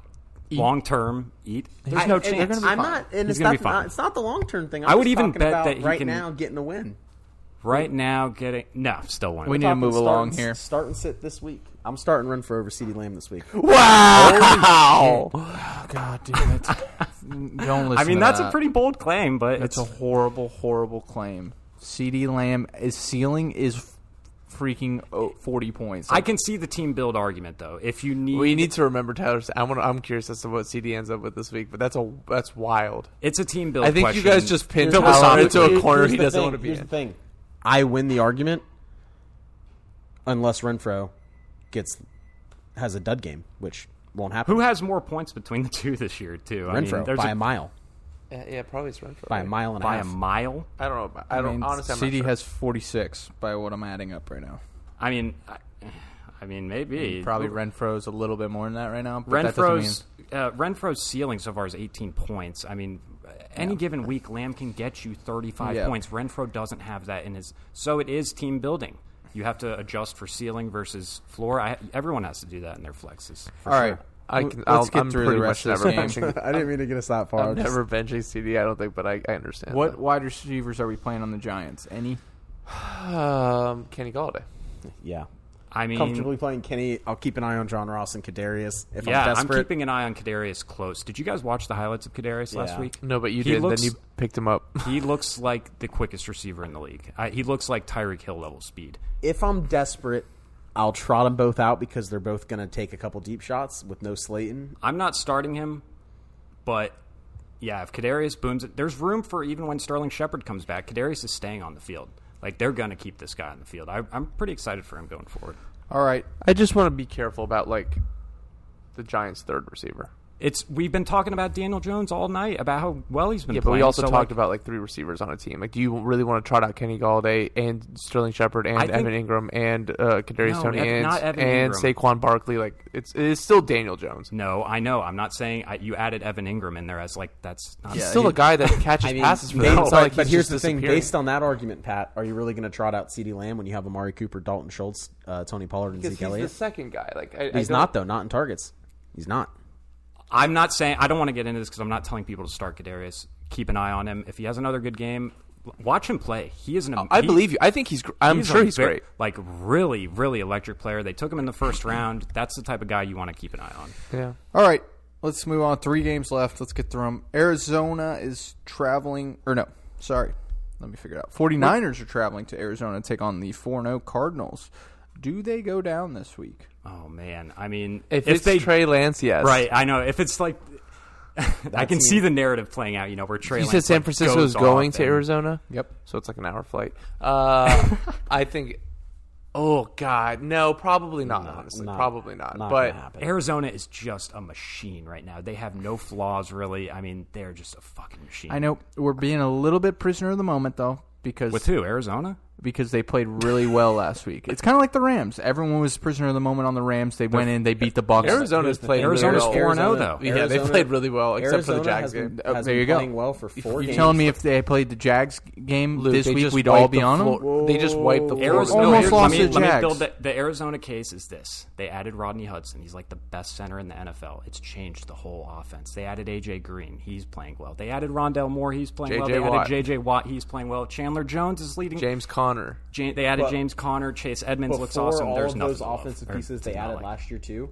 long-term eat? There's no I, chance. I'm not, He's and it's gonna not, be fine. it's not the long term thing. I'm I would just even talking bet about that he right can- now getting a win. right now. Getting no, still winning. We need to move Start along and- here. Start and sit this week. I'm starting run for over CD Lamb this week. Wow! Oh, God, dude, that's, don't listen. I mean, to that's that. a Uh, pretty bold claim, but That's a it's horrible, horrible claim. CD Lamb is ceiling is f- freaking oh, forty points. I can see the team build argument though. If you need, We need to remember Tyler. I want. I'm curious as to what CD ends up with this week, but that's a that's wild. it's a team build. I think you question. guys just pinned Philosophically- Tyler into a Here- corner here's he the doesn't thing. want to be Here's in. the thing. I win the argument unless Renfro gets has a dud game, which won't happen. Who has more points between the two this year, too? I Renfro mean, there's by a, a, mile, Yeah, yeah, probably it's Renfro. by a mile and by a a half. mile. I don't know. about- I don't mean, honestly. I'm not CD sure. has forty six by what I'm adding up right now. I mean, I, I mean, maybe Probably Renfro's a little bit more than that right now. But that doesn't mean- Renfro's uh, Renfro's ceiling so far is 18 points. I mean, any given week, Lamb can get you 35 Yeah. points. Renfro doesn't have that in his, so it is team building. You have to adjust for ceiling versus floor. I, everyone has to do that in their flexes. all right. I w- can, let's I'll, get I'm through pretty the rest much of never this game. benching. I didn't mean to get us that far. I'm never benching CD. I don't think, but I, I understand. What wide receivers are we playing on the Giants? Any? that. Um, Kenny Galladay. Yeah, I mean, comfortably playing Kenny. I'll keep an eye on John Ross and Kadarius if yeah, I'm I'm desperate. keeping an eye on Kadarius close. Did you guys watch the highlights of Kadarius last Yeah. week? No, but you He did. looks- Then you picked him up. He looks like the quickest receiver in the league. I, he looks like Tyreek Hill level speed. if I'm desperate, I'll trot them both out because they're both going to take a couple deep shots with no Slayton. I'm not starting him, but yeah, if Kadarius booms it, there's room for even when Sterling Shepard comes back. Kadarius is staying on the field. Like they're gonna keep this guy on the field. I, I'm pretty excited for him going forward. All right. I just want to be careful about like the Giants' third receiver. It's we've been talking about Daniel Jones all night about how well he's been. Yeah, but playing. we also So, talked like, about like three receivers on a team. Like, do you really want to trot out Kenny Galladay and Sterling Shepard and I think- Evan Ingram and uh, Kadarius No, Tony Ev- and, not Evan and Ingram. Saquon Barkley? Like, it's it's still Daniel Jones. No, I know. I'm not saying I, you added Evan Ingram in there as like that's not. He's still a guy that catches passes for they- them. It's but, not like but he's here's the just thing: disappearing. based on that argument, Pat, are you really going to trot out Ceedee Lamb when you have Amari Cooper, Dalton Schultz, uh, Tony Pollard, and Because Zeke he's the Elliott? second guy. Like, I, I he's don't- not though. Not in targets. He's not. I'm not saying I don't want to get into this because I'm not telling people to start Kadarius. Keep an eye on him. If he has another good game, l- watch him play. He is an. I he- believe you. I think he's. gr- I'm sure a he's ve- great. Like really, really electric player. They took him in the first round. That's the type of guy you want to keep an eye on. Yeah. All right. Let's move on. Three games left. Let's get through them. Arizona is traveling, or no, sorry. Let me figure it out. 49ers are traveling to Arizona to take on the 4 0 Cardinals. Do they go down this week? Oh man, I mean, If, if, it's they Trey Lance, yes. right, I know. If it's like, I can see the narrative playing out. You know, where Trey You Lance, said San like, Francisco goes is going off to and- Arizona. Yep. So it's like an hour flight. Uh, I think. Oh God, no! Probably not. honestly, Not- probably not. not but gonna happen. Arizona is just a machine right now. They have no flaws, really. I mean, they're just a fucking machine. I know we're being a little bit prisoner of the moment, though, because With who? Arizona? because they played really well last week. It's kind of like the Rams. Everyone was prisoner of the moment on the Rams. They went in, they beat the Bucks. Arizona's played Arizona's really well. 4 and oh. 0 Arizona- though. Yeah, they Arizona- played really well, except for the Arizona Jags has been- game. Oh, has there been you go. Playing well for four. You're games. telling me if they played the Jags game Luke, this they week, just we'd all wiped be the on them. floor- They just wiped the floor. Arizona- with Almost them. let lost me, to the let me Jags. build the, the Arizona case is this: they added Rodney Hudson. He's like the best center in the NFL. It's changed the whole offense. They added AJ Green. He's playing well. They added Rondell Moore. He's playing well. J.J. They Watt. added JJ Watt. He's playing well. Chandler Jones is leading. James Conner. Ja- they added But- James Conner. Chase Edmonds before looks awesome. all There's of nothing those to love, offensive or pieces they to not added like. last year too.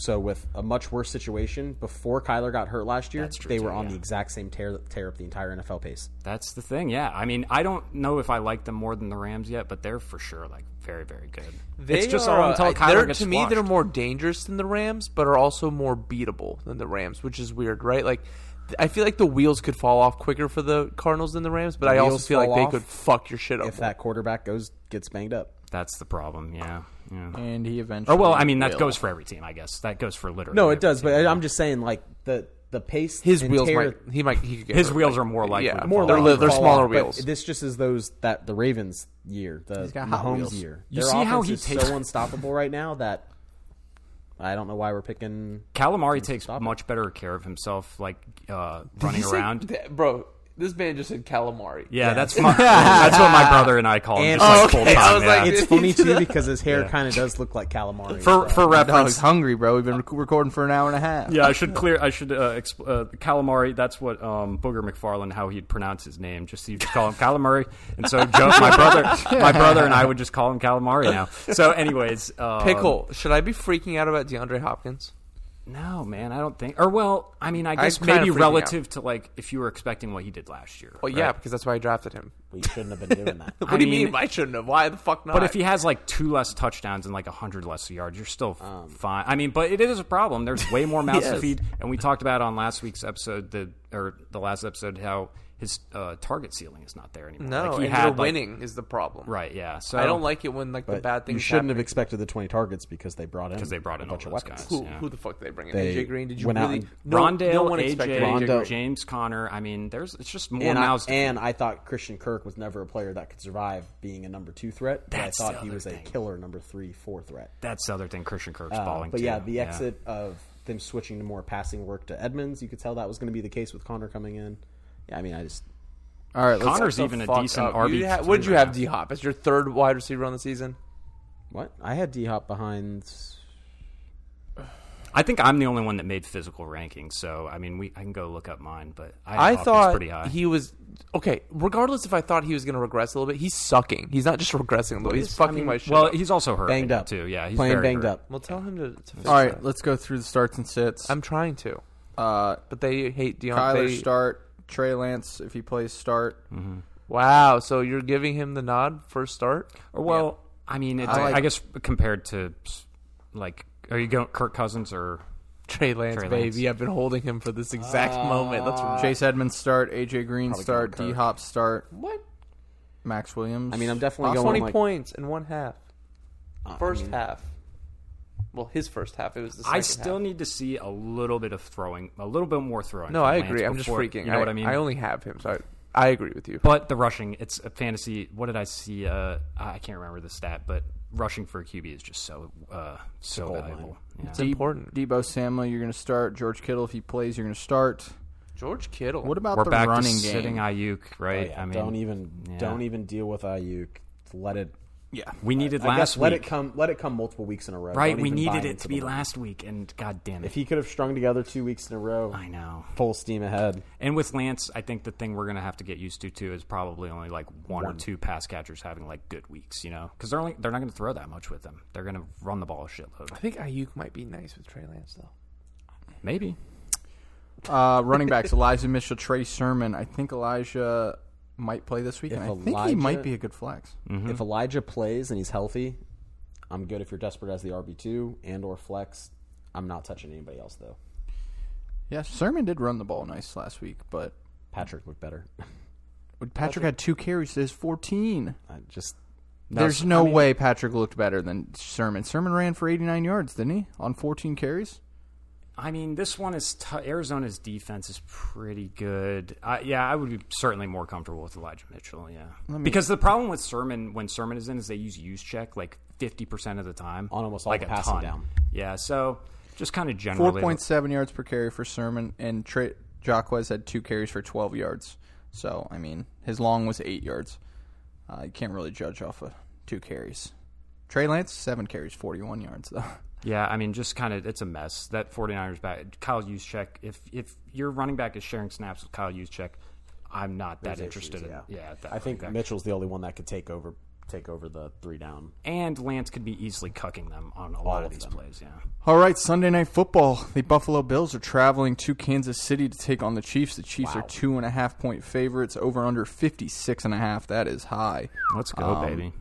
So with a much worse situation before Kyler got hurt last year, That's true, they too, were on yeah. the exact same tear tear up the entire NFL pace. That's the thing. Yeah, I mean, I don't know if I like them more than the Rams yet, but they're for sure like very, very good. it's They just are, all uh, until I- Kyler they're- gets to me they're squashed. more dangerous than the Rams, but are also more beatable than the Rams, which is weird, right? Like th- I feel like the wheels could fall off quicker for the Cardinals than the Rams, but I also wheels feel like fall they off could fuck your shit up. If that quarterback goes gets banged up, That's the problem. Yeah. yeah. And he eventually. Or Oh, well, I mean that will. goes for every team, I guess. That goes for literally. no, every it does. team. But I'm just saying, like the the pace, his and wheels tear- might he might he could get his hurt, wheels like- are more likely. yeah, to more fall they're, off. li- they're fall smaller off, but wheels. This just is those that the Ravens year, the He's got Mahomes Hot Wheels. year. You Their see how offense he is takes- so unstoppable right now that I don't know why we're picking. Calamari takes much better care of himself, like uh, running around. bro. This man just said calamari. yeah, that's my, that's what my brother and I call him. And- Just Oh, like okay. full time. I was like, yeah. It's funny too because his hair Yeah. kind of does look like calamari. for so. for I was reference, hungry, bro. We've been rec- recording for an hour and a half. Yeah, I should clear. I should uh, exp- uh, calamari. That's what um, Booger McFarland, how he'd pronounce his name. Just you just call him calamari. And so Joe, my brother, my brother and I would just call him calamari now. So, anyways, uh, Pickle, should I be freaking out about DeAndre Hopkins? No, man, I don't think. Or well, I mean, I guess kinda maybe freaking relative to like if you were expecting what he did last year. Well, right? yeah, because that's why I drafted him. we shouldn't have been doing that. What I do you mean, mean- I shouldn't have? Why the fuck not? But if he has like two less touchdowns and like a hundred less yards, you're still fine. I mean, but it is a problem. There's way more mouths to Um, Yes. feed, and we talked about on last week's episode, the or the last episode, how his uh, target ceiling is not there anymore. no, like, he and had you're like- winning is the problem. right? Yeah. So I don't like it when like the But bad things. you shouldn't have happen. expected the 20 targets because they brought in because they brought a in a bunch of those weapons. guys. Who, yeah. who the fuck did they bring in? They AJ Green? Did you went out really? and- No, Rondale, no one expected AJ, AJ Green. James Connor. I mean, there's it's just more And I, mouths. to feed. and I thought Christian Kirk was never a player that could survive being a number two threat. but That's I the thought he other was thing. a killer number three, four threat. That's the other thing. Christian Kirk's Uh, falling. but too. yeah, the exit of them switching to more passing work to Edmonds, you could tell that was going to be the case with Connor coming in. Yeah, I mean, I just All right, let's Connor's The even a fuck decent up. RB. You ha- What'd you have, D Hop, as your third wide receiver on the season? what I had D Hop behind. I think I'm the only one that made physical rankings, so I mean, we I can go look up mine, but I, had I Hopkins thought pretty high. he was okay. Regardless, if I thought he was going to regress a little bit, he's sucking. He's not just regressing a little. He's fucking my shit. well, up. he's also hurt, Banged right up. now, too. Yeah, he's playing very banged hurt. up. well, tell him to. to fix all right, that. let's go through the starts and sits. I'm trying to, uh, but they hate Deion. Kyler They, start, Trey Lance if he plays start. wow, so you're giving him the nod first start? Or, well, I mean, it's, I, I like- guess compared to like, are you going Kirk Cousins or Trey Lance, Trey Lance. baby, I've been holding him for this exact Ah. moment. That's Uh, Chase Edmonds start, AJ Green start, Kirk. D Hop start, what Max Williams. I mean, I'm definitely Awesome. going twenty like, uh, points in one half. I First mean, half. Well, his first half. It was the second I still half. need to see a little bit of throwing, a little bit more throwing. No, from I Lance agree. I'm just before- freaking. You know I, what I mean? I only have him, so I, I agree with you. But the rushing, it's a fantasy. What did I see? Uh, I can't remember the stat, but rushing for a QB is just so uh, so valuable. Yeah. It's important. Debo Samuel, you're going to start. George Kittle, if he plays, you're going to start. George Kittle. What about We're the back to running sitting game? Ayuk, oh, right? yeah, I mean, don't even yeah. don't even deal with Ayuk. Let it. yeah. We needed I last guess let week, it come. Let it come multiple weeks in a row. right? Don't We even needed buy it into to be the- last week, and god damn it, If he could have strung together two weeks in a row, I know. full steam ahead. And with Lance, I think the thing we're gonna have to get used to too is probably only like one, or two pass catchers having like good weeks, you know, because they're only they're not gonna throw that much with them. They're gonna run the ball a shitload. I think Ayuk might be nice with Trey Lance though. Maybe Uh, running backs: Elijah Mitchell, Trey Sermon. I think Elijah might play this week, If and I think he Elijah- might be a good flex. Mm-hmm. If Elijah plays and he's healthy, I'm good. If you're desperate as the RB two and or flex, I'm not touching anybody else though. Yeah, Sermon did run the ball nice last week, but Patrick looked better. Patrick, had two carries to his 14. I just There's no way Patrick looked better than Sermon. Sermon ran for 89 yards, didn't he? On 14 carries? I mean, this one is t- Arizona's defense is pretty good. I, yeah, I would be certainly more comfortable with Elijah Mitchell. Yeah, because the problem with Sermon when Sermon is in is they use use check like fifty percent of the time On almost all like the a passing ton. down. Yeah, so just kind of generally Four point seven yards per carry for Sermon, and Tra- Jaquez had two carries for twelve yards. So I mean, his long was eight yards. Uh, you can't really judge off of two carries. Trey Lance seven carries, forty-one yards though. Yeah, I mean, just kind of it's a mess. That 49ers back, Kyle Juszczyk. If if your running back is sharing snaps with Kyle Juszczyk, I'm not that interested in. Yeah, that I think running back. Mitchell's the only one that could take over take over the three down. and Lance could be easily cucking them on a lot of, these plays. Yeah, All right, Sunday night football. The Buffalo Bills are traveling to Kansas City to take on the Chiefs. The Chiefs are two and a half point favorites. Over under fifty six and a half. That is high. let's go, Um, baby.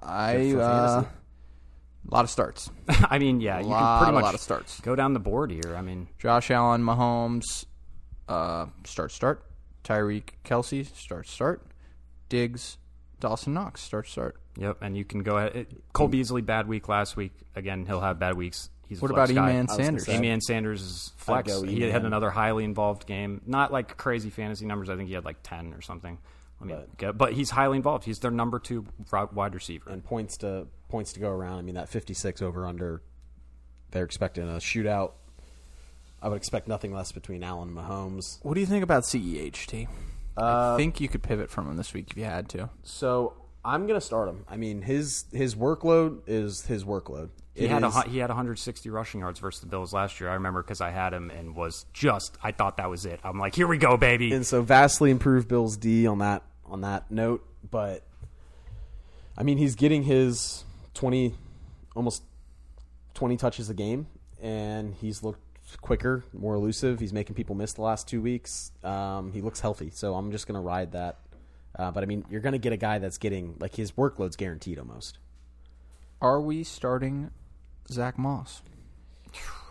I uh, a lot of starts. I mean, yeah, you lot- can pretty a much lot of starts. Go down the board here. I mean, Josh Allen, Mahomes, uh, start, start. Tyreek, Kelsey, start, start. Diggs, Dawson Knox, start, start. yep. And you can go ahead. It, Cole Beasley bad week last week. Again, he'll have bad weeks. He's a What flex about guy. Eman Sanders? Amy Ann Sanders is flex. I'd go He Eman. had another highly involved game. Not like crazy fantasy numbers. I think he had like ten or something. Let me but, get, but he's highly involved. He's their number two ro- wide receiver. And points to points to go around. I mean that fifty six over under. They're expecting a shootout. I would expect nothing less between Allen and Mahomes. What do you think about CEH, T? I Uh, think you could pivot from him this week if you had to. So I'm gonna start him. I mean his his workload is his workload. he It had a, is- hu- he had 160 rushing yards versus the Bills last year. I remember because I had him and was just I thought that was it. I'm like, here we go, baby. and so vastly improved Bill's D on that on that note. But I mean, he's getting his twenty, almost twenty touches a game, and he's looked quicker, more elusive. He's making people miss the last two weeks. Um, he looks healthy, so I'm just going to ride that. Uh, but I mean, you're going to get a guy that's getting like his workload's guaranteed almost. Are we starting Zach Moss?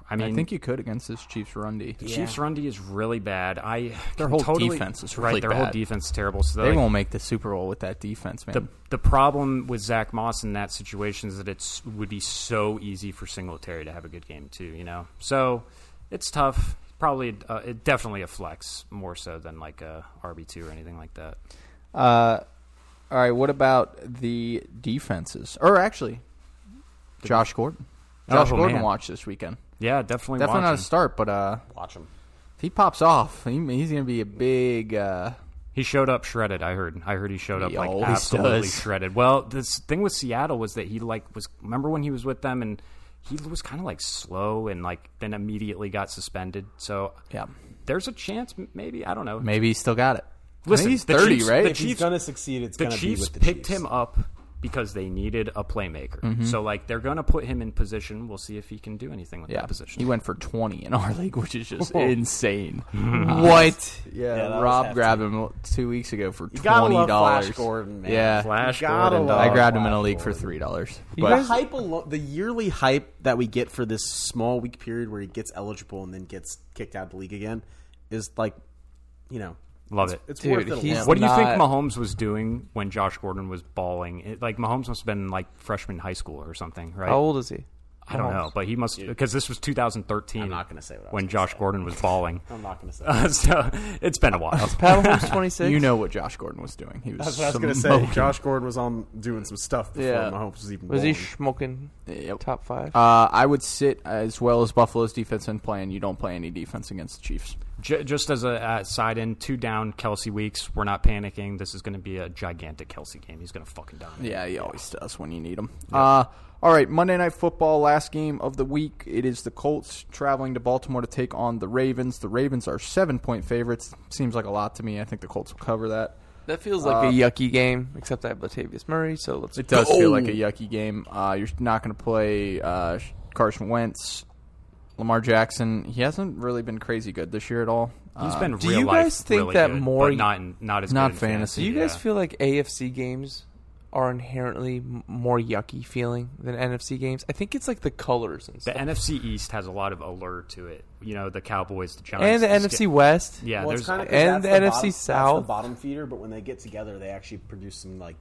I mean, I think you could against this Chiefs run D. the Chiefs' run D is really bad. I Their can whole totally, defense is right. really Their whole bad. defense is terrible. So They like, won't make the Super Bowl with that defense, man. the the problem with Zach Moss in that situation is that it's would be so easy for Singletary to have a good game too. You know, so it's tough. Probably, uh, it definitely a flex more so than like a RB two or anything like that. Uh, all right, what about the defenses? Or actually, Josh Gordon. Oh, Josh Gordon man. watched this weekend. Yeah, definitely. Definitely not a watching. start, but uh, Watch him. if he pops off, he, he's going to be a big. Uh, He showed up shredded. I heard. I heard he showed up He like always absolutely does. shredded. Well, this thing with Seattle was that he like was. Remember when he was with them and he was kind of like slow and like then immediately got suspended. So yeah, there's a chance, m- maybe I don't know. maybe he's still got it. Listen, I think he's the 30, Chiefs- right? the If If he's Chiefs- going to succeed, it's the going to be Chiefs with the picked Chiefs. him up because they needed a playmaker. Mm-hmm. So like they're going to put him in position. We'll see if he can do anything with yeah, that position. he went for 20 in our league, which is just insane. what? Yeah, that was Rob hefty. grabbed him two weeks ago for You gotta love $20. Flash Gordon, man. Yeah. Flash You gotta Gordon, love I dog. grabbed him in Flash a league for Gordon. $3. the hype alo- the yearly hype that we get for this small week period where he gets eligible and then gets kicked out of the league again is like, you know, Love it. it's Dude, worth it. a he's- lot. What do you think not- Mahomes was doing when Josh Gordon was balling? It, like Mahomes must have been like freshman high school or something, right? How Oh, old is he? I don't know, but he must because this was 2013. I'm not gonna say what I was when gonna Josh say. Gordon was balling. I'm not going to say. so it's been a while. Pat Mahomes twenty six. You know what Josh Gordon was doing. He That's was what I was going to say. smoking. Josh Gordon was on doing some stuff before Yeah. Mahomes was even. was he born. smoking? Yep. Top five. Uh, I would sit as well as Buffalo's defense and plan. You don't play any defense against the Chiefs. J- just as a uh, side end, two down, Kelsey Weeks. We're not panicking. This is going to be a gigantic Kelsey game. He's going to fucking dominate. Yeah, he always does when you need him. Uh, all right, Monday Night Football, last game of the week. It is the Colts traveling to Baltimore to take on the Ravens. The Ravens are seven point favorites. Seems like a lot to me. I think the Colts will cover that. That feels like Uh, a yucky game, except I have Latavius Murray, so let's. It does feel like a yucky game. Uh, you're not going to play uh, Carson Wentz, Lamar Jackson. He hasn't really been crazy good this year at all. Uh, He's been do real you life guys think really that good, more- but not in, not as Not good in fantasy. fantasy. Do you guys yeah. feel like AFC games are inherently m- more yucky feeling than NFC games? I think it's like the colors and the stuff. NFC East has a lot of allure to it? You know, the Cowboys, the and Giants, the Sk- NFC West. Yeah, Well, it's there's kind of and the NFC bottom, that's South. the bottom feeder, but when they get together, they actually produce some like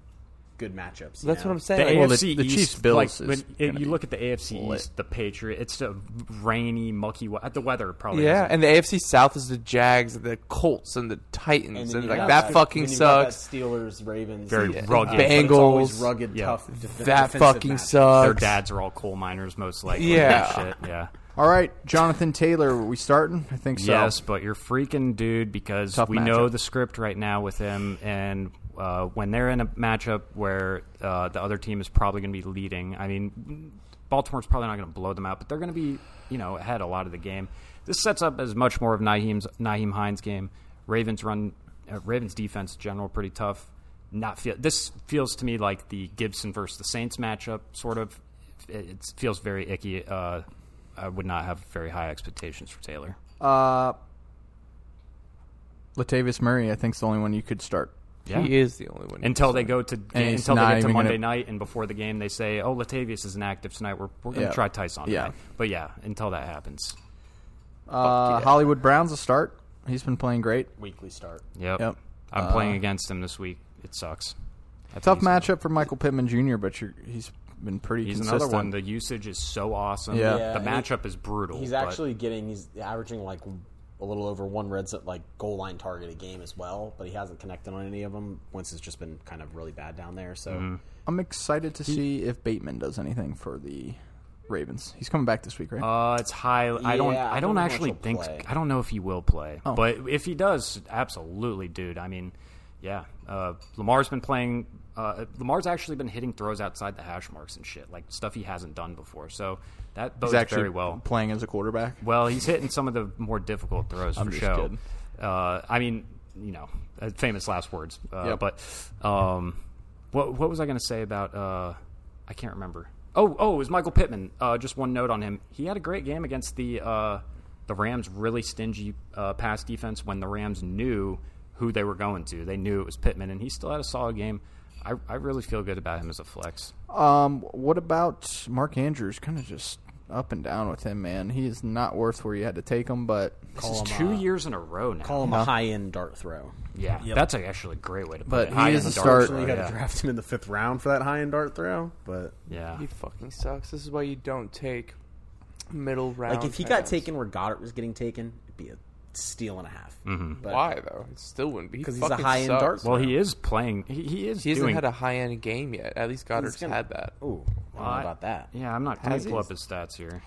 good matchups. you That's know? what I'm saying. The Like, AFC well, the- the East, Chiefs Bills like, is when it, gonna you be look at the AFC lit. East, the Patriot. It's a rainy, mucky. we- The weather probably. yeah, isn't- and the AFC South is the Jags, and the Colts, and the Titans, and, then you like got that, fucking then you got sucks. That Steelers, Ravens, Very uh, rugged. but it's always Bengals. rugged, Yeah. tough. def- That defensive fucking matchups. sucks. their dads are all coal miners, most likely. Yeah. and shit, yeah. All right, Jonathan Taylor, are we starting? I think so. Yes, but you're freaking dude because Tough we know matchup. the script right now with him, and uh, when they're in a matchup where uh, the other team is probably going to be leading, I mean, Baltimore's probably not going to blow them out, but they're going to be you know ahead a lot of the game. This sets up as much more of Naheem's Naheem Hines' game. Ravens run, uh, Ravens defense in general pretty tough. Not feel this feels to me like the Gibson versus the Saints matchup sort of. It, it feels very icky. Uh, I would not have very high expectations for Taylor. Uh, Latavius Murray, I think, is the only one you could start. Yeah. He is the only one. until they go to he's until they not get to even Monday gonna- night and before the game they say, "Oh, Latavius isn't active tonight. We're we're going to Yeah. try Tyson." Yeah. tonight." but yeah, until that happens, Uh, Hollywood Brown's a start. He's been playing great. Weekly start. yep. Yep. Uh, I'm playing against him this week. It sucks. I think Tough he's- matchup for Michael Pittman Jr., but you're, he's been pretty He's consistent. another one. The usage is so awesome. Yeah. Yeah, the and he- matchup is brutal. He's but- actually getting. He's averaging like a little over one red zone, like goal line target a game as well. But he hasn't connected on any of them. Wentz has just been kind of really bad down there. So I'm excited to see if Bateman does anything for the Ravens. He's coming back this week, right? Uh, it's high. I don't. Yeah, I I don't don't know if actually he'll think. play. I don't know if he will play. But if he does, absolutely, dude. I mean, yeah. Uh, Lamar's been playing. Uh, Lamar's actually been hitting throws outside the hash marks and shit, like stuff he hasn't done before. So that bodes he's actually very well. playing as a quarterback. Well, he's hitting some of the more difficult throws for just show. kidding. Uh, I mean, you know, uh, famous last words. Uh, Yep. But um, what what was I going to say about? Uh, I can't remember. Oh, oh, it was Michael Pittman. Uh, just one note on him. He had a great game against the uh, the Rams' really stingy uh, pass defense when the Rams knew who they were going to. They knew it was Pittman, and he still had a solid game. I, I really feel good about him as a flex. Um, what about Mark Andrews? Kind of just up and down with him, man. He is not worth where you had to take him, uh, but This is two years in a row now. call him a high end dart throw. yeah, that's actually a great way to put But it. he High is end dart a start. throw, Actually, You got to yeah. draft him in the fifth round for that high end dart throw. But Yeah. he fucking sucks. This is why you don't take middle round. like if he tight got ends. taken where Goddard was getting taken, it'd be a steal and a half. But why though? It still wouldn't be 'Cause he's a fucking high-end sucks. dart Well, he is playing. He, he is. He hasn't doing, had a high end game yet. At least Goddard's gonna- had that. Ooh, I don't know about that. Yeah, I'm not. Let Has me he? pull up his stats here.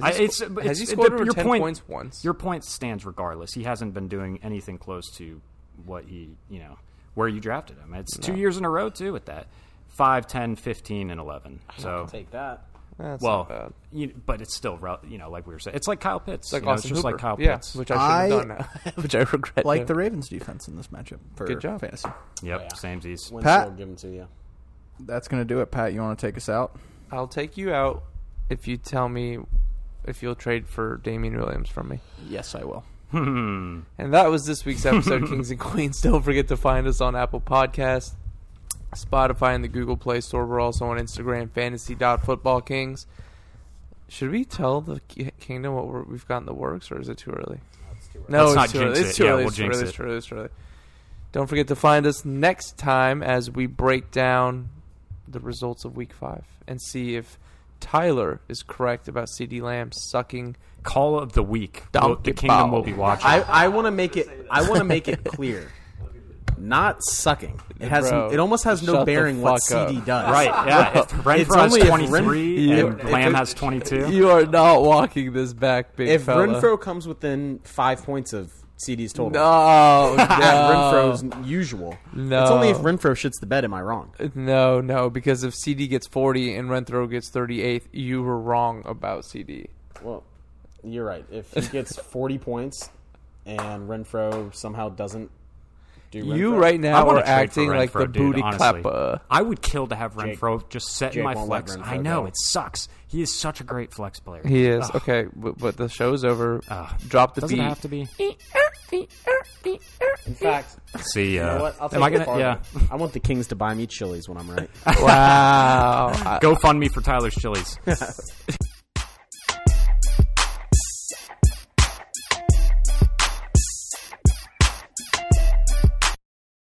I- Has he, it's- sco- but has he it's- scored the- over your ten point- points once? Your point stands regardless. He hasn't been doing anything close to what he, you know, where you drafted him. It's two years in a row too with that 5, 10, 15, and eleven. So. Take that. That's not Well, bad. you, but it's still, rel- you know, like we were saying, it's like Kyle Pitts. It's like you know, it's Austin just like Hooper. Kyle yeah, Pitts. which I should I have done now, which I regret. like doing. the Ravens defense in this matchup for Good job. fantasy. Oh, yep, yeah. same Z's. Wentz Pat? will give him to you. That's gonna do it, Pat. You want to take us out? I'll take you out if you tell me if you'll trade for Damian Williams from me. Yes, I will. And that was this week's episode, Kings and Queens. Don't forget to find us on Apple Podcasts, Spotify, and the Google Play Store. We're also on Instagram, fantasy.footballkings. Should we tell the ki- kingdom what we're, we've got in the works, or is it too early? No, Let's not it's too jinx early. It's it. too Yeah, early. we'll It's too jinx early. It's it. too early. It's too early. Don't forget to find us next time as we break down the results of Week Five and see if Tyler is correct about CD Lamb sucking. Call of the week. Donkey the kingdom ball. will be watching. I, I want to make it. I want to make it clear. Not sucking. It has. Bro, it almost has shut no the bearing what fuck up. CD does. Right, yeah. If It's Renfro only if has Ren- 23 and if Lamb it- has 22. You are not walking this back, big If fella. Renfro comes within five points of CD's total, no, at no, Renfro's usual. No. It's only if Renfro shits the bed. Am I wrong? no, no. Because if CD gets forty and Renfro gets thirty-eighth, you were wrong about CD. Well, you're right. If he gets forty points and Renfro somehow doesn't do, You Renfro- right I now are want to trade for acting like Renfro, the dude, booty honestly. clapper. I would kill to have Renfro just set Jake in my won't let flex. Renfro I know go. it sucks. He is such a great flex player. He is okay, but, but the show's over. Drop the Doesn't beat. have to be. In fact, See, you know uh, what? I'll take am I it gonna? farther. Yeah. I want the Kings to buy me chilies when I'm right. Wow. Go fund me for Tyler's chilies.